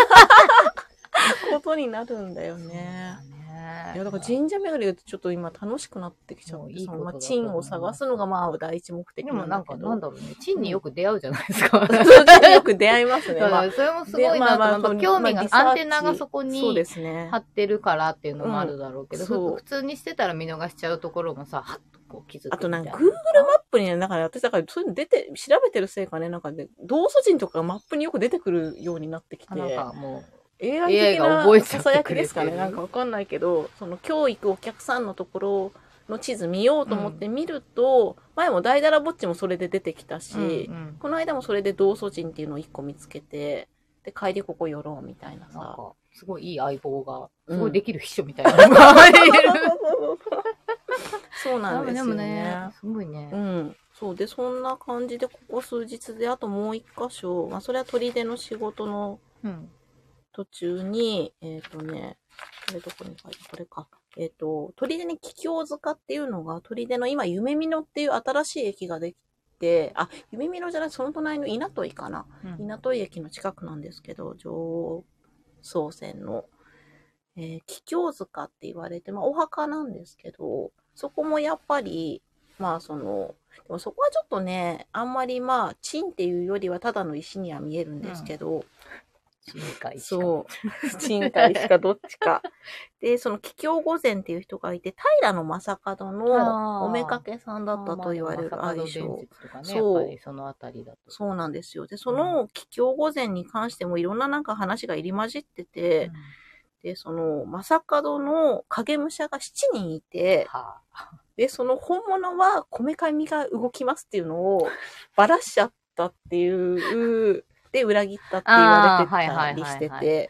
Speaker 2: ことになるんだよね。いや、だから神社巡りがちょっと今楽しくなってきちゃ
Speaker 1: も
Speaker 2: っ
Speaker 1: う
Speaker 2: て、
Speaker 1: いい
Speaker 2: そ
Speaker 1: こと
Speaker 2: の
Speaker 1: だ
Speaker 2: まあ、
Speaker 1: と思う
Speaker 2: 珍を探すのがまあ第一目的
Speaker 1: でも
Speaker 2: な
Speaker 1: なんん
Speaker 2: だけ
Speaker 1: か、
Speaker 2: ど。
Speaker 1: なんだろうね、チンによく出会うじゃないですか。
Speaker 2: そうよく出会いますね。
Speaker 1: だ
Speaker 2: ま
Speaker 1: か
Speaker 2: あ
Speaker 1: らそれもすごいなと、
Speaker 2: まあまあ
Speaker 1: やっぱ興味が、
Speaker 2: まあ
Speaker 1: アンテナがそこ
Speaker 2: そうで
Speaker 1: に
Speaker 2: すね
Speaker 1: 張。ってるからっていうのもあるだろうけど、
Speaker 2: うんそう
Speaker 1: ふ普通にしてたら見逃しちゃうところもさ、はっとこう気づくみた
Speaker 2: あ
Speaker 1: い
Speaker 2: となんか Google マップにね、だから私だからそういうの出て、調べてるせいかね、なんかね、同祖人とかがマップによく出てくるようになってきて
Speaker 1: あ、なんかも
Speaker 2: AI 的
Speaker 1: AI が
Speaker 2: な
Speaker 1: 覚えちゃ
Speaker 2: さ
Speaker 1: ってくれてる
Speaker 2: さやきですかね、なんかわかんないけど、その今日行くお客さんのところの地図見ようと思って見ると、前も大だらぼっちもそれで出てきたし、
Speaker 1: う、うんうん
Speaker 2: この間もそれで同祖人っていうのを一個見つけて、で帰りここ寄ろうみたいな
Speaker 1: なん
Speaker 2: さ
Speaker 1: か、すごいいい相棒が、
Speaker 2: うん
Speaker 1: すごいできる秘書みたいなのが いる。
Speaker 2: そうなんですよね。
Speaker 1: すごいね
Speaker 2: う。ん、そうでそんな感じでここ数日であともう一箇所、まあ、それは砦の仕事の
Speaker 1: うん。
Speaker 2: 途中にえっ、とねこれどこに書いたこれかえっ、と砦に桔梗塚っていうのが砦の今夢見野っていう新しい駅ができてあ夢見野じゃないその隣の稲戸井かな
Speaker 1: うん。
Speaker 2: 港井駅の近くなんですけど、常総線の、えー、桔梗塚って言われて、まあ、お墓なんですけど、そこもやっぱり、まあ、その、でもそこはちょっとね、あんまりまあ、チンっていうよりはただの石には見えるんですけど、
Speaker 1: 深海
Speaker 2: そう。賃貸しかどっちか。 で、その、桔梗御前っていう人がいて、平野正門
Speaker 1: あー
Speaker 2: のおめかけさんだったと言われる愛
Speaker 1: そ
Speaker 2: 称。
Speaker 1: う。やっぱりそのあたりだと。
Speaker 2: そうなんですよ。で、その桔梗御前に関してもいろんななんか話が入り混じってて、で、その、正門の影武者が7人いて、
Speaker 1: は
Speaker 2: で、その本物はこめかみが動きますっていうのをばらしちゃったっていう、で、裏切ったって言われてたりして
Speaker 1: あーはいはいはい
Speaker 2: て、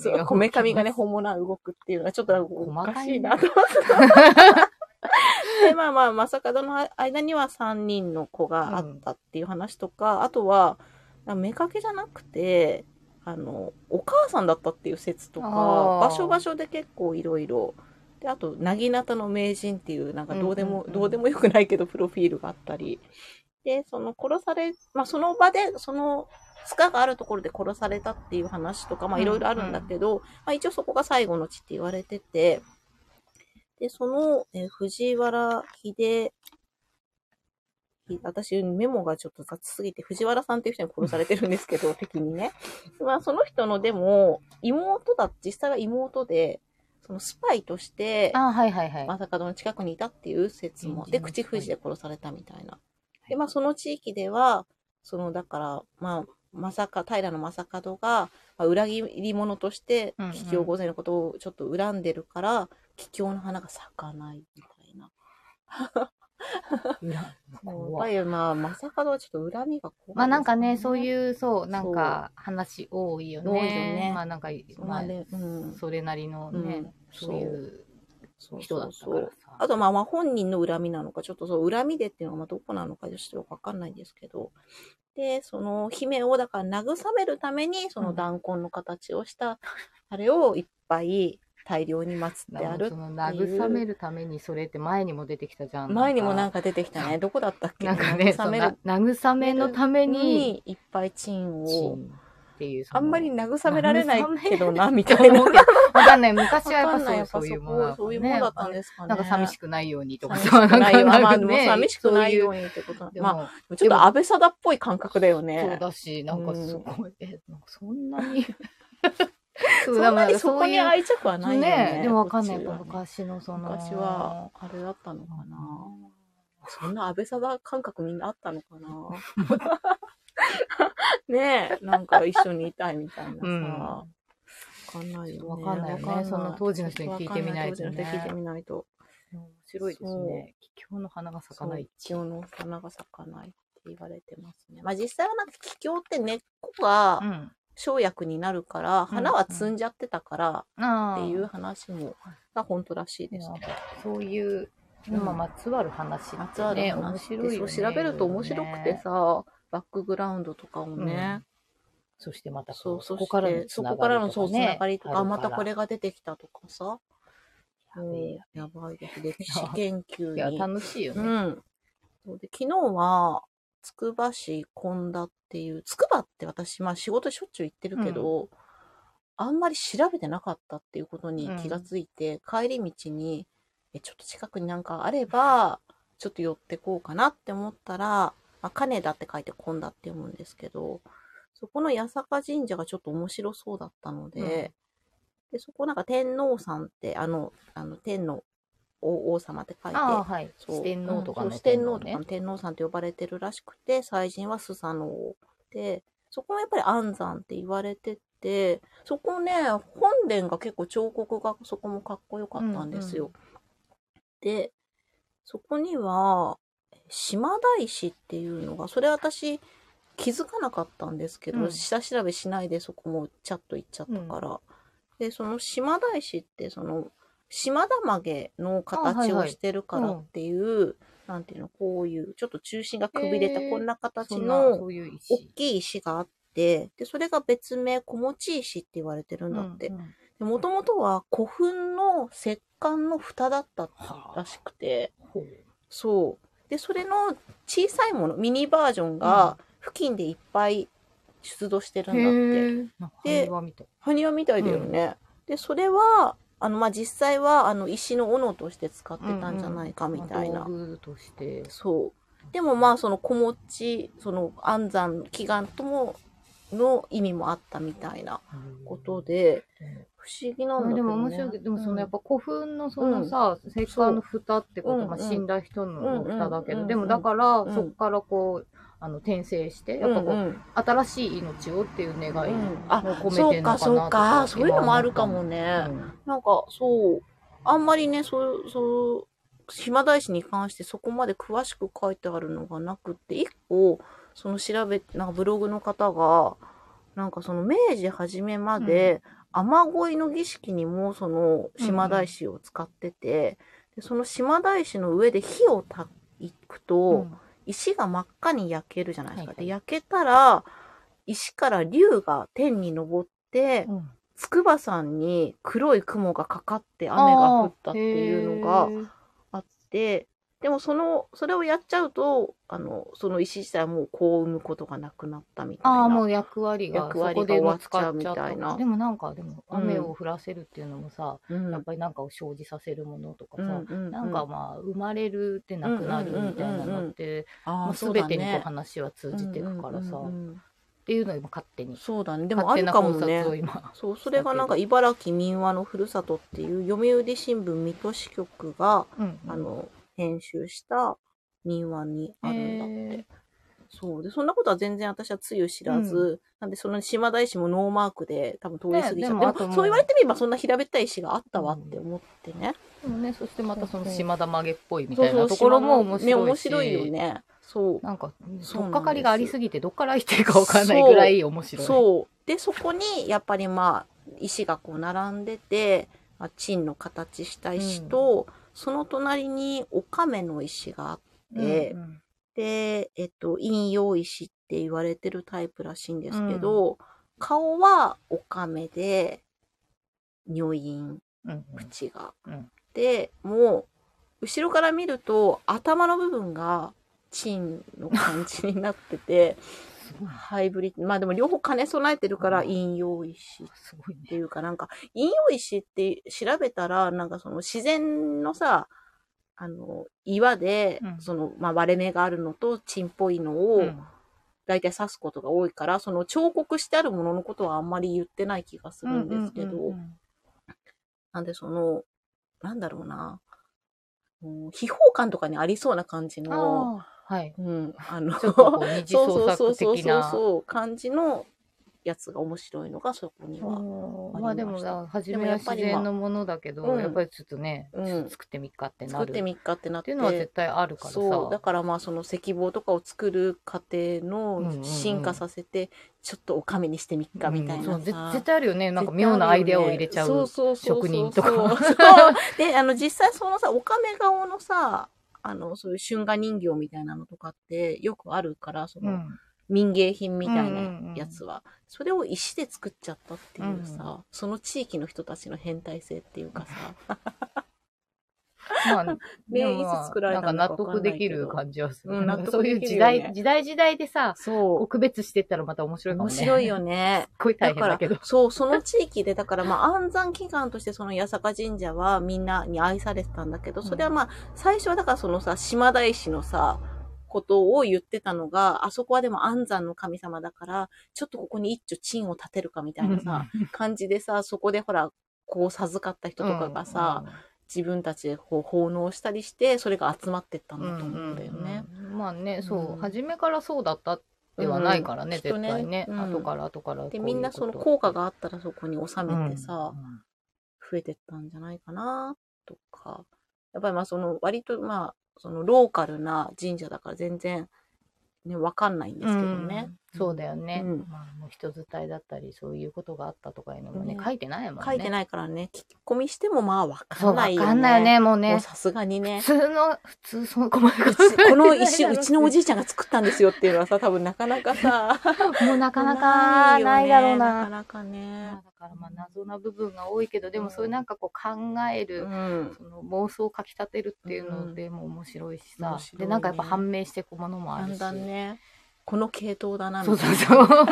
Speaker 2: そうこめかみがね、本物は動くっていうのはちょっとなんかおかしいなと思って。 で、まあまあ、正門の間には3人の子があったっていう話とか、あとは、目かけじゃなくて、あの、お母さんだったっていう説とか、
Speaker 1: あー
Speaker 2: 場所場所で結構いろいろ、で、あと、なぎなたの名人っていう、なんかどうでも、
Speaker 1: うんうんうん
Speaker 2: どうでもよくないけど、プロフィールがあったり、で、その殺され、まあその場で、その、塚があるところで殺されたっていう話とか、まあいろいろあるんだけど、まあ一応そこが最後の地って言われてて、で、その、えー藤原秀、ひ私メモがちょっと雑すぎて、藤原さんっていう人に殺されてるんですけ ど、敵にね。まあその人のでも、妹だ、実際は妹で、そのスパイとして、
Speaker 1: あ、はいはいはい。
Speaker 2: 正門の近くにいたっていう説も、で、
Speaker 1: うん
Speaker 2: 口封じで殺されたみたいな。で、まあ、その地域では、その、だから、まあ、まさか、平の正門が、まあ、裏切り者として
Speaker 1: うんうん、
Speaker 2: 桔梗御前のことをちょっと恨んでるから、桔梗の花が咲かないみたいな。
Speaker 1: 裏
Speaker 2: もう、やっぱり、まあ、正門はちょっと恨みが怖いですね、
Speaker 1: まあなんかね、そういう、そう、なんか話多いよね。
Speaker 2: 多いよね
Speaker 1: まあなんか、ま
Speaker 2: ま
Speaker 1: あ
Speaker 2: あ、ね、うん。
Speaker 1: それなりの
Speaker 2: う
Speaker 1: ね
Speaker 2: ん、
Speaker 1: そういう
Speaker 2: そう
Speaker 1: 人だった
Speaker 2: そ
Speaker 1: か
Speaker 2: うそ
Speaker 1: ら
Speaker 2: う
Speaker 1: さ。
Speaker 2: あと、まあ、まあ本人の恨みなのか、ちょっとそう、恨みでっていうのがまあどこなのか、ちょっとよくわかんないんですけど。で、その、姫を、だから慰めるために、その弾痕の形をした、あれをいっぱい大量に祀ってあ
Speaker 1: なんか
Speaker 2: る
Speaker 1: そ。の
Speaker 2: いう
Speaker 1: 慰めるためにそれって前にも出てきたじゃん。
Speaker 2: 前にもなん
Speaker 1: か、
Speaker 2: か出てきたね。どこだったっけ
Speaker 1: なんかね、
Speaker 2: 慰
Speaker 1: その
Speaker 2: める
Speaker 1: 慰めのため
Speaker 2: ため
Speaker 1: に、
Speaker 2: に、いっぱいチン
Speaker 1: チ
Speaker 2: を。
Speaker 1: ンっていう。そ
Speaker 2: あ
Speaker 1: の
Speaker 2: んまり慰められない
Speaker 1: 慰め
Speaker 2: けどな、み
Speaker 1: と
Speaker 2: たいな。
Speaker 1: 思うけどわかんない。昔はやっ
Speaker 2: わかん
Speaker 1: ぱ
Speaker 2: な
Speaker 1: そ
Speaker 2: いや
Speaker 1: う
Speaker 2: っぱ
Speaker 1: そういうものだった
Speaker 2: そ
Speaker 1: ね
Speaker 2: ういうものだったんですかね。
Speaker 1: なんか寂しくないようにとか
Speaker 2: 寂しくないよ。まあ、でも
Speaker 1: ね
Speaker 2: 寂しくないようにってことなんで。
Speaker 1: で
Speaker 2: まあ、
Speaker 1: も
Speaker 2: ちょっと安倍貞っぽい感覚だよ
Speaker 1: そう
Speaker 2: ね。
Speaker 1: だし、なんかすごい、え、なんかそんな に。そ
Speaker 2: そんなにそこ
Speaker 1: うい
Speaker 2: に
Speaker 1: う
Speaker 2: 愛着はないよね。
Speaker 1: ね、でもわかんない。
Speaker 2: こっち
Speaker 1: や
Speaker 2: は
Speaker 1: っぱ
Speaker 2: ね
Speaker 1: 昔のその。
Speaker 2: 昔は、あれだったのかな。そんな安倍貞感覚みんなあったのかな。 ねえ、なんか一緒にいたいみたいなさ。
Speaker 1: うん
Speaker 2: わかんないよね。
Speaker 1: わかんないよね
Speaker 2: わか
Speaker 1: その当時の人に聞いてみないとね
Speaker 2: わかん当時の人に聞いてみないと。
Speaker 1: 面白いですね。桔梗の花が咲かない。
Speaker 2: そう桔梗の花が咲かないって言われてますね。まあ実際はなんか桔梗って根っこが
Speaker 1: ん。
Speaker 2: 生薬になるから、花は摘んじゃってたから、
Speaker 1: あ
Speaker 2: っていう
Speaker 1: う。
Speaker 2: 話もが本当らしいですね。
Speaker 1: そういう、まあ、まつわる話ってね。
Speaker 2: まつわる話
Speaker 1: 面白いよね、
Speaker 2: そう調べると面白くて
Speaker 1: いろいろね。
Speaker 2: さ、バックグラウンドとかをね、
Speaker 1: そしてまたこ
Speaker 2: そう
Speaker 1: う、
Speaker 2: そ
Speaker 1: そうこからの
Speaker 2: そ
Speaker 1: つながりとかね。
Speaker 2: こからのそうつながりとか、あまた
Speaker 1: れ。
Speaker 2: これが出てきたとかさ、
Speaker 1: やべえ
Speaker 2: やばいです。歴史研究
Speaker 1: いや、
Speaker 2: に。
Speaker 1: 楽しいよ
Speaker 2: う
Speaker 1: ね。
Speaker 2: ん。そうで昨日は、つくば市近田っていう、つくばって私、まあ仕事しょっちゅう行ってるけど、あんまり調べてなかったっていうことに気がついて、帰り道に、え、ちょっと近くになんかあれば、ちょっと寄ってこうかなって思ったら、まあ、金田って書いて近田って読むんですけど、そこの八坂神社がちょっと面白そうだったので、
Speaker 1: うん
Speaker 2: で、そこなんか天皇さんって、あの、あの、天の王王様って書いて、
Speaker 1: ああ、はい。
Speaker 2: そう
Speaker 1: 四天王とか
Speaker 2: う
Speaker 1: の
Speaker 2: んそう四
Speaker 1: 天
Speaker 2: 天
Speaker 1: 皇ね
Speaker 2: 王とかの天皇さんって呼ばれてるらしくて、祭神はスサノオで、そこもやっぱり安山って言われてて、そこね、本殿が結構彫刻がそこもかっこよかったんですよ。
Speaker 1: うん
Speaker 2: で、そこには、島大師っていうのが、それ私、気づかなかったんですけど、
Speaker 1: うん
Speaker 2: 下調べしないでそこもチャッと行っちゃったから、でその島大師ってその島だまげの
Speaker 1: あはい
Speaker 2: 形
Speaker 1: は
Speaker 2: を
Speaker 1: い
Speaker 2: してるからっていう、なんていうのこういうちょっと中心がくびれた
Speaker 1: へー
Speaker 2: こんな形
Speaker 1: そんな、そ
Speaker 2: の
Speaker 1: ういう
Speaker 2: 大
Speaker 1: 石。
Speaker 2: きい石があってでそれが別名小持ち石って言われてるんだって
Speaker 1: うんうん
Speaker 2: もともとは古墳の石棺の蓋だったら
Speaker 1: は
Speaker 2: しくて。
Speaker 1: あ、ほう
Speaker 2: そう。で、それの小さいもの、ミニバージョンが付近でいっぱい出土してるんだって。
Speaker 1: へえ。なんか会話みたい。
Speaker 2: 埴輪みたいだよね。で、それは、あの、まあ、実際は、あの、石の斧として使ってたんじゃないかみたいな。
Speaker 1: まあ道具として。
Speaker 2: そう。でもまあ、その、子持ち、その、安産、祈願とも、の意味もあったみたいなことで、不思議なんだ
Speaker 1: あ
Speaker 2: け
Speaker 1: で
Speaker 2: ど、ね。
Speaker 1: も面白いけど、でもそのやっぱ古墳のそのさ、石棺の蓋ってこと、まあ
Speaker 2: うんうん
Speaker 1: 死んだ人の蓋だけ
Speaker 2: うんう
Speaker 1: ど、
Speaker 2: んうんうん
Speaker 1: でもだから
Speaker 2: うん
Speaker 1: そこからこう、あの転生して、やっぱ
Speaker 2: う
Speaker 1: こ
Speaker 2: んうん
Speaker 1: う、新しい命をっていう願いを
Speaker 2: うん
Speaker 1: 込めてんのかなとか。
Speaker 2: そうか、そうか、そういうのもあるかも
Speaker 1: ね。
Speaker 2: ね。
Speaker 1: うん
Speaker 2: なんか、そう、あんまりね、そう、そう、島大師に関してそこまで詳しく書いてあるのがなくって、一個、その調べ、なんかブログの方が、なんかその明治初めまで、雨乞いの儀式にもその島大師を使ってて、でその島大師の上で火をたいくと、石が真っ赤に焼けるじゃないですか。
Speaker 1: はいはい
Speaker 2: で、焼けたら、石から竜が天に昇って、
Speaker 1: うん
Speaker 2: 筑波山に黒い雲がかかって雨が降ったっていうの
Speaker 1: あ
Speaker 2: が
Speaker 1: ーへー
Speaker 2: あってでもそのそれをやっちゃうとあのその石自体はもうこう生むことがなくなったみたいな
Speaker 1: ああ、もう役割が
Speaker 2: 役
Speaker 1: そ
Speaker 2: 割が
Speaker 1: こで
Speaker 2: 終わ
Speaker 1: も
Speaker 2: っ
Speaker 1: 使
Speaker 2: ちゃう
Speaker 1: っ
Speaker 2: み
Speaker 1: ちゃ
Speaker 2: た
Speaker 1: っ
Speaker 2: いな
Speaker 1: たのかでもなんか、でも
Speaker 2: うん
Speaker 1: 雨を降らせるっていうのもさ、
Speaker 2: うん
Speaker 1: やっぱりなんかを生じさせるものとか
Speaker 2: う
Speaker 1: さ
Speaker 2: ん、うんうん
Speaker 1: なんかまあ、生まれるってなくなるみたいなのって、
Speaker 2: あ
Speaker 1: ま
Speaker 2: ー
Speaker 1: あ、
Speaker 2: そう
Speaker 1: 全
Speaker 2: だ
Speaker 1: て
Speaker 2: ね
Speaker 1: にこう話は通じていくからさ、
Speaker 2: うんうんうんうん
Speaker 1: っていうのを今勝手に。
Speaker 2: そうだねでもあ
Speaker 1: 勝手
Speaker 2: る
Speaker 1: な
Speaker 2: かも
Speaker 1: 考
Speaker 2: ね
Speaker 1: 察を今。
Speaker 2: そうそれがなんか茨城民話のふるさとっていう読売新聞水戸支局が、
Speaker 1: うん
Speaker 2: あ、の編集した民話にあるんだって。
Speaker 1: へー
Speaker 2: そう。で、そんなことは全然私はつゆ知らず、
Speaker 1: う
Speaker 2: なんで、その島大師もノーマークで多分通り過ぎちゃっ
Speaker 1: ね
Speaker 2: た。
Speaker 1: でも
Speaker 2: で
Speaker 1: あとも
Speaker 2: も、
Speaker 1: う
Speaker 2: そう言われてみればそんな平べったい石があったわって思ってね。
Speaker 1: でもね、そしてまたその
Speaker 2: そうそう
Speaker 1: 島田曲げっぽいみ
Speaker 2: そ
Speaker 1: た
Speaker 2: う
Speaker 1: い
Speaker 2: そう
Speaker 1: なところも面白いし。
Speaker 2: ね、面白いよ。ね。そう。
Speaker 1: なんか、
Speaker 2: そう
Speaker 1: とっ
Speaker 2: なんです
Speaker 1: かかりがありすぎて、どっから入っていいかわかんないぐらい面白い。
Speaker 2: そう。で、そこに、やっぱりまあ、石がこう並んでて、まあ、チンの形した石と、その隣にお亀の石があって、
Speaker 1: うんうん
Speaker 2: で、えっと、陰陽石って言われてるタイプらしいんですけど、顔はおかめで、女陰、
Speaker 1: うん
Speaker 2: 口が。
Speaker 1: うん
Speaker 2: で、もう、後ろから見ると、頭の部分が、チンの感じになってて、
Speaker 1: すごいな
Speaker 2: ハイブリッド、まあでも両方兼ね備えてるから、陰陽石っ
Speaker 1: すごいね。
Speaker 2: ていうかなんか、陰陽石って調べたら、なんかその自然のさ、あの、岩で、
Speaker 1: うん
Speaker 2: その、まあ、割れ目があるのと、チンっぽいの
Speaker 1: う
Speaker 2: を
Speaker 1: ん、
Speaker 2: 大体指すことが多いから、その彫刻してあるもののことはあんまり言ってない気がするんですけど、
Speaker 1: うんうんうん
Speaker 2: なんでその、なんだろうな、うん秘宝館とかにありそうな感じ
Speaker 1: うん
Speaker 2: の、
Speaker 1: あーはい。
Speaker 2: うん、あの、
Speaker 1: ちょっとこう二次創
Speaker 2: そう
Speaker 1: 作
Speaker 2: そう
Speaker 1: 的
Speaker 2: そう
Speaker 1: な。
Speaker 2: そう感じのやつが面白いのがそこには。
Speaker 1: うん
Speaker 2: あ
Speaker 1: まあで
Speaker 2: りま
Speaker 1: も
Speaker 2: した
Speaker 1: さ、初
Speaker 2: でも
Speaker 1: めは
Speaker 2: やっ
Speaker 1: 自
Speaker 2: ぱり
Speaker 1: 然のものだけど、
Speaker 2: まあうん
Speaker 1: やっぱりちょっとね、
Speaker 2: うん
Speaker 1: ちょっと作ってみっかってな
Speaker 2: 作っ
Speaker 1: る。
Speaker 2: てみっかってなっ。
Speaker 1: ってていうのは絶対あるからさ。
Speaker 2: そうだからまあその石棒とかを作る過程
Speaker 1: うんうんう
Speaker 2: の
Speaker 1: ん
Speaker 2: 進化させて、ちょっとおかみにしてみっかみたいなさ、
Speaker 1: うんそうぜ絶対あるよね。なんか妙なアイデアを入れちゃう。職人とか
Speaker 2: そうそうそう で、あの、実際そのさ、おかめ顔のさ、あの、そういう春画人形みたいなのとかってよくあるから、その、
Speaker 1: うん
Speaker 2: 民芸品みたい
Speaker 1: うんうんう
Speaker 2: なんやつは、それを石で作っちゃったっていうさ、
Speaker 1: うん
Speaker 2: その地域の人たちの変態性っていうかさ、
Speaker 1: まあ、
Speaker 2: ね
Speaker 1: でもまあ
Speaker 2: いつ作られたの
Speaker 1: なん
Speaker 2: か
Speaker 1: か
Speaker 2: わ
Speaker 1: 納
Speaker 2: か
Speaker 1: 得
Speaker 2: んないけど
Speaker 1: できる感じはする。
Speaker 2: うん納得
Speaker 1: そういう
Speaker 2: でき
Speaker 1: 時
Speaker 2: るよね
Speaker 1: 代、時代時代でさ、こう
Speaker 2: そ
Speaker 1: 区別してったらまた面白
Speaker 2: う。
Speaker 1: いかも
Speaker 2: 面
Speaker 1: ね。
Speaker 2: 白い
Speaker 1: よ。
Speaker 2: よね。
Speaker 1: すっごい大変だけど。
Speaker 2: そう、その地域で、だからまあ安産祈願としてその八坂神社はみんなに愛されてたんだけど、それはまあ最初はだからそのさ、島大師のさ、ことを言ってたのが、あそこはでも安産の神様だから、ちょっとここに一丁鎮を立てるかみたいなさ、感じでさ、そこでほら、こう授かった人とかがさ、自分たちでこう奉納したりして、それが集まってったん
Speaker 1: うん、
Speaker 2: だと思うんだよね。
Speaker 1: うんうんうんまあね、そう、
Speaker 2: うん
Speaker 1: 初めからそうだったではないからね、
Speaker 2: うんきっと
Speaker 1: 絶
Speaker 2: ね
Speaker 1: 対ね、
Speaker 2: うん
Speaker 1: 後から後からこう
Speaker 2: で、
Speaker 1: いうこと。
Speaker 2: みんなその効果があったらそこに収
Speaker 1: うん
Speaker 2: めてさ、
Speaker 1: うん
Speaker 2: 増えてったんじゃないかなとか、やっぱりまあその割とまあそのローカルな神社だから全然ね、わかんないんですけどね。
Speaker 1: そうだよね。
Speaker 2: うん
Speaker 1: まあ、もう人伝いだったり、そういうことがあったとかいうのもね、
Speaker 2: ね
Speaker 1: 書いてないもんね。
Speaker 2: 書いてないからね、聞き込みしてもまあわ
Speaker 1: そう、
Speaker 2: かんな
Speaker 1: わ
Speaker 2: いよね。
Speaker 1: かんないよね、もう
Speaker 2: もう
Speaker 1: ね。
Speaker 2: さすがにね
Speaker 1: 普。通の、普通、その、細か
Speaker 2: う
Speaker 1: い
Speaker 2: ちこの 石、
Speaker 1: 考え
Speaker 2: う
Speaker 1: ら
Speaker 2: ちのお
Speaker 1: れ
Speaker 2: じいちゃんが作ったんですよっていうのはさ、多分なかなかさ、な
Speaker 1: ないもうなかなかないだろう
Speaker 2: なか
Speaker 1: な。
Speaker 2: なか
Speaker 1: まあ
Speaker 2: ね。
Speaker 1: だからまあ謎な部分が多いけど、でもそういうなんかこう考え
Speaker 2: う
Speaker 1: る、
Speaker 2: ん。
Speaker 1: その妄想をかき立てるっていうのでも面白いし
Speaker 2: 面
Speaker 1: さ、
Speaker 2: 白いね
Speaker 1: でなんかやっぱ判明していくものもあ
Speaker 2: だ
Speaker 1: る
Speaker 2: ん
Speaker 1: し。
Speaker 2: だんね、この系統だな、み
Speaker 1: そう
Speaker 2: たい
Speaker 1: そう
Speaker 2: な
Speaker 1: そう。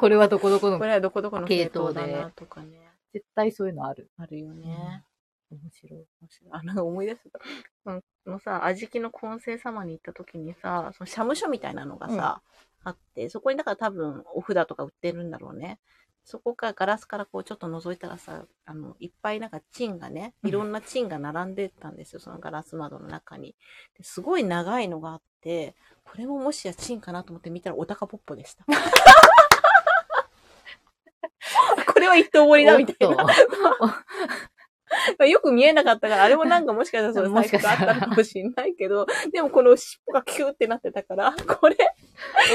Speaker 1: これはどこどこの
Speaker 2: これはどこどこの系統だ
Speaker 1: 系統
Speaker 2: な
Speaker 1: で
Speaker 2: とかね。
Speaker 1: 絶対そういうのある。
Speaker 2: あるよね。
Speaker 1: 面白い。
Speaker 2: 面白い あ、なんか思い出した。うん。あのさ、あじきの混成様に行った時にさ、その社務所みたいなのがさ、あって、そこにだから多分お札とか売ってるんだろうね。そこからガラスからこうちょっと覗いたらさ、あの、いっぱいなんかチンがね、
Speaker 1: うん
Speaker 2: いろんなチンが並んでたんですよ、そのガラス窓の中に。ですごい長いのがあって、これももしやチンかなと思って見たらお高ポッポでした。 これは一通盛りだみたいな。まあよく見えなかったから、あれもなんかもしかしたらそ
Speaker 1: も
Speaker 2: れ
Speaker 1: しか
Speaker 2: 財
Speaker 1: し
Speaker 2: 布
Speaker 1: た
Speaker 2: があ
Speaker 1: ら
Speaker 2: ったのかもしれないけど、でもこの尻尾がキューってなってた から、これ、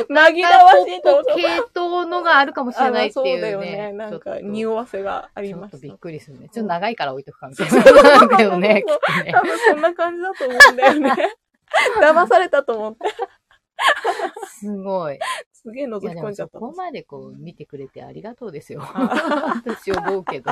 Speaker 2: 紛らわしいと思って。
Speaker 1: 系統のがあるかもしれないって
Speaker 2: そう
Speaker 1: い
Speaker 2: だ
Speaker 1: う
Speaker 2: よ
Speaker 1: ね
Speaker 2: ね。。なん
Speaker 1: ちょっ
Speaker 2: か、
Speaker 1: と
Speaker 2: 匂わせがありま
Speaker 1: ちょっと
Speaker 2: し。
Speaker 1: びったくりするね。ちょっと長いから置いとくかみたいな。なんだよ ね、きっとね
Speaker 2: 多。分そんな感じだと思うんだよね。 騙されたと思って。
Speaker 1: すごい。
Speaker 2: すげえ覗
Speaker 1: い
Speaker 2: き
Speaker 1: やで
Speaker 2: 込ん
Speaker 1: も
Speaker 2: じゃ
Speaker 1: そ
Speaker 2: った。
Speaker 1: こまでこう見てくれてありがとうですよ。
Speaker 2: あ
Speaker 1: 私思うけど。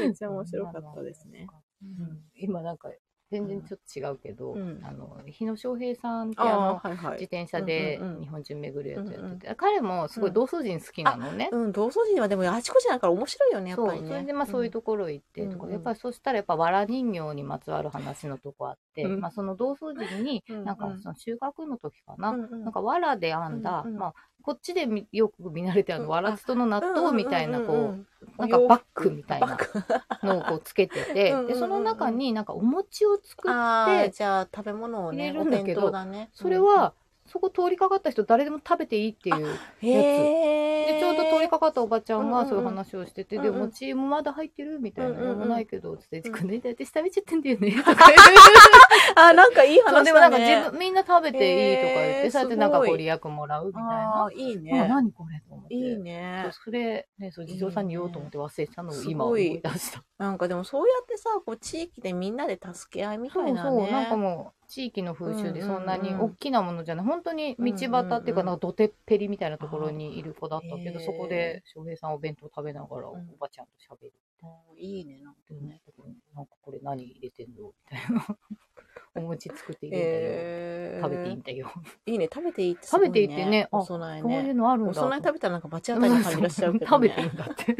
Speaker 2: めっちゃ面白かったですね。
Speaker 1: うん今なんか全然ちょっと違うけど、
Speaker 2: うん
Speaker 1: あの、日野翔平さんってあ
Speaker 2: あ
Speaker 1: の、
Speaker 2: あ、はいは
Speaker 1: 自
Speaker 2: い。
Speaker 1: 転車で
Speaker 2: うんうんうん
Speaker 1: 日本中巡るやつやってて、
Speaker 2: うん
Speaker 1: 彼もすごい同窓人好きなのね。
Speaker 2: うん、同窓人はでもあちこちだから面白いよね、やっ
Speaker 1: そ
Speaker 2: ぱ
Speaker 1: う
Speaker 2: りね。
Speaker 1: それでまあそういうところ行ってとか、
Speaker 2: うん
Speaker 1: やっぱりそしたらやっぱわら人形にまつわる話のとこあって、
Speaker 2: うん
Speaker 1: まあその同窓人に
Speaker 2: うん
Speaker 1: なんかその修学の時かな、
Speaker 2: うんうん
Speaker 1: なんかわらで編んだ、
Speaker 2: うんうん
Speaker 1: まあこっちでみよく見慣れてあ
Speaker 2: う
Speaker 1: の
Speaker 2: ん
Speaker 1: わらつとの納豆みたいなこう,、
Speaker 2: んんん
Speaker 1: なんか
Speaker 2: お洋服
Speaker 1: バッグみたい
Speaker 2: バ
Speaker 1: な
Speaker 2: ッグ
Speaker 1: のをこうつけてて
Speaker 2: うんうんうんうん
Speaker 1: でその中になんかお餅を作っ
Speaker 2: あー
Speaker 1: て
Speaker 2: じゃあ食べ物をね
Speaker 1: 入れるんだけど
Speaker 2: お弁当だね
Speaker 1: それはそこ通りかかった人誰でも食べていいっていう
Speaker 2: うんへー
Speaker 1: でちょうど通りかかったおばちゃん
Speaker 2: うんうんう
Speaker 1: が
Speaker 2: ん
Speaker 1: そういう話をしてて、
Speaker 2: うんうん
Speaker 1: で、餅もまだ入ってるみたいな、
Speaker 2: うんうんう
Speaker 1: 何
Speaker 2: ん
Speaker 1: もないけど、つって、
Speaker 2: うん
Speaker 1: この間私食べちゃってんだよ ね。とか
Speaker 2: あなんかいい
Speaker 1: 言う
Speaker 2: 話
Speaker 1: でもな
Speaker 2: だ
Speaker 1: んか自
Speaker 2: ね
Speaker 1: 分、みんな食べていいとか言っ
Speaker 2: へー
Speaker 1: て、そうやってなんか
Speaker 2: すごい
Speaker 1: ご利益もらうみたい
Speaker 2: あ
Speaker 1: な。
Speaker 2: ーいい
Speaker 1: まあ
Speaker 2: ね
Speaker 1: 何これと思って。
Speaker 2: いいね
Speaker 1: そうそれ、ね、そう、地蔵さんに言おうと思って忘れてたのを
Speaker 2: いいね
Speaker 1: 今思い出した。
Speaker 2: なんかでもそうやってさこう地域でみんなで助け合いみ
Speaker 1: そう
Speaker 2: たいなね
Speaker 1: そう、なんかもう、地域の風習でそんなに大きなものじゃない、本当に道端っていうか、なんか土手っぺりみたいなところにいる子だったけど、
Speaker 2: あー
Speaker 1: そこで翔平さんお弁当食べながら、お
Speaker 2: うん
Speaker 1: ばちゃんと喋る。
Speaker 2: うんいいねなんかね
Speaker 1: なんかこれ何入れてんのみたい な。お餅作って入れんだよ。
Speaker 2: えー
Speaker 1: 食べていいんだよ。
Speaker 2: いいね食べていいってすご
Speaker 1: 食べていいってねあ
Speaker 2: お供え
Speaker 1: こういう
Speaker 2: ね
Speaker 1: のあるんだ。
Speaker 2: お供え食べたらなんか罰当たりな感じがしちゃうけど、
Speaker 1: 食べ
Speaker 2: ね、
Speaker 1: ていいんだって。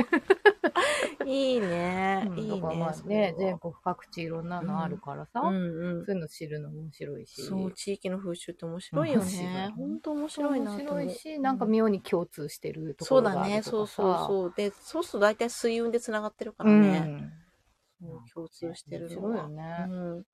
Speaker 2: いいね、
Speaker 1: うん
Speaker 2: いい
Speaker 1: だ
Speaker 2: ね
Speaker 1: からまあ
Speaker 2: それ
Speaker 1: ね
Speaker 2: は、
Speaker 1: 全国各地いろんなのあるからさ、
Speaker 2: うんうん
Speaker 1: そういうの知るの面白いし。
Speaker 2: そう、地域の風習って面白いよ
Speaker 1: 面白い
Speaker 2: ね。本当面白いな
Speaker 1: 面
Speaker 2: と
Speaker 1: 白
Speaker 2: 思。
Speaker 1: いうし、なんか妙に共通してるとこ
Speaker 2: そう
Speaker 1: ろが
Speaker 2: だ
Speaker 1: あ
Speaker 2: ね、
Speaker 1: るとかさ。
Speaker 2: そうそうそう。で、そうすると大体水運で繋がってるから
Speaker 1: う
Speaker 2: ね。
Speaker 1: ん。
Speaker 2: そう共通してる
Speaker 1: 面白
Speaker 2: の
Speaker 1: いよ
Speaker 2: は。
Speaker 1: ね。
Speaker 2: うん。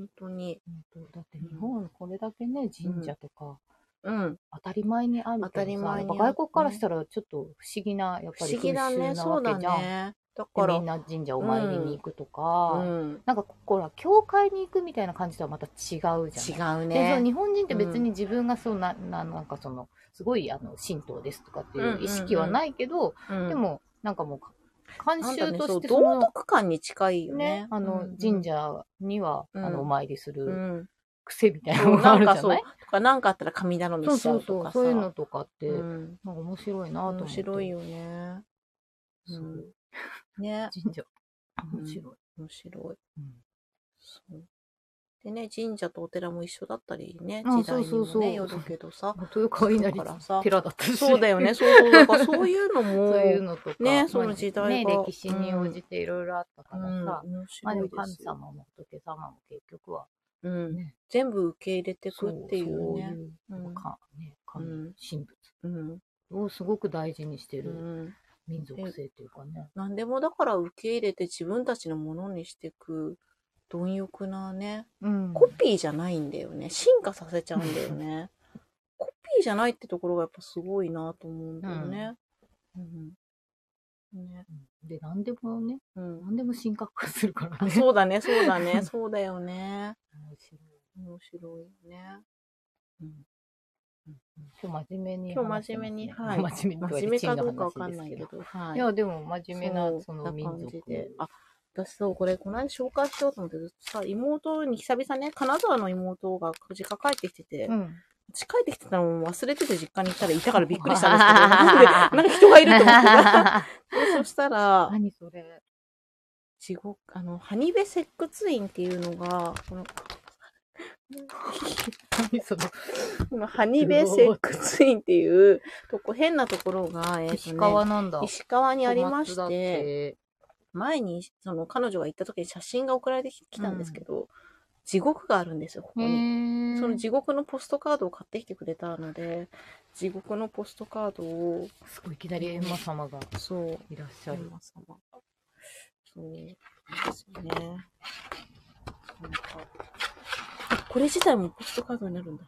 Speaker 2: 本当に。
Speaker 1: 本当だって日本これだけね、神社とか、
Speaker 2: うん。
Speaker 1: 当たり前にあるけどさ
Speaker 2: 当たり前にある
Speaker 1: やっぱ外国からしたらちょっと不思議なやっ
Speaker 2: 不
Speaker 1: ぱり風
Speaker 2: 思
Speaker 1: 習
Speaker 2: 議
Speaker 1: な
Speaker 2: だね、そう
Speaker 1: わ
Speaker 2: だ
Speaker 1: けじゃん、
Speaker 2: ね。だ
Speaker 1: で
Speaker 2: か
Speaker 1: み
Speaker 2: ら
Speaker 1: ん、な神社お参りに行くとか、
Speaker 2: うん。
Speaker 1: なんかここら教会に行くみたいな感じとはまた違うじ
Speaker 2: 違
Speaker 1: ゃん。
Speaker 2: う
Speaker 1: でその
Speaker 2: ね。
Speaker 1: 日本人って別に自分がそうな,、ななんかそのすごいあの神道ですとかっていう意識はないけど、
Speaker 2: うん
Speaker 1: で、もなんかもう慣
Speaker 2: なん
Speaker 1: 習
Speaker 2: かね
Speaker 1: と
Speaker 2: そ
Speaker 1: し
Speaker 2: う
Speaker 1: てそ
Speaker 2: 道
Speaker 1: の
Speaker 2: 徳感に近いよね
Speaker 1: ね。あの
Speaker 2: うん
Speaker 1: 神。社には、
Speaker 2: うん
Speaker 1: あのお参りす
Speaker 2: う
Speaker 1: る
Speaker 2: ん。
Speaker 1: 癖みたいな
Speaker 2: そう
Speaker 1: のが
Speaker 2: な
Speaker 1: あ
Speaker 2: ん
Speaker 1: るじ
Speaker 2: か
Speaker 1: ゃ
Speaker 2: そう
Speaker 1: ない。
Speaker 2: とか、なんかあったら神頼み
Speaker 1: そう
Speaker 2: しちゃ
Speaker 1: そう
Speaker 2: う
Speaker 1: そ
Speaker 2: と
Speaker 1: う
Speaker 2: かさ。
Speaker 1: そういうのとかって、
Speaker 2: うん
Speaker 1: なんか面白いなと思って
Speaker 2: 面白いよね。
Speaker 1: そう
Speaker 2: うんね、
Speaker 1: 神社。面白い。
Speaker 2: 面白い。
Speaker 1: うん
Speaker 2: そうでね、神社とお寺も一緒だったりね、
Speaker 1: あ
Speaker 2: 時代
Speaker 1: そう
Speaker 2: に
Speaker 1: そう
Speaker 2: も
Speaker 1: そう
Speaker 2: ね、よるけど さ。
Speaker 1: 豊川稲荷
Speaker 2: だからさ
Speaker 1: 寺だったし。
Speaker 2: そうだよね、そうそう。だからそういうの
Speaker 1: そ
Speaker 2: も、
Speaker 1: ういうのとか。
Speaker 2: ねその時代が
Speaker 1: ね、歴史に応じていろいろあったか
Speaker 2: う
Speaker 1: らさ。
Speaker 2: ん、面
Speaker 1: まあで
Speaker 2: 白
Speaker 1: も
Speaker 2: いで
Speaker 1: 神
Speaker 2: す。
Speaker 1: 様も仏様も結局は、
Speaker 2: うん、
Speaker 1: ね、
Speaker 2: 全部受け入れてくっていうね。
Speaker 1: そうういうんか、ね、神、
Speaker 2: うん
Speaker 1: 神
Speaker 2: うん、
Speaker 1: 仏をすごく大事にして
Speaker 2: う
Speaker 1: る
Speaker 2: ん。
Speaker 1: 民族性というかね。
Speaker 2: 何でもだから受け入れて自分たちのものにしていく、貪欲なね、
Speaker 1: うん
Speaker 2: コピーじゃないんだよね。進化させちゃうんだよ ね。コピーじゃないってところがやっぱすごいなと思うんだよね。うん。ね。
Speaker 1: で、何でもね、
Speaker 2: うん。
Speaker 1: 何でも神格化するから
Speaker 2: あ
Speaker 1: ね。
Speaker 2: そうだね、そうだね、そうだよね。
Speaker 1: 面白い
Speaker 2: 面白いよね。うん。うん
Speaker 1: 今日真面目に話して
Speaker 2: 今
Speaker 1: ますね真面目に
Speaker 2: 日真面目に、はい。真面目かどうかわ
Speaker 1: わ
Speaker 2: かんないけど、はい
Speaker 1: や、でも真面目な、そ
Speaker 2: そ
Speaker 1: の
Speaker 2: ん
Speaker 1: 民
Speaker 2: な感
Speaker 1: 族
Speaker 2: じ。で。あ、私そう、これ、この間紹介しようと思ってさ、妹に久々ね、金沢の妹が実家帰ってきてて、
Speaker 1: うん。
Speaker 2: 家帰ってきてたのも忘れてて実家に行ったらいたからびっくりしたんです けど、なんでなんか人がいると思ってた でそした ら、
Speaker 1: 何それ。
Speaker 2: 地獄、あの、ハニベセックツインっていうのが、この、
Speaker 1: 何その、
Speaker 2: このハニベセックツインっていう、とこ、変なところ が、えーとね
Speaker 1: 石川なんだ。
Speaker 2: 石川にありまし、
Speaker 1: 小松だってて。
Speaker 2: 前に、その、彼女が行った時に写真が送られてきたんですけど、地獄があるんですよ、ここ
Speaker 1: へ
Speaker 2: に。
Speaker 1: ー
Speaker 2: その地獄のポストカードを買ってきてくれたので、地獄のポストカードを、
Speaker 1: すごい、いきなりエンマ様が
Speaker 2: そう、
Speaker 1: いらっし
Speaker 2: ジ
Speaker 1: ゃ
Speaker 2: ャ
Speaker 1: る。
Speaker 2: マ様が。そうなんですよね。なんか、あこれ自体もポストカードにな るんだ。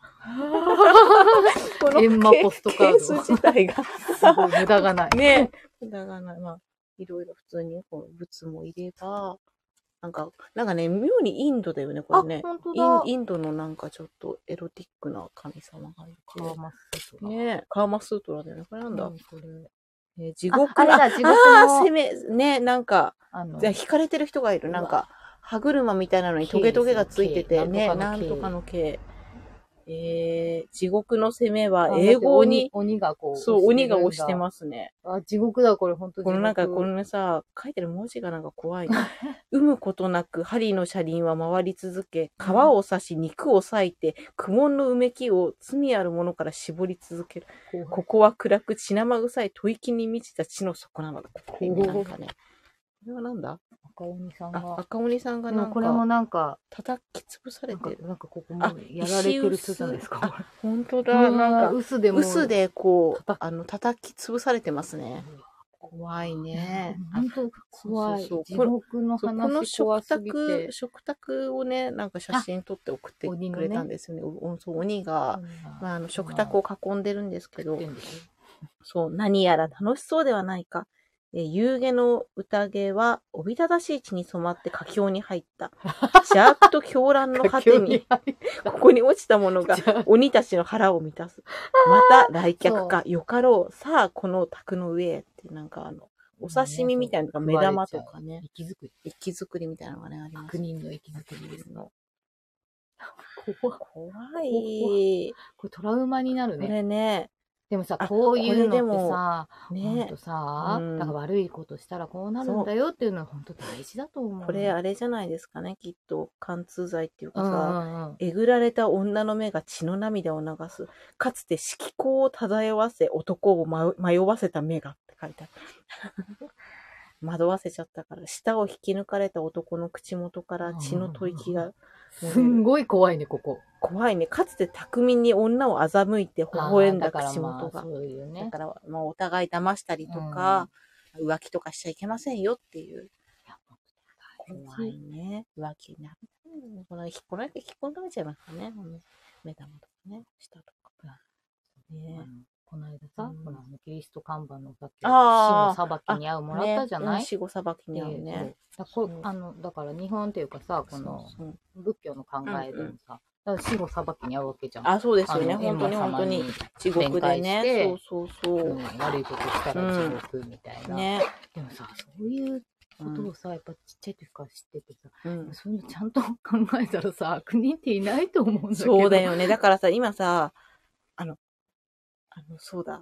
Speaker 2: こ
Speaker 1: エンマポストカード
Speaker 2: ケース自体が。
Speaker 1: すごい、無駄がない。
Speaker 2: ね。だがな、まあ、いろいろ普通に、こう、仏もいれば、なんか、なんかね、妙にインドだよね、こ
Speaker 1: あ、
Speaker 2: れね。
Speaker 1: 本当
Speaker 2: イ
Speaker 1: だ
Speaker 2: ン。インドのなんかちょっとエロティックな神様がいるか
Speaker 1: カ
Speaker 2: ら
Speaker 1: ー。マスとか
Speaker 2: ねカーマスートラだよね。これなんだ
Speaker 1: う。これ
Speaker 2: えー地獄
Speaker 1: ああれだ
Speaker 2: あ
Speaker 1: 地獄の
Speaker 2: あー攻め、ね、なんか、
Speaker 1: あの
Speaker 2: じゃあ惹かれてる人がいる。なん
Speaker 1: うわ
Speaker 2: か、歯車みたいなのにトゲトゲがついてて、
Speaker 1: 刑です
Speaker 2: ね、
Speaker 1: よ刑
Speaker 2: な
Speaker 1: なんん
Speaker 2: と
Speaker 1: と
Speaker 2: か
Speaker 1: か
Speaker 2: の刑。えー、地獄の攻めは
Speaker 1: あ
Speaker 2: 英語に、
Speaker 1: 鬼鬼がこう。
Speaker 2: そう、鬼が押して
Speaker 1: す。
Speaker 2: ますね。
Speaker 1: あ、地獄だ、これ、本当
Speaker 2: このなんか、こ
Speaker 1: の、
Speaker 2: のさ、書いてる文字がなんか怖いね。 産むことなく針の車輪は回り続け、皮を刺し、肉を裂いて、苦悶のうめきを罪あるものから絞り続ける。ここは暗く血生臭い吐息に満ちた血の底なのだ。これねなんかね。これはなんだ
Speaker 1: 赤鬼さん
Speaker 2: あ、
Speaker 1: が。
Speaker 2: 赤鬼さんが
Speaker 1: で
Speaker 2: なん
Speaker 1: も
Speaker 2: か、
Speaker 1: これもなんか、
Speaker 2: 叩き潰さ
Speaker 1: な
Speaker 2: れ
Speaker 1: んか
Speaker 2: てる。、
Speaker 1: なんかここ
Speaker 2: あ
Speaker 1: もやられてる人じゃないです
Speaker 2: 石
Speaker 1: か。
Speaker 2: 本
Speaker 1: こ
Speaker 2: 当
Speaker 1: れ
Speaker 2: だ、
Speaker 1: うわー
Speaker 2: なんか、
Speaker 1: 薄でも。
Speaker 2: 薄。でこう
Speaker 1: 叩、
Speaker 2: あの、叩き潰されてますね。怖いね。あ
Speaker 1: 本当怖い。
Speaker 2: そうそう
Speaker 1: 地
Speaker 2: そう
Speaker 1: 獄の
Speaker 2: そうこの
Speaker 1: 話怖
Speaker 2: 食
Speaker 1: すぎ
Speaker 2: 卓
Speaker 1: て、。
Speaker 2: 食卓をね、なんか写真撮って送って
Speaker 1: あ鬼の
Speaker 2: く
Speaker 1: ね
Speaker 2: れたんですよね。おそう鬼が、まあ、あの食
Speaker 1: を
Speaker 2: 卓を囲んでるんですけど、そう、何やら楽しそうではないか。えー夕げの宴は、おびただしい血に染まって佳境に入った。邪悪と狂乱の果てに、ここに落ちたものが、鬼たちの腹を満たす。また来客か、よかろう。さあ、この卓の上へって、なんかあの、お刺身みたいなのが目玉とかね、
Speaker 1: 息づく。
Speaker 2: 息作りみたいなのがね、あります
Speaker 1: 悪。人の息づくりです。怖い
Speaker 2: 怖い。
Speaker 1: これトラウマになる
Speaker 2: こ
Speaker 1: ね。
Speaker 2: れね、
Speaker 1: でもさ、
Speaker 2: あ
Speaker 1: こういう
Speaker 2: これで
Speaker 1: のって
Speaker 2: も
Speaker 1: さ、ほん
Speaker 2: ね
Speaker 1: と、さ、
Speaker 2: うん
Speaker 1: だから悪いことしたらこうなるんだよっていうのは本当大事だと思う。
Speaker 2: これあれじゃないですかね、きっと、貫通剤っていうか
Speaker 1: うんう
Speaker 2: さ、
Speaker 1: んうん、
Speaker 2: えぐられた女の目が血の涙を流す。かつて色光を漂わせ、男を迷迷わせた目がって書いてある。 惑わせちゃったから、舌を引き抜かれた男の口元から血の吐息が漏れ
Speaker 1: すん
Speaker 2: る。
Speaker 1: ごい怖いね、ここ。
Speaker 2: 怖いね。かつて巧みに女を欺いて微笑んだ
Speaker 1: あー
Speaker 2: 口
Speaker 1: からま
Speaker 2: 元
Speaker 1: あ
Speaker 2: が。
Speaker 1: そういう
Speaker 2: だ
Speaker 1: ね。
Speaker 2: から、まあ、お互い騙したりとか、浮気とかしちゃいけませんよっていう。怖いね。浮気になる。この引っこ抜け、引っこ抜かれちゃいますからね。目玉とかね、下とか。
Speaker 1: あの
Speaker 2: ね
Speaker 1: この間さ、
Speaker 2: うん
Speaker 1: ほらあのキリスト看板のだって、死
Speaker 2: あー
Speaker 1: の裁きに合うもらったじゃない、
Speaker 2: ね死後裁きにある
Speaker 1: で
Speaker 2: ね。
Speaker 1: そうだこ
Speaker 2: そう
Speaker 1: あのだから日本っていうかさ、この
Speaker 2: そうそう
Speaker 1: 仏教の考えでもさ、だから死後裁きに合うわけじゃん。
Speaker 2: あ、そうですよね。
Speaker 1: あの
Speaker 2: 本当に
Speaker 1: 閻魔様
Speaker 2: 本当に。地獄
Speaker 1: 弁
Speaker 2: で
Speaker 1: 解して
Speaker 2: ね。そうそう
Speaker 1: う
Speaker 2: そ。
Speaker 1: ん悪いことしたら地獄みたいうな。
Speaker 2: ね。
Speaker 1: でもさ、そういう
Speaker 2: う
Speaker 1: こと
Speaker 2: ん
Speaker 1: をさ、やっぱちっちゃい時から知っててさ、
Speaker 2: うん
Speaker 1: そういうのちゃんと考えたらさ、悪人っていないと思うんだけど。
Speaker 2: そうだ。よね。 だからさ、今さ、あの、あの、そうだ。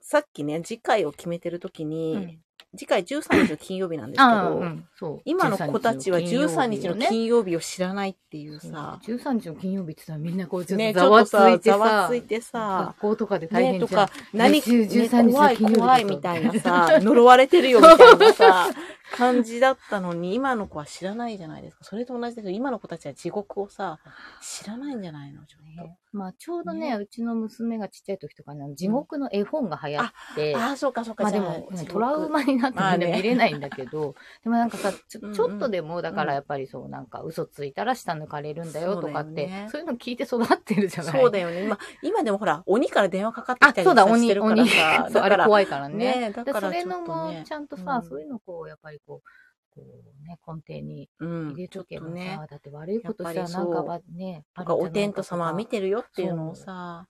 Speaker 2: さっきね、次回を決めてるときに、
Speaker 1: うん
Speaker 2: 次回13日の金曜日なんですけ
Speaker 1: ああ、
Speaker 2: ど、
Speaker 1: うん、そう。
Speaker 2: 今の子たちは13日の
Speaker 1: 曜
Speaker 2: 金曜日を知らないっていう
Speaker 1: 日をね
Speaker 2: さ、
Speaker 1: 13日の金曜日ってさ、みんなこう、ちょっ
Speaker 2: ね、
Speaker 1: と
Speaker 2: ち
Speaker 1: ざ
Speaker 2: ょっ
Speaker 1: わ
Speaker 2: と
Speaker 1: つい
Speaker 2: さ、
Speaker 1: て
Speaker 2: ざわ
Speaker 1: さ、
Speaker 2: ついてさ
Speaker 1: 学、校とかで大
Speaker 2: ね、
Speaker 1: 変
Speaker 2: と
Speaker 1: じゃん。
Speaker 2: か、何、
Speaker 1: 来週
Speaker 2: ね
Speaker 1: 13日
Speaker 2: 怖い
Speaker 1: 金曜日だ
Speaker 2: 怖い
Speaker 1: ぞ
Speaker 2: みたいなさ、呪われてるよみたいなさ、 感じだったのに、今の子は知らないじゃないですか。それと同じですよ。今の子たちは地獄をさ、知らないんじゃないのちょっと。
Speaker 1: まあ、ちょうどね
Speaker 2: ね
Speaker 1: うちの娘がちっちゃい時とかね、地獄の絵本が流行って、
Speaker 2: ああ、そうかそうか。
Speaker 1: まあ
Speaker 2: じ
Speaker 1: で
Speaker 2: ゃ
Speaker 1: も、
Speaker 2: 地
Speaker 1: ね
Speaker 2: 獄
Speaker 1: トラウマになってみんな
Speaker 2: まあね
Speaker 1: 見れないんだけ ど、でもなんかさ、ち
Speaker 2: うんう
Speaker 1: ょ
Speaker 2: ん
Speaker 1: ちょっとでも、だからやっぱりそう、なんか嘘ついたら下抜かれるんだよとかって、
Speaker 2: そうだよね
Speaker 1: そういうの聞いて育ってるじゃない
Speaker 2: そうだよね。今、今でもほら、鬼から電話かかって
Speaker 1: あ
Speaker 2: きた、り
Speaker 1: そうだ、
Speaker 2: さし
Speaker 1: 鬼、
Speaker 2: てるから
Speaker 1: 鬼。
Speaker 2: さ、
Speaker 1: そう、
Speaker 2: だ
Speaker 1: あ
Speaker 2: か
Speaker 1: れ
Speaker 2: ら、
Speaker 1: 怖いからね。
Speaker 2: ねだ
Speaker 1: で
Speaker 2: から
Speaker 1: それ
Speaker 2: ちょ
Speaker 1: の
Speaker 2: っと
Speaker 1: も
Speaker 2: ね
Speaker 1: う、ちゃんとさ、
Speaker 2: うん
Speaker 1: そういうのこう、やっぱりこう、こうね、根底に
Speaker 2: う
Speaker 1: 入
Speaker 2: ん
Speaker 1: れ、
Speaker 2: ちょ
Speaker 1: と
Speaker 2: っ
Speaker 1: け
Speaker 2: と
Speaker 1: ばさ、
Speaker 2: ね、
Speaker 1: だって悪いことした
Speaker 2: やっ
Speaker 1: ら
Speaker 2: ぱ
Speaker 1: な
Speaker 2: りそうん
Speaker 1: かばね、
Speaker 2: と
Speaker 1: あ
Speaker 2: か、
Speaker 1: るんじゃない
Speaker 2: お天道様は見てるよっていうのを
Speaker 1: そう
Speaker 2: さ、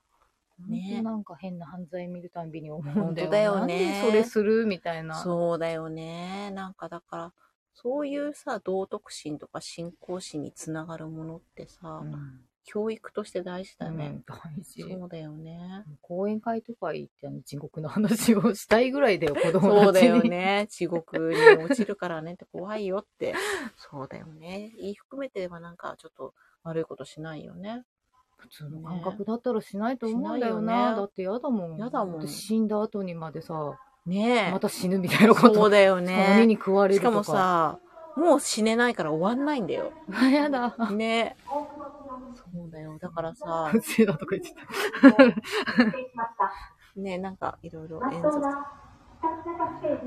Speaker 1: ね、
Speaker 2: ね
Speaker 1: なんか変な犯罪見るたんびに思う
Speaker 2: 本
Speaker 1: んだよ
Speaker 2: 当だよね
Speaker 1: なんでそれするみたいな。
Speaker 2: そうだよね。なんかだから、そういうさ、道徳心とか信仰心につながるものってさ、
Speaker 1: うん
Speaker 2: 教育として大事だよ
Speaker 1: う
Speaker 2: ね
Speaker 1: ん。大事。
Speaker 2: そうだよね。
Speaker 1: 講演会とか行ってあの地獄の話をしたいぐらいだよ、子供たちに。
Speaker 2: そうだよね。地獄に落ちるからねって怖いよ って。そうだよね。言い含めてはなんかちょっと悪いことしないよね。
Speaker 1: 普通の感覚だったらしないと思うんだよ
Speaker 2: しない
Speaker 1: な。
Speaker 2: よね
Speaker 1: だって嫌だもん。
Speaker 2: 嫌だもん
Speaker 1: って死んだ後にまでさ、
Speaker 2: ねえ。
Speaker 1: また死ぬみたいなこ
Speaker 2: そう
Speaker 1: と。
Speaker 2: だよ
Speaker 1: 鬼
Speaker 2: ね。
Speaker 1: に食われ
Speaker 2: し
Speaker 1: ると
Speaker 2: か
Speaker 1: か。
Speaker 2: もさ、もう死ねないから終わんないんだよ。
Speaker 1: あ、 や だ。
Speaker 2: ねそうだよ。だからさ、
Speaker 1: うせえだとか言ってた。
Speaker 2: ねなんかいろいろ演説。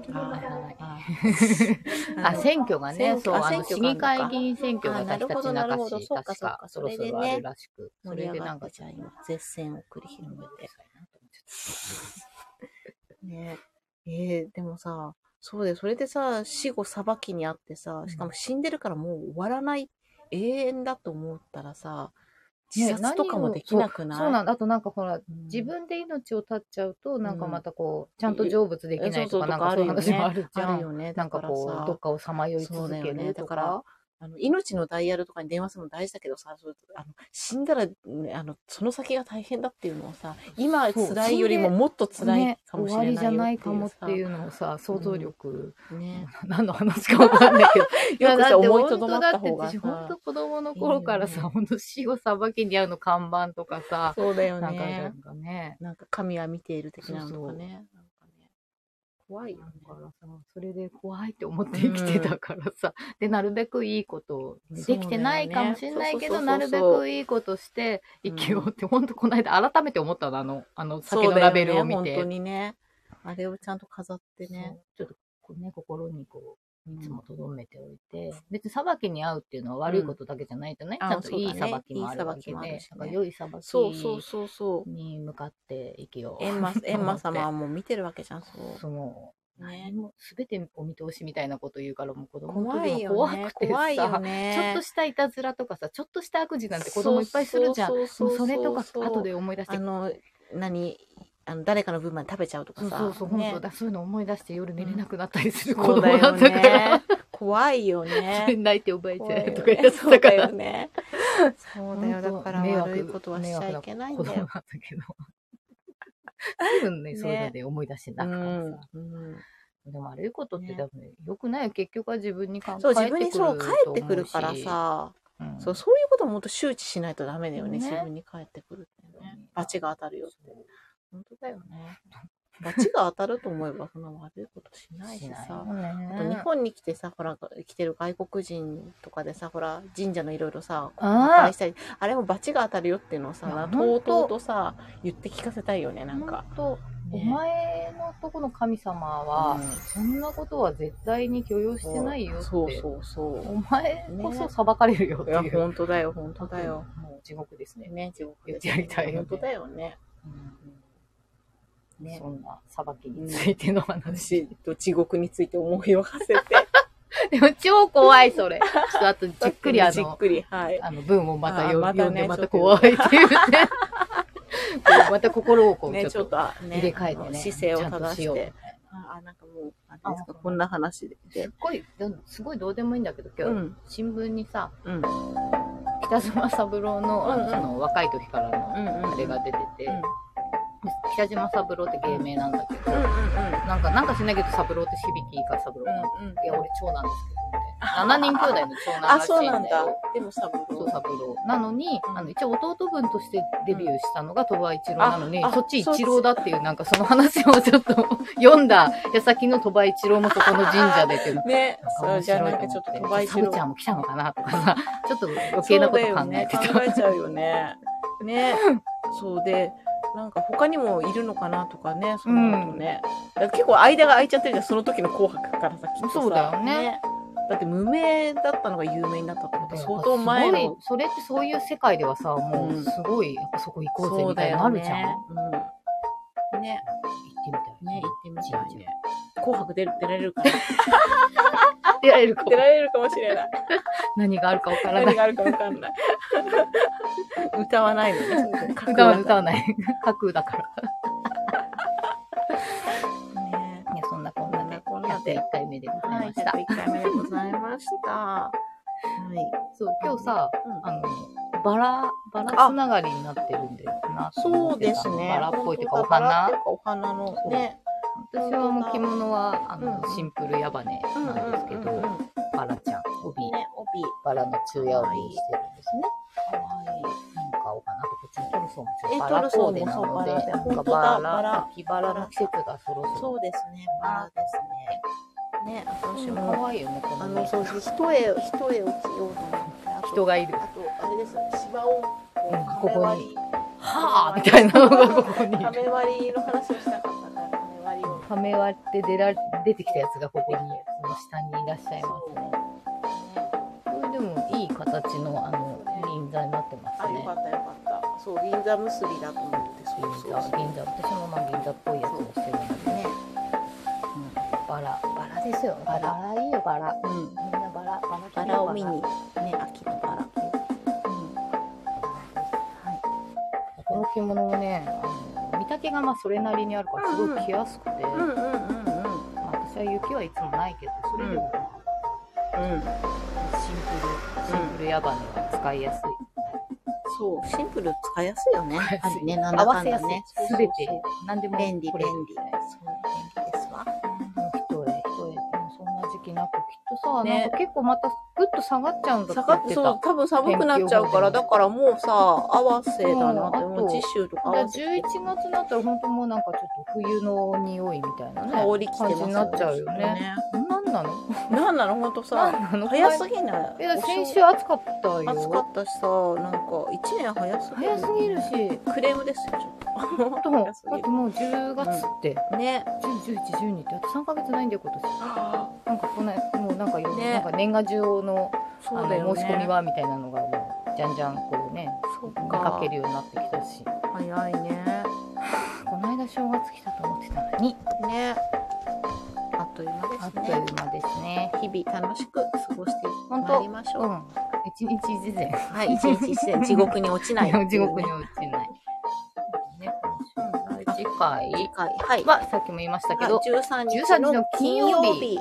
Speaker 3: 演
Speaker 1: あやらない
Speaker 2: あ
Speaker 1: あ、選挙がね、
Speaker 2: 選挙
Speaker 1: そう、
Speaker 2: あ
Speaker 1: あの、市
Speaker 2: 選
Speaker 1: 議
Speaker 2: 挙があるの
Speaker 1: 会
Speaker 2: か
Speaker 1: 議員選挙が
Speaker 2: あなる
Speaker 1: 私た
Speaker 2: ほど
Speaker 1: ち
Speaker 2: なるほ
Speaker 1: 中
Speaker 2: ど
Speaker 1: 市、
Speaker 2: そうか
Speaker 1: 確
Speaker 2: そうか
Speaker 1: か、そろ
Speaker 2: そ
Speaker 1: そ
Speaker 2: れでね
Speaker 1: ろあるらしく。そ
Speaker 2: 盛り
Speaker 1: れ
Speaker 2: 上
Speaker 1: で
Speaker 2: が
Speaker 1: な
Speaker 2: っ
Speaker 1: んか
Speaker 2: て、じゃあ今、絶戦を繰り広げて。ねえーでもさ、そうだよ。それでさ、死後裁きにあってさ、しかも死んでるからもう終わらない、永遠だと思ったらさ、
Speaker 1: ね
Speaker 2: 自殺とかもできなくない、
Speaker 1: そうなんだ。あとなんかほら、
Speaker 2: うん
Speaker 1: 自分で命を絶っちゃうと、なんか
Speaker 2: うん
Speaker 1: またこう、ちゃんと成仏できないと
Speaker 2: えそうそう
Speaker 1: か、なんかそういう話もあるじゃ
Speaker 2: ある
Speaker 1: ん。
Speaker 2: よね。
Speaker 1: なんか
Speaker 2: だから
Speaker 1: こう、ど
Speaker 2: さ
Speaker 1: っ、かをさまよい
Speaker 2: そう
Speaker 1: 続
Speaker 2: だよ
Speaker 1: け
Speaker 2: ね
Speaker 1: ると
Speaker 2: だから
Speaker 1: か。
Speaker 2: あの命のダイヤルとかに電話するの大事だけどさ、そうあの死んだら、ね、あのその先が大変だっていうのをさ、今
Speaker 1: そう
Speaker 2: 辛いよりももっと辛い
Speaker 1: ね
Speaker 2: かもしれないよっ
Speaker 1: 終わり
Speaker 2: ていう
Speaker 1: じゃないか
Speaker 2: さ
Speaker 1: もっていうのをさ、想像力、
Speaker 2: ね。
Speaker 1: 何の話かわかんないけど。
Speaker 2: よ く
Speaker 1: いや
Speaker 2: さ、 思いとどまった
Speaker 1: だって
Speaker 2: 方が
Speaker 1: 私、本
Speaker 2: さ
Speaker 1: 当、子供の頃から
Speaker 2: いいよ
Speaker 1: さ、本当死をさばきに合うの看板とかさ、
Speaker 2: そうだよ
Speaker 1: なんかな
Speaker 2: ね
Speaker 1: ん。かね。
Speaker 2: なんか神は見ている的なのとかね。なんかね怖いよ
Speaker 1: だ
Speaker 2: ね。
Speaker 1: からさ、それで怖いって思って生きてたからさ、で、なるべくいいことを、できてないかもしれないけど、
Speaker 2: そうだ
Speaker 1: な
Speaker 2: よね
Speaker 1: る
Speaker 2: そうそう
Speaker 1: べ
Speaker 2: そうそう
Speaker 1: くいいことして生きようって、ほんとこの間改めて思ったの、あの、あの酒
Speaker 2: そう
Speaker 1: の
Speaker 2: だよ
Speaker 1: ラ
Speaker 2: ね
Speaker 1: ベルを見て。
Speaker 2: 本当にね。あれをちゃんと飾ってね
Speaker 1: ね。、ちょっとこうね、心にこう、いつ
Speaker 2: うん
Speaker 1: も留めておいて、別に裁きに合うっていうのは悪いことだけじゃないとね、
Speaker 2: うん
Speaker 1: ちゃんといい
Speaker 2: あそうだね
Speaker 1: 裁きもあるわ
Speaker 2: いい裁き
Speaker 1: けで、
Speaker 2: もあるしね
Speaker 1: だから良い裁
Speaker 2: そうそう
Speaker 1: き
Speaker 2: そうそう。
Speaker 1: に向かって生きよう。
Speaker 2: エ ンマ、エンマ様は
Speaker 1: は
Speaker 2: もう見てるわけじゃん、そう。
Speaker 1: その、
Speaker 2: ね
Speaker 1: 何も全てお見通しみたいなこと言うから、もう子供の
Speaker 2: 怖い
Speaker 1: 時
Speaker 2: よ
Speaker 1: も
Speaker 2: ね。
Speaker 1: 怖くてさ、
Speaker 2: 怖いよ
Speaker 1: ちょっ
Speaker 2: ね
Speaker 1: と。したいたずらとかさ、ちょっとした悪事なんて子供いっぱいするじゃん。
Speaker 2: そう
Speaker 1: も
Speaker 2: そうう
Speaker 1: そうれとか
Speaker 2: そう
Speaker 1: 後で思い出して
Speaker 2: あ、の、何、あの誰かの分まで食べちゃうとか
Speaker 1: そう
Speaker 2: さ。
Speaker 1: そうそう、
Speaker 2: ね
Speaker 1: 本当だ、そういうの思い出して夜寝れなくなったりする子
Speaker 2: そ
Speaker 1: 供
Speaker 2: うだ
Speaker 1: だ
Speaker 2: よ
Speaker 1: ったから、
Speaker 2: ね。怖いよね。
Speaker 1: 泣いておばあち
Speaker 2: 怖
Speaker 1: ゃ
Speaker 2: い
Speaker 1: んとか
Speaker 2: よ
Speaker 1: 言っ
Speaker 2: ね
Speaker 1: て
Speaker 2: そう
Speaker 1: たか
Speaker 2: だ
Speaker 1: ら
Speaker 2: よ。ね。そうだよ。だから
Speaker 1: 迷惑
Speaker 2: 悪いことはしちゃいけないんだ
Speaker 1: 迷
Speaker 2: よ。
Speaker 1: 惑な子供だったけど。すぐね、
Speaker 2: ね
Speaker 1: そういうので思い出して
Speaker 2: う
Speaker 1: なかった
Speaker 2: ん
Speaker 1: さ。でも悪いことって多分、良くないよ。結局は自分に考え
Speaker 2: うん
Speaker 1: て
Speaker 2: そう、
Speaker 1: く
Speaker 2: 自
Speaker 1: ると
Speaker 2: 分
Speaker 1: 思
Speaker 2: に
Speaker 1: うし
Speaker 2: そう、帰ってくるから、さ、
Speaker 1: うん
Speaker 2: そう、そういうことをもっと周知しないとダメだよね。
Speaker 1: ね
Speaker 2: 自分に帰ってくるってね。罰が当たるよって。本当だよね。罰が当たると思えば、そんな悪いことしないし
Speaker 1: しない
Speaker 2: さ
Speaker 1: よ。ね
Speaker 2: あと日本に来てさ、ほら、来てる外国人とかでさ、ほら、神社のいろいろさ、
Speaker 1: あ
Speaker 2: あしたりあれも罰が当たるよっていうのをさ、
Speaker 1: いや
Speaker 2: なんかと
Speaker 1: ほ
Speaker 2: うん
Speaker 1: と
Speaker 2: とうとさ、言って聞かせたいよね、なんか。
Speaker 1: ほんとお
Speaker 2: ね
Speaker 1: 前のとこの神様は、
Speaker 2: うん
Speaker 1: そんなことは絶対に許容してないよって。
Speaker 2: そうそうそ
Speaker 1: お前こそ
Speaker 2: ね
Speaker 1: 裁かれるよっ
Speaker 2: う。
Speaker 1: て
Speaker 2: い
Speaker 1: い
Speaker 2: や、
Speaker 1: う。
Speaker 2: 本当だよ、本当だよ。。
Speaker 1: もう地獄ですね。
Speaker 2: ね、地獄
Speaker 1: 言ってやりたいよね
Speaker 2: 本当だよね。
Speaker 1: ね
Speaker 2: ね
Speaker 1: そ。んな裁きについての話。
Speaker 2: 私と地獄について思いを 馳せて、
Speaker 1: でも超怖い、それ。ちょっとあとじっくりあ
Speaker 2: じっ
Speaker 1: の、
Speaker 2: くり、はい。
Speaker 1: あの文をまた
Speaker 2: あ
Speaker 1: 読,、
Speaker 2: またね
Speaker 1: 読んで、ま
Speaker 2: ちょ
Speaker 1: た
Speaker 2: っと
Speaker 1: 怖いって言 って。こうまた心をこう、
Speaker 2: ね、
Speaker 1: ち
Speaker 2: ちょ
Speaker 1: ょっ
Speaker 2: っ
Speaker 1: と
Speaker 2: と、ね、
Speaker 1: 入れ替えて
Speaker 2: あ
Speaker 1: ね。
Speaker 2: の姿勢を
Speaker 1: ちゃんと
Speaker 2: 正
Speaker 1: し
Speaker 2: し
Speaker 1: ようみ
Speaker 2: て。
Speaker 1: たいな
Speaker 2: あ、あなんかもう、あれですか、
Speaker 1: あ
Speaker 2: こんな話で。
Speaker 1: すっごい、どんすごいどうでもいいんだけど、
Speaker 2: う
Speaker 1: 今日、
Speaker 2: ん、
Speaker 1: 新聞にさ、
Speaker 2: うん、
Speaker 1: 北島三郎のあ
Speaker 2: うんう
Speaker 1: の
Speaker 2: ん
Speaker 1: その若い時から
Speaker 2: う
Speaker 1: の
Speaker 2: ん、うん。
Speaker 1: あれが出てて、
Speaker 2: うん、うん、
Speaker 1: 北島三郎って芸名なんだけど、
Speaker 2: うん、
Speaker 1: なんか、なんかしないけど三郎って響きが三郎なんだ、
Speaker 2: うん、うん
Speaker 1: い。や、俺長男ですけど、みたいな。7人兄弟の長男ら
Speaker 2: あ、
Speaker 1: し
Speaker 2: そう
Speaker 1: い
Speaker 2: なん
Speaker 1: んだ
Speaker 2: だ
Speaker 1: よ。。
Speaker 2: でもサブ
Speaker 1: そう、三郎。なのに、あの、一応弟分としてデビューしたのが鳥羽一郎なのに
Speaker 2: ああ、
Speaker 1: そっち一郎だっていう、なんかその話をちょっと 読んだ矢先の鳥羽一郎もそこの神社でっていうの。
Speaker 2: ね、
Speaker 1: な
Speaker 2: そ
Speaker 1: ん
Speaker 2: う
Speaker 1: か
Speaker 2: じゃあなんか
Speaker 1: 面
Speaker 2: ち
Speaker 1: 白
Speaker 2: ょっと
Speaker 1: い
Speaker 2: 飛
Speaker 1: 思
Speaker 2: ば
Speaker 1: って
Speaker 2: し
Speaker 1: サブちゃんも来たのかなとかさ、ちょっと余計なこと考えて
Speaker 2: そう
Speaker 1: た。
Speaker 2: だよね、考えちゃうよね。 ね、そうで、なんか他にもいるのかなとかね、その後ね。だから結構間が空いちゃってるじゃん、その時の紅白からさ、きっとさ
Speaker 1: そうだよね
Speaker 2: だって無名だったのが有名になったってことは相当前
Speaker 1: すご
Speaker 2: の
Speaker 1: い。それってそういう世界ではさ、もうすごい、やっぱそこ行こうぜみたいになるじゃん。行
Speaker 2: そうだよね。うんね、
Speaker 1: ってみたい。
Speaker 2: ね、行ってみたい
Speaker 1: じ
Speaker 2: ね。紅白出る出られるかな
Speaker 1: 出られるか
Speaker 2: 出られるかもしれない。
Speaker 1: 何があるかわからな
Speaker 2: 何
Speaker 1: い。
Speaker 2: があるかわかんない。歌わないのね。
Speaker 1: 歌は歌わ
Speaker 2: ない。
Speaker 1: ない。架空だから。いや、
Speaker 2: ね
Speaker 1: そんなこんなで、
Speaker 2: こんなこんなで
Speaker 1: 101回目でござ
Speaker 2: はい
Speaker 1: ま
Speaker 2: い、
Speaker 1: し
Speaker 2: 101
Speaker 1: た。
Speaker 2: 回目でございました。はい。
Speaker 1: そう、今日さ、
Speaker 2: うん
Speaker 1: あの、バラ、バラつながりになってるんだよなと思
Speaker 2: そう
Speaker 1: って
Speaker 2: で
Speaker 1: た
Speaker 2: すね。
Speaker 1: バラっぽいというか、お
Speaker 2: 本当だバラ
Speaker 1: 花
Speaker 2: ってい。うかお花のね。
Speaker 1: 私はもう着物は、あの
Speaker 2: う、ん
Speaker 1: シンプルヤバネなんですけ
Speaker 2: うんうんうん
Speaker 1: ど、バラちゃん、
Speaker 2: う
Speaker 1: 帯
Speaker 2: ん、ね、帯。
Speaker 1: バラの中夜帯にしてるんですね。
Speaker 2: かわいい。
Speaker 1: なんかお花とこっちのトルソー
Speaker 2: え
Speaker 1: もバラコーデなので、
Speaker 2: トルソーもそう
Speaker 1: なんか
Speaker 2: バラ
Speaker 1: バ
Speaker 2: で
Speaker 1: ラ、秋バラの季節がそろそ
Speaker 2: そう
Speaker 1: ろ。
Speaker 2: ですね、バラですね。ね、私
Speaker 1: か
Speaker 2: も、
Speaker 1: わいいよね、こ
Speaker 2: あ
Speaker 1: の
Speaker 2: の、
Speaker 1: ね
Speaker 2: そう、一重、一重を着ようと思って、あと
Speaker 1: 人がいる。
Speaker 2: あと、あれですよね、芝を、
Speaker 1: うん
Speaker 2: こう、亀割り、
Speaker 1: はぁみたいなのがここに。
Speaker 2: 亀割りの話をしたかったから、亀割りを。
Speaker 1: ため割って出られ出てきたやつがここに、その下にいらっしゃいますね。これでもいい形のあの銀座になってます
Speaker 2: あ、よ
Speaker 1: ね
Speaker 2: か。った、よかった。そう、銀座結びだと思って、そう
Speaker 1: 銀
Speaker 2: そう
Speaker 1: 座、銀座、私もまあ銀座っぽいやつをしてるんだけど、
Speaker 2: ね。
Speaker 1: うんバラ、バラですよ。バ
Speaker 2: バラ
Speaker 1: ラいいよ、バラ。
Speaker 2: うん。
Speaker 1: みんなバラ、バラ、
Speaker 2: バラを見に、
Speaker 1: バ
Speaker 2: ね、秋のバラ。うん。はい。
Speaker 1: ラこの着物もね、あの見丈がまあそれなりにあるから、すごい着やすくて、
Speaker 2: うん、うん、うん、
Speaker 1: まあ私は雪はいつもないけど、それでもま
Speaker 2: うん。う
Speaker 1: あシン
Speaker 2: ん。
Speaker 1: プル、シンプルヤバネは使いやすい。
Speaker 2: そう、シンプル使いやすいよね。
Speaker 1: 使いやすい
Speaker 2: あるね、なんだ
Speaker 1: 合
Speaker 2: か
Speaker 1: わ
Speaker 2: ん
Speaker 1: せや
Speaker 2: だ
Speaker 1: すい
Speaker 2: ね。。
Speaker 1: すべて
Speaker 2: そうそう、
Speaker 1: 何で
Speaker 2: そ
Speaker 1: も
Speaker 2: う便利、
Speaker 1: こ
Speaker 2: 便
Speaker 1: れ
Speaker 2: 利。そう、便利ですわ。
Speaker 1: 一重、一重、もうそんな時期なく、きっとさ、
Speaker 2: ね
Speaker 1: なんか結構またぐっと下がっちゃうんだ
Speaker 2: 下
Speaker 1: って
Speaker 2: が
Speaker 1: 言
Speaker 2: っ
Speaker 1: ってた。
Speaker 2: そう、多分寒くなっちゃうか
Speaker 1: 天気予報
Speaker 2: ら、
Speaker 1: で
Speaker 2: だからもうさ、合わせだなって、
Speaker 1: うん
Speaker 2: もう次週とか
Speaker 1: だ
Speaker 2: 合
Speaker 1: から
Speaker 2: わせ
Speaker 1: 11月になったら本当もうなんかちょっと冬の匂いみたいなね。
Speaker 2: 羽織着てます
Speaker 1: 感じになっちゃうよね。。なんなの
Speaker 2: なんなの、ほんと
Speaker 1: な
Speaker 2: さ、
Speaker 1: んなの
Speaker 2: 早すぎない
Speaker 1: え、だから先週暑かったよ。
Speaker 2: 暑かったしさ、なんか、一年早すぎ
Speaker 1: 早すぎるし。。
Speaker 2: クレームですよ、ちょっ
Speaker 1: あと、
Speaker 2: と。
Speaker 1: だ
Speaker 2: 早すぎ
Speaker 1: ってもう10月って、
Speaker 2: るね。
Speaker 1: 10、11、12って、あと3ヶ月ないんだよ、今年。
Speaker 2: そ
Speaker 1: なんかこの、もうなんかいろいろ、
Speaker 2: ね
Speaker 1: なんか年賀状の、あ
Speaker 2: うだよ
Speaker 1: の、
Speaker 2: ね。
Speaker 1: 申し込みはみたいなのが、もう、じゃんじゃんこうね、
Speaker 2: そっ
Speaker 1: 見
Speaker 2: か
Speaker 1: かけるようになってきたし。
Speaker 2: 早いね。
Speaker 1: この間正月来たと思ってたのに、
Speaker 2: ね。あっという間で
Speaker 1: あっ
Speaker 2: す
Speaker 1: とい
Speaker 2: ね。
Speaker 1: う間ですね。
Speaker 2: 日々楽しく過ごして
Speaker 1: 本
Speaker 2: まい
Speaker 1: 当
Speaker 2: りましょう。
Speaker 1: うん。一日一善。
Speaker 2: はい、一日一善、地獄に落ちない、
Speaker 1: 地獄に落ちない。ね、
Speaker 2: うん
Speaker 1: 次回
Speaker 2: 次回、はい。
Speaker 1: は、さっきも言いましたけど、
Speaker 2: 13
Speaker 1: 13
Speaker 2: 日
Speaker 1: 日の
Speaker 2: の金
Speaker 1: 金
Speaker 2: 曜
Speaker 1: 曜
Speaker 2: 日
Speaker 1: 日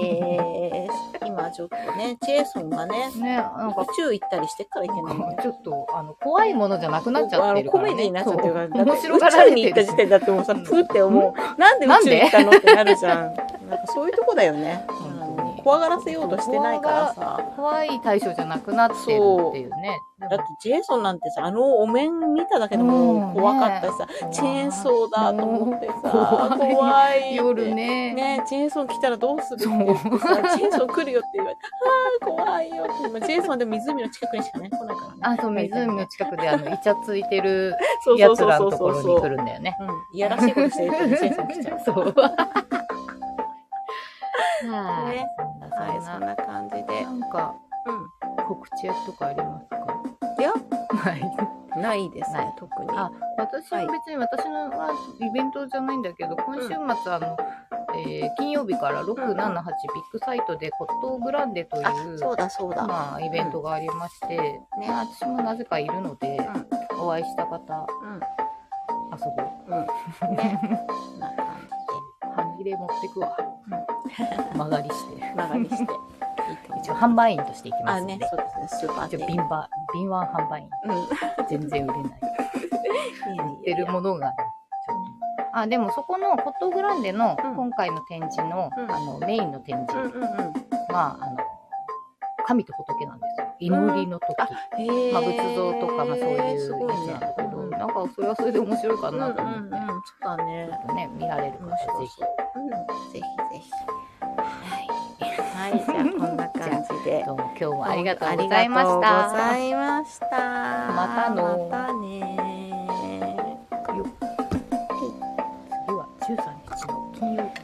Speaker 2: です。今ちょっとね、ジェイソンがね、
Speaker 1: ね、なんか
Speaker 2: 宇、宙行ったりしてっからいけないんだよね。
Speaker 1: ちょっと、あの、怖いものじゃなくなっちゃってる
Speaker 2: コ
Speaker 1: から、ね。
Speaker 2: メディになっちゃってるから、
Speaker 1: そう面白が
Speaker 2: だ
Speaker 1: ら
Speaker 2: って
Speaker 1: れ
Speaker 2: 宇宙
Speaker 1: て
Speaker 2: に行った
Speaker 1: る
Speaker 2: 時点だってもうさ、
Speaker 1: うん
Speaker 2: プーって思う。なんで宇宙行ったのってなるじゃ ん。なんかそういうとこだよね。
Speaker 1: 本当に
Speaker 2: 怖がらせようとしてないからさ。
Speaker 1: 怖い対象じゃなくなってるっていうね。
Speaker 2: だってジェイソンなんてさ、あのお面見ただけでもう怖かったしさ、チェーンソーだと思ってさ、
Speaker 1: 怖い
Speaker 2: 怖いって。
Speaker 1: 夜ね。
Speaker 2: ねジェイソン来たらどうするって言ってさジェイソン来るよって言われて、あー怖いよって。今ジェイソンでも湖の近くにしかね、来ないからね。
Speaker 1: あ、そう、湖の近くで、あの、イチャついてる
Speaker 2: そうそ
Speaker 1: や
Speaker 2: う
Speaker 1: つ
Speaker 2: そう
Speaker 1: ら
Speaker 2: そ
Speaker 1: の
Speaker 2: う
Speaker 1: と
Speaker 2: そ
Speaker 1: こ
Speaker 2: う
Speaker 1: ろに来るんだよね。
Speaker 2: うん、いやらしいことしてるとジェイソン来ちゃう。
Speaker 1: そう。はい。
Speaker 2: ね
Speaker 1: そんな
Speaker 2: はい、
Speaker 1: そ
Speaker 2: そ
Speaker 1: ん
Speaker 2: ん
Speaker 1: な。
Speaker 2: な感じで。
Speaker 1: なんか、
Speaker 2: う
Speaker 1: 告知とかありますか
Speaker 2: いや、
Speaker 1: ない。
Speaker 2: ん。ないです
Speaker 1: ない
Speaker 2: ね、特に。
Speaker 1: あ私は別に私のはイベントじゃないんだけど、今週末あの、えー金曜日から678
Speaker 2: う
Speaker 1: ビ
Speaker 2: ん
Speaker 1: ッグサイトでコットーグランデという
Speaker 2: あ、そうだそうだ。
Speaker 1: まあ、イベントがありまして、ね、私もなぜかいるので、お会いした方
Speaker 2: うん。
Speaker 1: 遊ぼう
Speaker 2: うん。ね。そんな感じで。
Speaker 1: 半切れ持ってくわ、 曲がりして
Speaker 2: 長にして。いいと思い
Speaker 1: 一応
Speaker 2: ます。
Speaker 1: 販売員としていきま
Speaker 2: あ、
Speaker 1: すの
Speaker 2: ね
Speaker 1: で、、
Speaker 2: そうですね、スーパー
Speaker 1: 一
Speaker 2: で。
Speaker 1: 応敏腕敏腕販売員
Speaker 2: う
Speaker 1: 全然売れない
Speaker 2: ん。
Speaker 1: 売ってるものがちょっとあでもそこのコットーグランデの
Speaker 2: うん
Speaker 1: 今回の展示の,、
Speaker 2: うん
Speaker 1: あのメインの展
Speaker 2: うん
Speaker 1: 示
Speaker 2: うんうん。
Speaker 1: は、あの神と仏なんですよ祈りの時、
Speaker 2: へ
Speaker 1: まあ、仏像とか、まあ、そういう意味なんだけど、なんかそれはそれで面白いか
Speaker 2: うんうん
Speaker 1: なと思って、
Speaker 2: うんうん、そうだね
Speaker 1: ちょ。っとね見られる方
Speaker 2: 面
Speaker 1: ぜ
Speaker 2: 白
Speaker 1: ひ
Speaker 2: そう。うん、ぜひぜひ。はい。はい、じゃあこんな感 じで。
Speaker 1: どうも今日はありがとうございました。
Speaker 2: ありがとうございました。
Speaker 1: またの
Speaker 2: またね